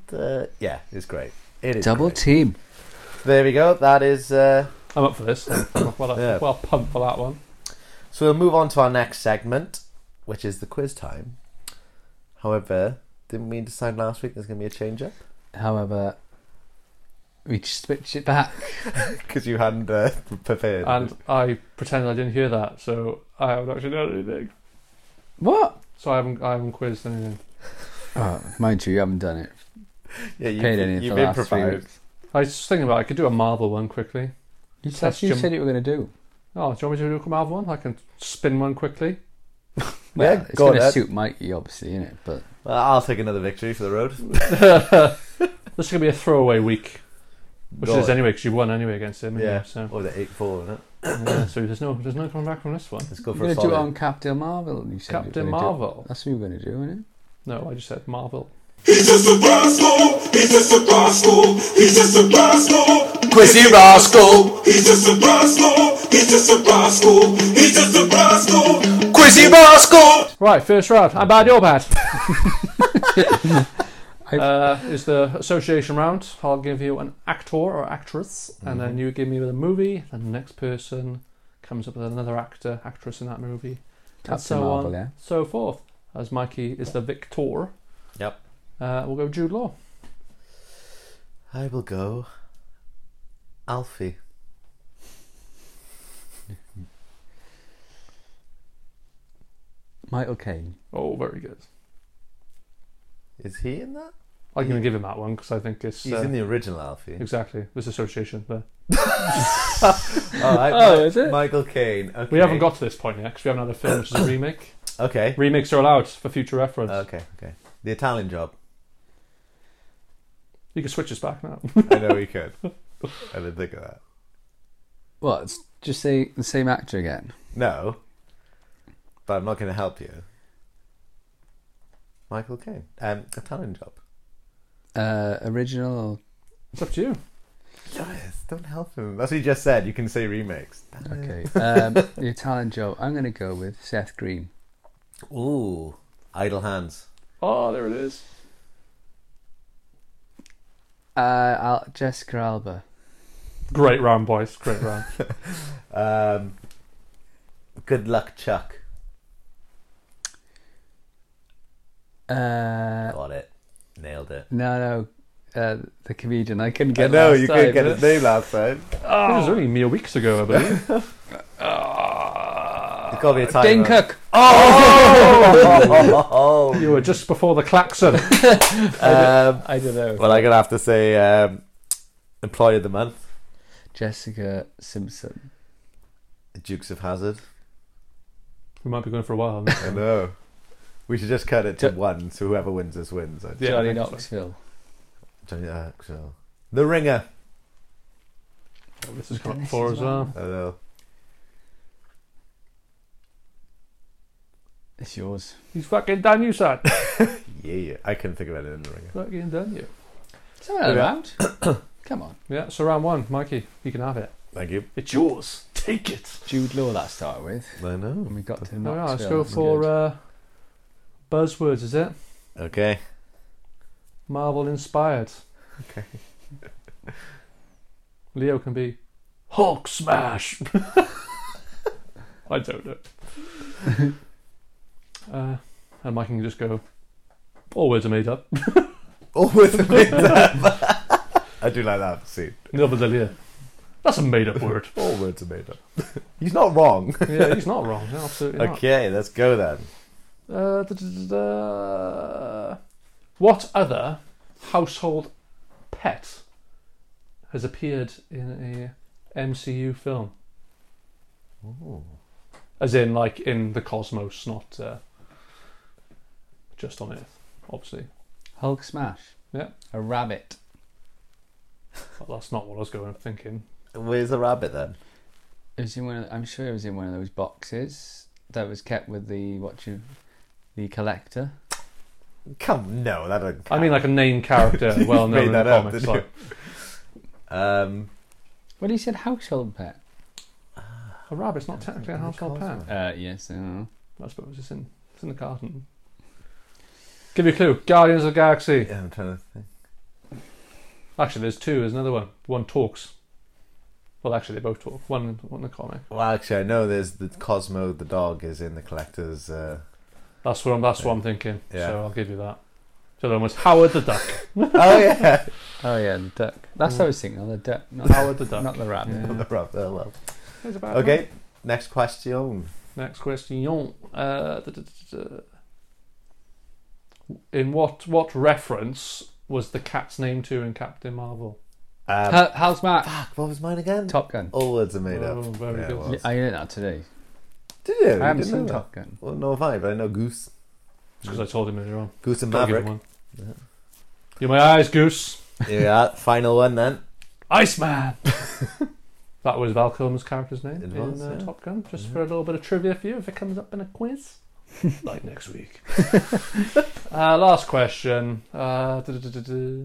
[SPEAKER 3] But, uh, yeah, it's great. It is
[SPEAKER 5] Double
[SPEAKER 3] great.
[SPEAKER 5] team.
[SPEAKER 3] There we go. That is. Uh,
[SPEAKER 4] I'm up for this. I'm well,
[SPEAKER 3] Yeah.
[SPEAKER 4] well pumped for that one.
[SPEAKER 3] so we'll move on to our next segment, which is the quiz time. However, didn't we decide last week there's going to be a change up
[SPEAKER 5] However, we just switched it back.
[SPEAKER 3] because you hadn't uh, prepared?
[SPEAKER 4] And I pretended I didn't hear that, so I haven't actually done anything.
[SPEAKER 5] What?
[SPEAKER 4] So I haven't, I haven't quizzed anything.
[SPEAKER 5] Oh, mind you, you haven't done it.
[SPEAKER 3] yeah, you,
[SPEAKER 5] Paid anything
[SPEAKER 3] you've
[SPEAKER 5] for the last three
[SPEAKER 3] improvised.
[SPEAKER 5] weeks.
[SPEAKER 4] I was just thinking about it. I could do a Marvel one quickly.
[SPEAKER 5] You
[SPEAKER 4] That's
[SPEAKER 5] said, you
[SPEAKER 4] Jim-
[SPEAKER 5] said you were going to do.
[SPEAKER 4] Oh, do you want me to do a Marvel one? I can spin one quickly.
[SPEAKER 5] Well,
[SPEAKER 3] Yeah,
[SPEAKER 5] it's
[SPEAKER 3] go on,
[SPEAKER 5] going to
[SPEAKER 3] Ed.
[SPEAKER 5] suit Mikey, obviously, innit? But
[SPEAKER 3] Well, I'll take another victory for the road.
[SPEAKER 4] This is going to be a throwaway week, which
[SPEAKER 3] Go
[SPEAKER 4] it is
[SPEAKER 3] on.
[SPEAKER 4] anyway, because you won anyway against him. Yeah.
[SPEAKER 3] Yeah.
[SPEAKER 4] So,
[SPEAKER 3] What was it? Eight four, isn't it?
[SPEAKER 4] yeah, so there's no there's no coming back from this one.
[SPEAKER 3] Let's go
[SPEAKER 5] you're
[SPEAKER 3] for
[SPEAKER 5] going
[SPEAKER 3] a
[SPEAKER 5] to do
[SPEAKER 3] solid.
[SPEAKER 5] it on Captain Marvel. You said you were
[SPEAKER 4] Captain
[SPEAKER 5] gonna do-
[SPEAKER 4] Marvel.
[SPEAKER 5] That's what you were going to do, innit?
[SPEAKER 4] No, I just said Marvel.
[SPEAKER 6] He's just a rascal. He's just a rascal. He's just a rascal.
[SPEAKER 3] Quizzy rascal.
[SPEAKER 6] He's just a rascal. He's just a rascal. He's just a rascal.
[SPEAKER 3] Quizzy rascal.
[SPEAKER 4] Right, first round. I'm bad, you're bad. uh, is the association round. I'll give you an actor or actress, and then you give me the movie. Then the next person comes up with another actor, actress in that movie,
[SPEAKER 5] Captain
[SPEAKER 4] and so
[SPEAKER 5] Marvel,
[SPEAKER 4] on,
[SPEAKER 5] yeah.
[SPEAKER 4] so forth. As Mikey is the victor,
[SPEAKER 3] Yep.
[SPEAKER 4] uh, we'll go with Jude Law.
[SPEAKER 3] I will go. Alfie.
[SPEAKER 5] Michael Caine.
[SPEAKER 4] Oh, very good.
[SPEAKER 3] Is he in that?
[SPEAKER 4] I'm going to give him that one because I think it's
[SPEAKER 3] He's
[SPEAKER 4] uh,
[SPEAKER 3] in the original Alfie.
[SPEAKER 4] exactly this association there.
[SPEAKER 3] All right.
[SPEAKER 5] Oh, is it?
[SPEAKER 3] Michael Caine. Okay.
[SPEAKER 4] We haven't got to this point yet because we haven't had a film which is a remake.
[SPEAKER 3] Okay.
[SPEAKER 4] Remakes are allowed for future reference.
[SPEAKER 3] Okay. Okay. The Italian job.
[SPEAKER 4] You can switch us back now.
[SPEAKER 3] I know he could. I didn't think of that.
[SPEAKER 5] What? It's just say the same actor again.
[SPEAKER 3] No. But I'm not going to help you. Michael Caine. Um, Italian job.
[SPEAKER 5] Uh, original.
[SPEAKER 4] it's up to you.
[SPEAKER 3] Yes, don't help him. That's what he just said. You can say remakes.
[SPEAKER 5] Okay. Um, the Italian Joe. I'm going to go with Seth Green.
[SPEAKER 3] Ooh. Idle hands.
[SPEAKER 4] Oh, there it is.
[SPEAKER 5] Uh, Al- Jessica Alba.
[SPEAKER 4] Great round, boys. Great round.
[SPEAKER 3] Um, good luck, Chuck.
[SPEAKER 5] Uh,
[SPEAKER 3] Got it. Nailed it.
[SPEAKER 5] no, no. Uh, the comedian. I couldn't
[SPEAKER 3] I
[SPEAKER 5] get.
[SPEAKER 3] know
[SPEAKER 5] last
[SPEAKER 3] you
[SPEAKER 5] time,
[SPEAKER 3] couldn't get his
[SPEAKER 5] but-
[SPEAKER 3] name last time.
[SPEAKER 4] It was only mere weeks ago, I believe.
[SPEAKER 3] It's got to be a time.
[SPEAKER 5] Dane Cook.
[SPEAKER 3] Oh,
[SPEAKER 4] you were just before the klaxon.
[SPEAKER 3] Um,
[SPEAKER 5] I don't know.
[SPEAKER 3] well, I'm gonna have to say um, employee of the month,
[SPEAKER 5] Jessica Simpson.
[SPEAKER 3] Dukes of Hazard.
[SPEAKER 4] we might be going for a while. now.
[SPEAKER 3] I know. We should just cut it to
[SPEAKER 5] Jo-
[SPEAKER 3] one, so whoever wins this wins. I-
[SPEAKER 4] Yeah,
[SPEAKER 5] Johnny
[SPEAKER 4] I think so.
[SPEAKER 5] Knoxville.
[SPEAKER 3] Johnny Axel. The Ringer.
[SPEAKER 4] This is coming up for
[SPEAKER 5] as
[SPEAKER 4] as well.
[SPEAKER 3] I know.
[SPEAKER 5] It's yours.
[SPEAKER 4] He's fucking done you, son.
[SPEAKER 3] Yeah, yeah. I couldn't think of anything in The Ringer.
[SPEAKER 4] fucking done you.
[SPEAKER 5] It's not around. Come on.
[SPEAKER 4] Yeah, so round one, Mikey, you can have it.
[SPEAKER 3] Thank you.
[SPEAKER 4] It's yours. Take it.
[SPEAKER 5] Jude Law that started with.
[SPEAKER 3] I know.
[SPEAKER 5] When we got to
[SPEAKER 4] All
[SPEAKER 5] Knoxville.
[SPEAKER 4] right, let's
[SPEAKER 5] that
[SPEAKER 4] go
[SPEAKER 5] was
[SPEAKER 4] for
[SPEAKER 5] good.
[SPEAKER 4] uh, buzzwords, is it?
[SPEAKER 3] Okay.
[SPEAKER 4] Marvel inspired.
[SPEAKER 3] Okay.
[SPEAKER 4] Leo can be Hulk smash. I don't know. uh, and Mike can just go. All words are made up.
[SPEAKER 3] All with the winter. I do like that scene.
[SPEAKER 4] Never the Leo. That's a made up word.
[SPEAKER 3] All words are made up. He's not wrong.
[SPEAKER 4] yeah, he's not wrong. No, absolutely not.
[SPEAKER 3] Okay, let's go then.
[SPEAKER 4] Uh, da, da, da, da. What other household pet has appeared in a MCU film? As in, like in the cosmos, not uh, just on Earth, obviously.
[SPEAKER 5] Hulk smash.
[SPEAKER 4] Yeah,
[SPEAKER 5] A rabbit.
[SPEAKER 4] well, that's not what I was going thinking.
[SPEAKER 3] Where's the rabbit then?
[SPEAKER 5] It was in one. Of, I'm sure it was in one of those boxes that was kept with the what you, the collector.
[SPEAKER 3] Come, no, that doesn't.
[SPEAKER 4] I mean, like a named character, well known
[SPEAKER 3] made
[SPEAKER 4] in the
[SPEAKER 3] that up,
[SPEAKER 4] comics.
[SPEAKER 3] didn't
[SPEAKER 4] Like,
[SPEAKER 3] Um,
[SPEAKER 5] Well, he said household pet.
[SPEAKER 4] a rabbit's not technically a household pet.
[SPEAKER 5] Uh, yes. I know.
[SPEAKER 4] I suppose it's in it's in the garden. Give you a clue. Guardians of the Galaxy.
[SPEAKER 3] yeah, I'm trying to think.
[SPEAKER 4] Actually, there's two. There's another one. One talks. Well, actually, they both talk. One, one in the comic.
[SPEAKER 3] Well, actually, I know there's the Cosmo the dog is in the collector's. Uh...
[SPEAKER 4] That's what I'm. That's what I'm thinking.
[SPEAKER 3] Yeah.
[SPEAKER 4] So I'll give you that. So the other one was Howard the Duck.
[SPEAKER 3] oh yeah,
[SPEAKER 5] Oh yeah, the duck. That's what I was thinking. of, The duck. Not,
[SPEAKER 4] Howard the Duck.
[SPEAKER 5] not the rabbit.
[SPEAKER 3] the rabbit. Oh, well.
[SPEAKER 4] There's about that.
[SPEAKER 3] Okay, next question.
[SPEAKER 4] Next question. Uh, da, da, da, da. In what what reference was the cat's name to in Captain Marvel?
[SPEAKER 3] Um,
[SPEAKER 5] Hu- House Mark.
[SPEAKER 3] what was mine again?
[SPEAKER 5] Top Gun.
[SPEAKER 3] All words are made
[SPEAKER 4] Oh,
[SPEAKER 3] up.
[SPEAKER 4] very
[SPEAKER 3] Yeah,
[SPEAKER 4] good.
[SPEAKER 3] it was.
[SPEAKER 5] I learned that today.
[SPEAKER 3] Did you?
[SPEAKER 5] I haven't
[SPEAKER 3] Didn't know
[SPEAKER 5] seen
[SPEAKER 3] that.
[SPEAKER 5] Top Gun.
[SPEAKER 3] Well, no, fine, but I know Goose,
[SPEAKER 4] Because I told him earlier on.
[SPEAKER 3] Goose and
[SPEAKER 4] Don't give him
[SPEAKER 3] Mm. Maverick.
[SPEAKER 4] one. You're my eyes, goose.
[SPEAKER 3] yeah, final one then.
[SPEAKER 4] Iceman. that was Val Kilmer's character's name
[SPEAKER 3] It
[SPEAKER 4] in
[SPEAKER 3] was,
[SPEAKER 4] uh,
[SPEAKER 3] yeah. Mm-hmm.
[SPEAKER 4] Top Gun. Just for a little bit of trivia for you, if it comes up in a quiz. like next week. uh, last question. Uh, du-du-du-du-du.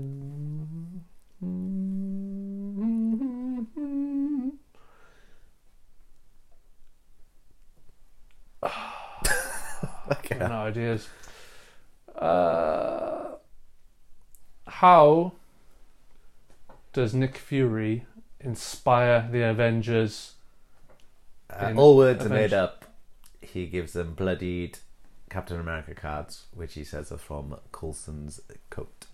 [SPEAKER 4] No ideas. Uh, how does Nick Fury inspire the Avengers?
[SPEAKER 3] Uh,
[SPEAKER 4] in
[SPEAKER 3] all words are
[SPEAKER 4] Avengers?
[SPEAKER 3] made up. He gives them bloodied Captain America cards, which he says are from Coulson's coat.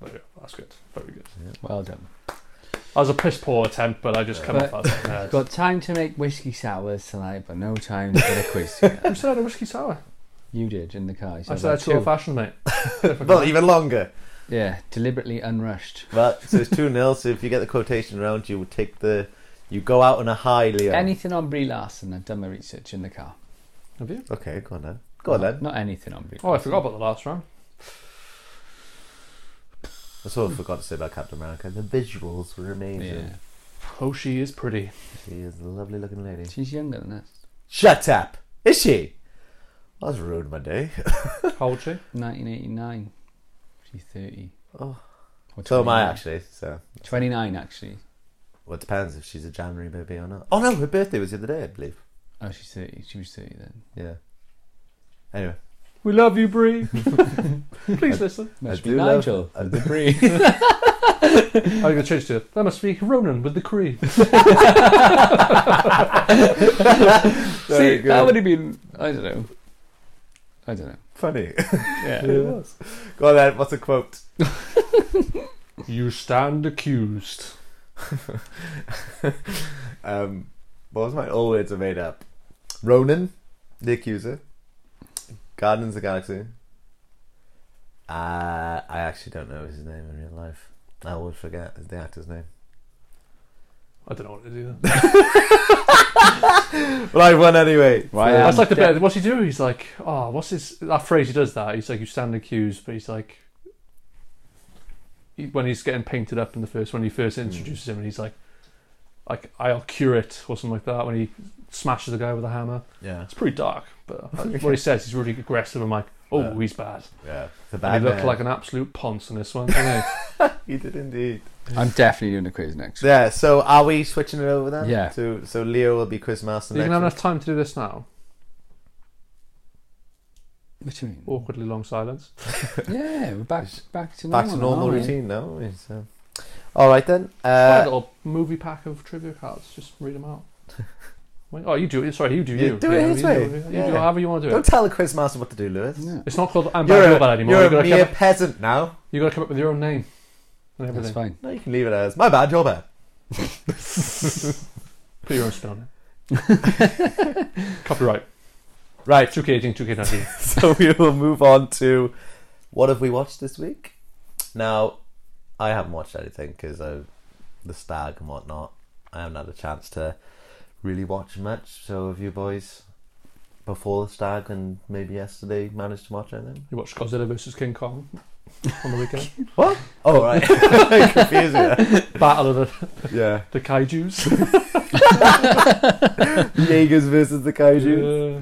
[SPEAKER 4] There you go. That's good. Very good.
[SPEAKER 5] Well done.
[SPEAKER 4] That was a piss poor attempt, but I just come
[SPEAKER 5] But-
[SPEAKER 4] off that. Uh,
[SPEAKER 5] Got time to make whiskey sours tonight, but no time for the quiz. yet.
[SPEAKER 4] I said I had a whiskey sour.
[SPEAKER 5] You did in the car. You
[SPEAKER 4] I
[SPEAKER 5] said
[SPEAKER 4] said I
[SPEAKER 5] that
[SPEAKER 4] had too old
[SPEAKER 5] too.
[SPEAKER 4] fashioned, mate.
[SPEAKER 3] Well, even longer.
[SPEAKER 5] Yeah, deliberately unrushed.
[SPEAKER 3] Well, so it's 2 0, so if you get the quotation round, you would take the. You go out on a high, Leo.
[SPEAKER 5] Anything on Brie Larson? I've done my research in the car.
[SPEAKER 4] Have you?
[SPEAKER 3] Okay, go on then. Go on then.
[SPEAKER 5] Not anything on Brie.
[SPEAKER 4] Oh, I
[SPEAKER 5] Larson.
[SPEAKER 4] forgot about the last round.
[SPEAKER 3] That's all I forgot to say about Captain America. The visuals were amazing.
[SPEAKER 5] Yeah,
[SPEAKER 4] Oh, she is pretty.
[SPEAKER 3] She is a lovely looking lady.
[SPEAKER 5] she's younger than us.
[SPEAKER 3] Shut up! Is she? Well, that's ruined my day.
[SPEAKER 4] How old is she?
[SPEAKER 5] 1989. She's 30. Oh.
[SPEAKER 3] so am I, actually. So,
[SPEAKER 5] 29, actually.
[SPEAKER 3] well, it depends if she's a January baby or not. Oh no, her birthday was the other day, I believe.
[SPEAKER 5] Oh, she's 30. She was 30 then.
[SPEAKER 3] Yeah. Anyway,
[SPEAKER 4] We love you, Brie. Please listen.
[SPEAKER 5] Must
[SPEAKER 3] I
[SPEAKER 5] be
[SPEAKER 3] do love-
[SPEAKER 5] Nigel.
[SPEAKER 3] I
[SPEAKER 5] the Brie.
[SPEAKER 4] I'm going to change to that must be Ronan with the Cree.
[SPEAKER 5] See,
[SPEAKER 3] good.
[SPEAKER 5] that would have been. I don't know. I don't know.
[SPEAKER 3] funny.
[SPEAKER 5] Yeah.
[SPEAKER 3] go on then. What's a quote?
[SPEAKER 4] you stand accused.
[SPEAKER 3] Um, what was my all words are made up? Ronan, the accuser. Guardians of the Galaxy. Uh, I actually don't know his name in real life. I always forget the actor's name.
[SPEAKER 4] I don't know what to do. That's
[SPEAKER 3] Well, I won anyway.
[SPEAKER 5] Right. um,
[SPEAKER 4] like the bit. What's he do? He's like, oh, what's his that phrase? He does that. He's like, you stand accused, but he's like, he- when he's getting painted up in the first when he first
[SPEAKER 3] Hmm.
[SPEAKER 4] introduces him, and he's like, like I'll cure it or something like that. When he smashes the guy with a hammer,
[SPEAKER 3] Yeah.
[SPEAKER 4] it's pretty dark. But what he says, he's really aggressive. I'm like, oh, he's bad.
[SPEAKER 3] Yeah. The
[SPEAKER 4] And he
[SPEAKER 3] Batman.
[SPEAKER 4] looked like an absolute ponce in this one. didn't he?
[SPEAKER 3] he did indeed.
[SPEAKER 5] I'm definitely doing a quiz next.
[SPEAKER 3] Yeah, so are we switching it over then?
[SPEAKER 5] Yeah.
[SPEAKER 3] So, so Leo will be quizmaster
[SPEAKER 4] you
[SPEAKER 3] next
[SPEAKER 4] can have
[SPEAKER 3] week.
[SPEAKER 4] enough time to do this now.
[SPEAKER 5] What do you mean?
[SPEAKER 4] Awkwardly long silence.
[SPEAKER 5] Yeah, we're back back to normal.
[SPEAKER 3] Back to normal
[SPEAKER 5] aren't we?
[SPEAKER 3] routine now. aren't we? So. All right then.
[SPEAKER 4] Buy a
[SPEAKER 3] Uh,
[SPEAKER 4] little movie pack of trivia cards. Just read them out. Wait, oh, you do it. Sorry, you do
[SPEAKER 3] Yeah,
[SPEAKER 4] you.
[SPEAKER 3] do it his
[SPEAKER 4] you
[SPEAKER 3] way.
[SPEAKER 4] do it. You
[SPEAKER 3] Yeah.
[SPEAKER 4] do it however you want to do
[SPEAKER 3] don't
[SPEAKER 4] it.
[SPEAKER 3] tell the quizmaster what to do, Lewis.
[SPEAKER 5] Yeah.
[SPEAKER 4] It's not called I'm bad,
[SPEAKER 3] You're
[SPEAKER 4] you're
[SPEAKER 3] a,
[SPEAKER 4] bad anymore.
[SPEAKER 3] you're
[SPEAKER 4] You've
[SPEAKER 3] a
[SPEAKER 4] got, to come
[SPEAKER 3] mere
[SPEAKER 4] up,
[SPEAKER 3] peasant now.
[SPEAKER 4] you got to come up with your own name and
[SPEAKER 5] That's
[SPEAKER 4] everything.
[SPEAKER 5] fine.
[SPEAKER 3] No, you can leave it as my bad, your bad.
[SPEAKER 4] Put your own spin on it. Copyright.
[SPEAKER 3] Right,
[SPEAKER 4] 2K18, 2K19.
[SPEAKER 3] so we will move on to what have we watched this week? Now, I haven't watched anything because of the stag and whatnot. I haven't had a chance to really watch much. So have you boys before the stag and maybe yesterday managed to watch anything?
[SPEAKER 4] You watched Godzilla vs King Kong on the weekend.
[SPEAKER 3] What? Oh right, confusing. her.
[SPEAKER 4] Battle of the,
[SPEAKER 3] Yeah,
[SPEAKER 4] the Kaijus.
[SPEAKER 3] Jaegers versus the Kaiju.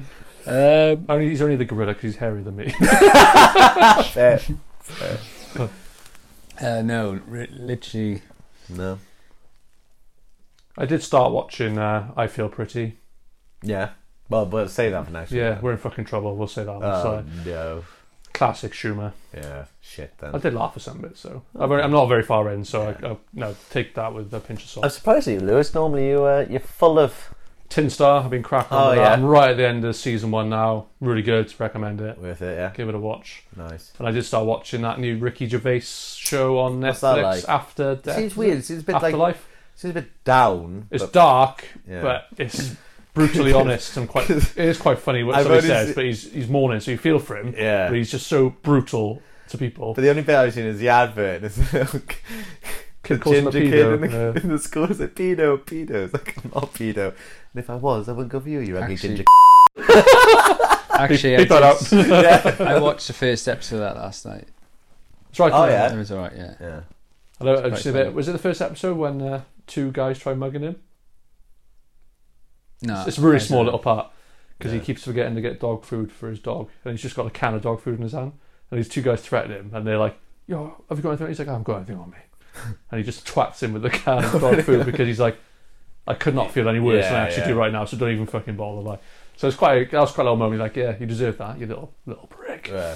[SPEAKER 4] um, only, he's only the gorilla because he's hairier than me.
[SPEAKER 3] Fair.
[SPEAKER 5] Uh, no, ri literally.
[SPEAKER 3] No.
[SPEAKER 4] I did start watching uh, I Feel Pretty.
[SPEAKER 3] Yeah. Well, but say that for next.
[SPEAKER 4] Yeah,
[SPEAKER 3] week.
[SPEAKER 4] we're in fucking trouble. We'll say that. one.
[SPEAKER 3] Oh
[SPEAKER 4] So,
[SPEAKER 3] no.
[SPEAKER 4] classic Schumer.
[SPEAKER 3] Yeah. Shit. Then.
[SPEAKER 4] I did laugh at some bits, so
[SPEAKER 3] Oh.
[SPEAKER 4] I've only- I'm not very far in, so I, I, no, take that with a pinch of
[SPEAKER 3] I'm
[SPEAKER 4] salt.
[SPEAKER 3] surprised at you, Lewis. Normally, you uh, you're full of
[SPEAKER 4] Tin Star, I've been cracking on
[SPEAKER 3] Oh,
[SPEAKER 4] with
[SPEAKER 3] yeah.
[SPEAKER 4] that. I'm right at the end of season one now. Really good, recommend it.
[SPEAKER 3] with it. Yeah.
[SPEAKER 4] Give it a watch.
[SPEAKER 3] Nice.
[SPEAKER 4] And I did start watching that new Ricky Gervais show on
[SPEAKER 3] What's that
[SPEAKER 4] Netflix,
[SPEAKER 3] like?
[SPEAKER 4] After Death.
[SPEAKER 3] seems weird. It seems a bit like-
[SPEAKER 4] Afterlife.
[SPEAKER 3] Seems a bit down.
[SPEAKER 4] It's
[SPEAKER 3] but
[SPEAKER 4] dark,
[SPEAKER 3] Yeah.
[SPEAKER 4] but it's brutally honest and quite. It is quite funny what
[SPEAKER 3] I've
[SPEAKER 4] somebody
[SPEAKER 3] only
[SPEAKER 4] says,
[SPEAKER 3] seen-
[SPEAKER 4] but he's he's mourning, so you feel for him.
[SPEAKER 3] Yeah.
[SPEAKER 4] But he's just so brutal to people.
[SPEAKER 3] but the only bit I've seen is the advert. and It's like the
[SPEAKER 4] calls him
[SPEAKER 3] ginger
[SPEAKER 4] a
[SPEAKER 3] kid
[SPEAKER 4] pedo,
[SPEAKER 3] in the,
[SPEAKER 4] yeah.
[SPEAKER 3] in the school is like pedo, pedo. It's like I'm not pedo. And if I was, I wouldn't go for you. You ugly
[SPEAKER 5] Actually-
[SPEAKER 3] ginger.
[SPEAKER 5] Actually,
[SPEAKER 4] Beep that
[SPEAKER 5] I,
[SPEAKER 4] out.
[SPEAKER 5] did-
[SPEAKER 4] That's
[SPEAKER 5] I watched the first episode of that last night.
[SPEAKER 4] right.
[SPEAKER 3] Oh,
[SPEAKER 4] yeah.
[SPEAKER 3] yeah.
[SPEAKER 5] It was alright. Yeah.
[SPEAKER 3] Yeah.
[SPEAKER 4] I know, did you
[SPEAKER 5] quite
[SPEAKER 4] see that-
[SPEAKER 5] funny.
[SPEAKER 4] was it the first episode when uh, two guys try mugging him?
[SPEAKER 5] No,
[SPEAKER 4] It's a really
[SPEAKER 5] I
[SPEAKER 4] small
[SPEAKER 5] don't-
[SPEAKER 4] little part. because he keeps forgetting to get dog food for his dog, and he's just got a can of dog food in his hand. And these two guys threaten him, and they're like, "Yo, have you got anything?" He's like, "I haven't got anything on me," and he just twats him with the can of dog food because he's like, "I could not feel any worse than I
[SPEAKER 7] Yeah,
[SPEAKER 4] actually
[SPEAKER 7] yeah.
[SPEAKER 4] do right now, so don't even fucking bother." Like, so it's quite that was quite a little moment. Like, yeah, you deserve that, you little little prick.
[SPEAKER 3] Yeah.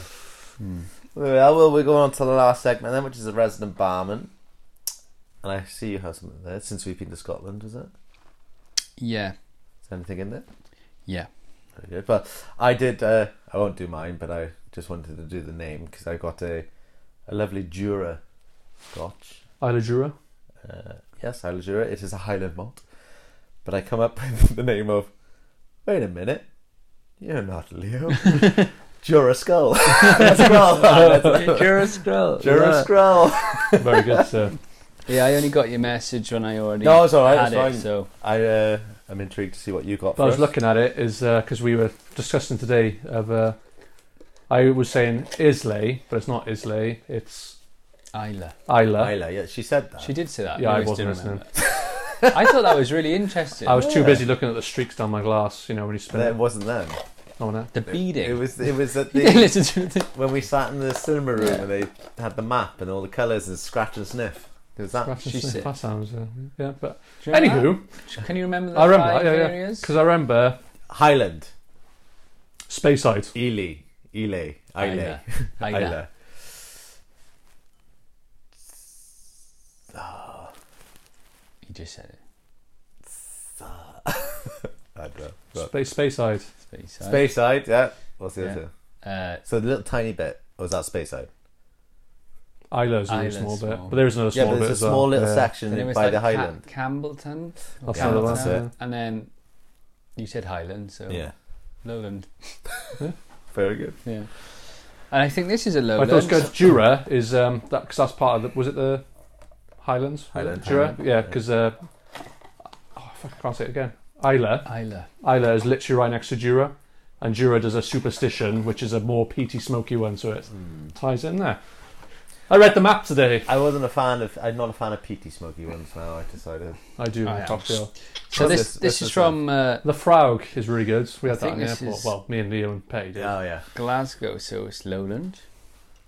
[SPEAKER 3] Well, well, we're going on to the last segment then, which is the resident barman. And I see you have something there since we've been to Scotland, is it? Is
[SPEAKER 5] Yeah.
[SPEAKER 3] there anything in there?
[SPEAKER 5] Yeah.
[SPEAKER 3] Very good. But I did. Uh, I won't do mine, but I just wanted to do the name because I got a a lovely Jura Scotch.
[SPEAKER 4] Isla Jura.
[SPEAKER 3] Uh, yes, Isla Jura. It is a Highland malt. But I come up with the name of. Wait a minute, you're not Leo. Jura Skull. That's Skrull.
[SPEAKER 5] Jura Skrull.
[SPEAKER 3] Jura
[SPEAKER 5] Yeah.
[SPEAKER 3] Skrull.
[SPEAKER 4] Very good, sir.
[SPEAKER 5] Yeah, I only got your message when I already
[SPEAKER 3] No, it's all right.
[SPEAKER 5] had
[SPEAKER 3] It's
[SPEAKER 5] it,
[SPEAKER 3] fine.
[SPEAKER 5] so
[SPEAKER 3] I uh, I'm intrigued to see what you got.
[SPEAKER 4] What I was
[SPEAKER 3] first.
[SPEAKER 4] looking at it is because we were discussing today of uh, I was saying Islay, but it's not Islay. It's
[SPEAKER 5] Isla.
[SPEAKER 4] Isla.
[SPEAKER 3] Isla. Yeah, she said that.
[SPEAKER 5] She did say that.
[SPEAKER 4] Yeah, I
[SPEAKER 5] always
[SPEAKER 4] wasn't
[SPEAKER 5] do
[SPEAKER 4] listening.
[SPEAKER 5] remember. I thought that was really interesting.
[SPEAKER 4] I was too busy looking at the streaks down my glass. You know when you
[SPEAKER 3] But
[SPEAKER 4] spin.
[SPEAKER 3] it wasn't then.
[SPEAKER 4] Oh no.
[SPEAKER 5] The beading.
[SPEAKER 3] It was it was at
[SPEAKER 5] You
[SPEAKER 3] the,
[SPEAKER 5] didn't listen to the-
[SPEAKER 3] when we sat in the cinema room
[SPEAKER 5] Yeah.
[SPEAKER 3] and they had the map and all the colours and scratch and sniff. It was that.
[SPEAKER 4] Scratch and
[SPEAKER 3] she
[SPEAKER 4] sniff,
[SPEAKER 3] said.
[SPEAKER 4] That sounds uh, yeah, but
[SPEAKER 5] Do you remember
[SPEAKER 4] anywho,
[SPEAKER 5] that? can you remember the
[SPEAKER 4] I remember
[SPEAKER 5] five
[SPEAKER 4] that, yeah, yeah,
[SPEAKER 5] areas?
[SPEAKER 4] because I remember
[SPEAKER 3] Highland,
[SPEAKER 4] Speyside.
[SPEAKER 3] Ely, Ely, Islay,
[SPEAKER 5] Isla. Isla.
[SPEAKER 3] Isla.
[SPEAKER 5] You just said it.
[SPEAKER 3] I don't know. But-
[SPEAKER 4] Space Speyside.
[SPEAKER 5] Space.
[SPEAKER 3] Speyside, yeah. What's the
[SPEAKER 5] Yeah.
[SPEAKER 3] other? two?
[SPEAKER 5] Uh,
[SPEAKER 3] So the little tiny bit was that Speyside.
[SPEAKER 4] Isla's a really
[SPEAKER 5] Isla's
[SPEAKER 4] small, bit,
[SPEAKER 5] small.
[SPEAKER 4] but there is another
[SPEAKER 3] Yeah,
[SPEAKER 4] small
[SPEAKER 3] but
[SPEAKER 4] bit.
[SPEAKER 3] there's a
[SPEAKER 4] as well.
[SPEAKER 3] small little
[SPEAKER 4] Yeah.
[SPEAKER 5] and it
[SPEAKER 3] section
[SPEAKER 5] was
[SPEAKER 3] by
[SPEAKER 5] like
[SPEAKER 3] the
[SPEAKER 5] Ca-
[SPEAKER 3] Highland.
[SPEAKER 5] Campbellton. or
[SPEAKER 4] That's another one.
[SPEAKER 3] that's
[SPEAKER 5] Campbelltown.
[SPEAKER 3] it.
[SPEAKER 5] And then you said Highland, so
[SPEAKER 3] yeah,
[SPEAKER 5] Lowland.
[SPEAKER 3] very good.
[SPEAKER 5] Yeah. And I think this is a
[SPEAKER 4] But I
[SPEAKER 5] Lowland.
[SPEAKER 4] thought it was good. Jura is um that because that's part of the was it the Highlands?
[SPEAKER 3] Highland,
[SPEAKER 4] Jura,
[SPEAKER 3] Highland.
[SPEAKER 4] yeah, because uh, oh, fuck, I can't say it again. Isla,
[SPEAKER 5] Isla.
[SPEAKER 4] Isla is literally right next to Jura, and Jura does a superstition, which is a more peaty, smoky one, so it ties in there. I read the map today.
[SPEAKER 3] I wasn't a fan of. I'm not a fan of peaty smoky ones. Now I decided.
[SPEAKER 4] I do
[SPEAKER 5] I am.
[SPEAKER 4] cocktail.
[SPEAKER 5] So this,
[SPEAKER 3] What's this-
[SPEAKER 5] this,
[SPEAKER 3] what's
[SPEAKER 5] is
[SPEAKER 3] this
[SPEAKER 5] from uh,
[SPEAKER 4] The Fraug is really good. We had
[SPEAKER 5] I
[SPEAKER 4] that
[SPEAKER 5] think
[SPEAKER 4] in the
[SPEAKER 5] this
[SPEAKER 4] airport.
[SPEAKER 5] is-
[SPEAKER 4] Well, me and Neil and Pay did.
[SPEAKER 3] Oh yeah,
[SPEAKER 5] Glasgow, so it's Lowland.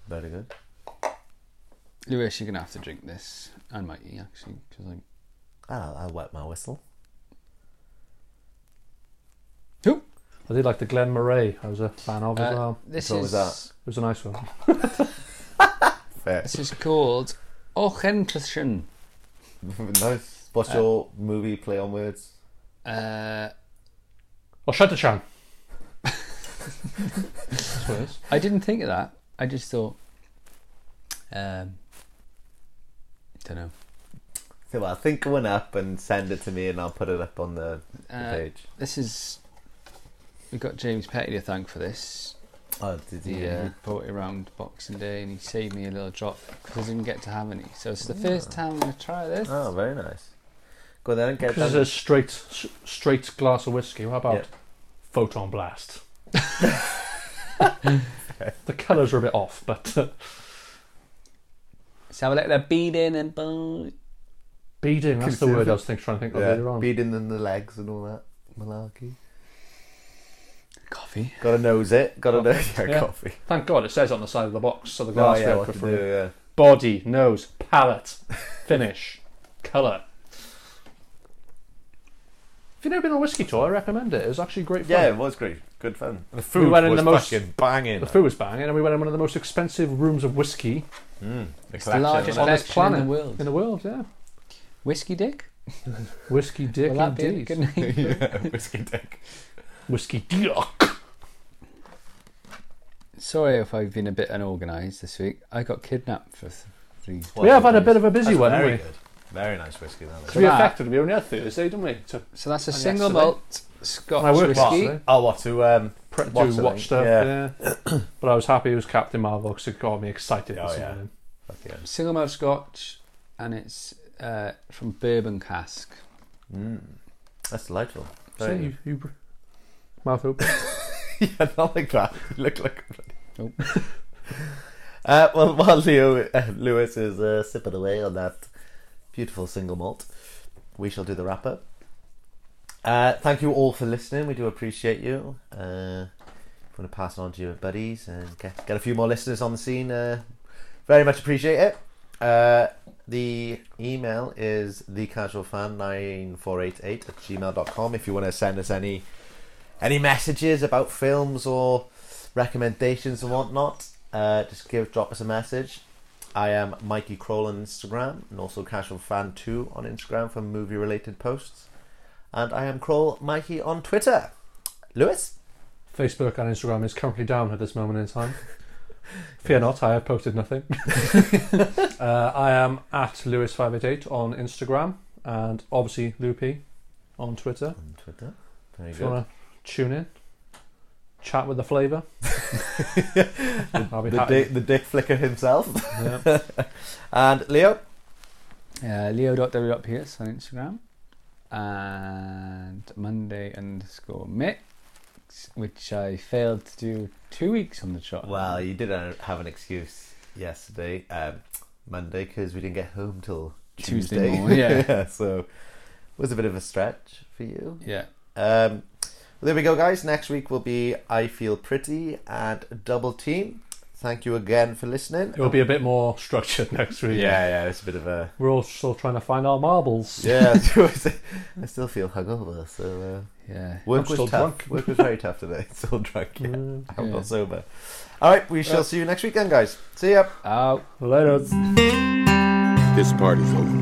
[SPEAKER 3] very good.
[SPEAKER 5] Lewis, you're going to have to drink this. And Mikey, actually, because I'm
[SPEAKER 3] I'll, Ah, I'll wet my whistle.
[SPEAKER 5] Who? Uh,
[SPEAKER 4] I did like the Glen Murray. I was a fan of as well.
[SPEAKER 5] This
[SPEAKER 3] What
[SPEAKER 5] is
[SPEAKER 3] was that?
[SPEAKER 4] It was a nice one.
[SPEAKER 3] Fair.
[SPEAKER 5] this is called Ochentlichen.
[SPEAKER 3] nice. What's your movie play on words?
[SPEAKER 5] Uh,
[SPEAKER 4] Or Shutterchan. That's what it is.
[SPEAKER 5] I didn't think of that. I just thought, um, don't know.
[SPEAKER 3] So well, think of one up and send it to me, and I'll put it up on the, the
[SPEAKER 5] Uh,
[SPEAKER 3] page.
[SPEAKER 5] This is we got James Petty to thank for this.
[SPEAKER 3] Oh, did
[SPEAKER 5] He
[SPEAKER 3] you?
[SPEAKER 5] uh, brought it around Boxing Day and he saved me a little drop because I didn't get to have any. So it's the first time I'm gonna try this.
[SPEAKER 3] Oh, very nice. Go there and get
[SPEAKER 4] This is
[SPEAKER 3] that.
[SPEAKER 4] a straight, s- straight glass of whiskey. How about
[SPEAKER 3] Yeah.
[SPEAKER 4] photon blast? the colours are a bit off, but uh,
[SPEAKER 5] Let's have a little beat in and boom.
[SPEAKER 4] beading. That's the word I was think, trying to think of earlier
[SPEAKER 3] yeah,
[SPEAKER 4] on.
[SPEAKER 3] beating in the legs and all that malarkey.
[SPEAKER 5] coffee.
[SPEAKER 3] Got to nose it. Got to nose yeah,
[SPEAKER 4] Yeah.
[SPEAKER 3] coffee.
[SPEAKER 4] Thank God it says on the side of the box, so the
[SPEAKER 3] Oh
[SPEAKER 4] glass
[SPEAKER 3] yeah, what
[SPEAKER 4] work for
[SPEAKER 3] to
[SPEAKER 4] free.
[SPEAKER 3] do? Yeah.
[SPEAKER 4] Body, nose, palate, finish, colour. If you've never been on a whiskey tour, I recommend it. It was actually great fun.
[SPEAKER 3] yeah, it was great. Good fun. The food
[SPEAKER 4] went in the most-
[SPEAKER 3] banging.
[SPEAKER 4] The food was banging, and we went in one of the most expensive rooms of whiskey
[SPEAKER 3] It's
[SPEAKER 5] the largest
[SPEAKER 4] on this
[SPEAKER 5] Collection
[SPEAKER 4] planet
[SPEAKER 5] in the world.
[SPEAKER 4] In the world, yeah.
[SPEAKER 5] Whiskey dick.
[SPEAKER 4] Whiskey dick,
[SPEAKER 5] Will that be a
[SPEAKER 4] indeed.
[SPEAKER 5] good name?
[SPEAKER 3] whiskey dick.
[SPEAKER 4] Whiskey dick.
[SPEAKER 5] Sorry if I've been a bit unorganised this week. I have got kidnapped for th- three.
[SPEAKER 4] We have had a bit of a busy
[SPEAKER 3] That's
[SPEAKER 4] one,
[SPEAKER 3] very
[SPEAKER 4] haven't we?
[SPEAKER 3] good. Very nice whiskey. That is.
[SPEAKER 4] To be
[SPEAKER 5] Right.
[SPEAKER 4] effective, we only had Thursday, didn't we? To
[SPEAKER 5] So that's a
[SPEAKER 4] And
[SPEAKER 5] single
[SPEAKER 4] yesterday.
[SPEAKER 5] malt
[SPEAKER 4] I
[SPEAKER 5] Scotch
[SPEAKER 4] worked
[SPEAKER 5] whiskey.
[SPEAKER 4] yesterday.
[SPEAKER 3] Oh, what to um,
[SPEAKER 4] prep
[SPEAKER 3] Watch
[SPEAKER 4] do
[SPEAKER 3] the
[SPEAKER 4] watch
[SPEAKER 3] link.
[SPEAKER 4] stuff.
[SPEAKER 3] Yeah.
[SPEAKER 4] Yeah. but I was happy it was Captain Marvel because it got me excited
[SPEAKER 3] Oh,
[SPEAKER 4] this
[SPEAKER 3] yeah.
[SPEAKER 4] morning.
[SPEAKER 3] fucking-
[SPEAKER 5] Single malt Scotch, and it's uh, from Bourbon Cask.
[SPEAKER 3] That's delightful.
[SPEAKER 4] So
[SPEAKER 3] Very
[SPEAKER 4] you, you br- mouth open.
[SPEAKER 3] good. yeah, not like that. You look like a bloody-
[SPEAKER 5] Nope.
[SPEAKER 3] Uh, well, while Leo uh, Lewis is uh, sipping away on that beautiful single malt, we shall do the wrap up. Uh, thank you all for listening. We do appreciate you. Uh, if you want to pass it on to your buddies and get, get a few more listeners on the scene, uh, very much appreciate it. Uh, the email is thecasualfan9488 at gmail.com if you want to send us any any messages about films or recommendations and whatnot. Uh, just give drop us a message. I am Mikey Kroll on Instagram and also Casual Fan 2 on Instagram for movie related posts. And I am Kroll Mikey on Twitter. Lewis?
[SPEAKER 4] Facebook and Instagram is currently down at this moment in time. Fear not, I have posted nothing. uh, I am at Lewis588 on Instagram and obviously Loopy on Twitter.
[SPEAKER 3] On Twitter. Very
[SPEAKER 4] If
[SPEAKER 3] good.
[SPEAKER 4] you want to tune in, chat with the flavour, I'll be
[SPEAKER 3] The,
[SPEAKER 4] happy.
[SPEAKER 3] dick, the dick flicker himself.
[SPEAKER 4] Yeah.
[SPEAKER 3] and Leo?
[SPEAKER 5] Uh, Leo.w.pierce on Instagram and Monday underscore mix, which I failed to do two weeks on the trot.
[SPEAKER 3] Well, you did uh, have an excuse yesterday, um, Monday, because we didn't get home till
[SPEAKER 5] Tuesday
[SPEAKER 3] Tuesday.
[SPEAKER 5] morning, yeah.
[SPEAKER 3] so it was a bit of a stretch for you.
[SPEAKER 5] Yeah.
[SPEAKER 3] Um, well, there we go, guys. Next week will be I Feel Pretty and Double Team. Thank you again for listening.
[SPEAKER 4] It will be a bit more structured next week.
[SPEAKER 3] Yeah, yeah, it's a bit of a.
[SPEAKER 4] We're all still trying to find our marbles.
[SPEAKER 3] Yeah, I still feel hungover, so. Uh,
[SPEAKER 5] Yeah.
[SPEAKER 3] Work
[SPEAKER 4] I'm
[SPEAKER 3] was
[SPEAKER 4] still
[SPEAKER 3] tough.
[SPEAKER 4] drunk.
[SPEAKER 3] Work was very tough today. Still drunk. Yeah. I'm
[SPEAKER 5] Yeah.
[SPEAKER 3] not sober. All right, we shall see you next weekend, guys. See ya.
[SPEAKER 5] Out.
[SPEAKER 4] Later.
[SPEAKER 8] This party's over.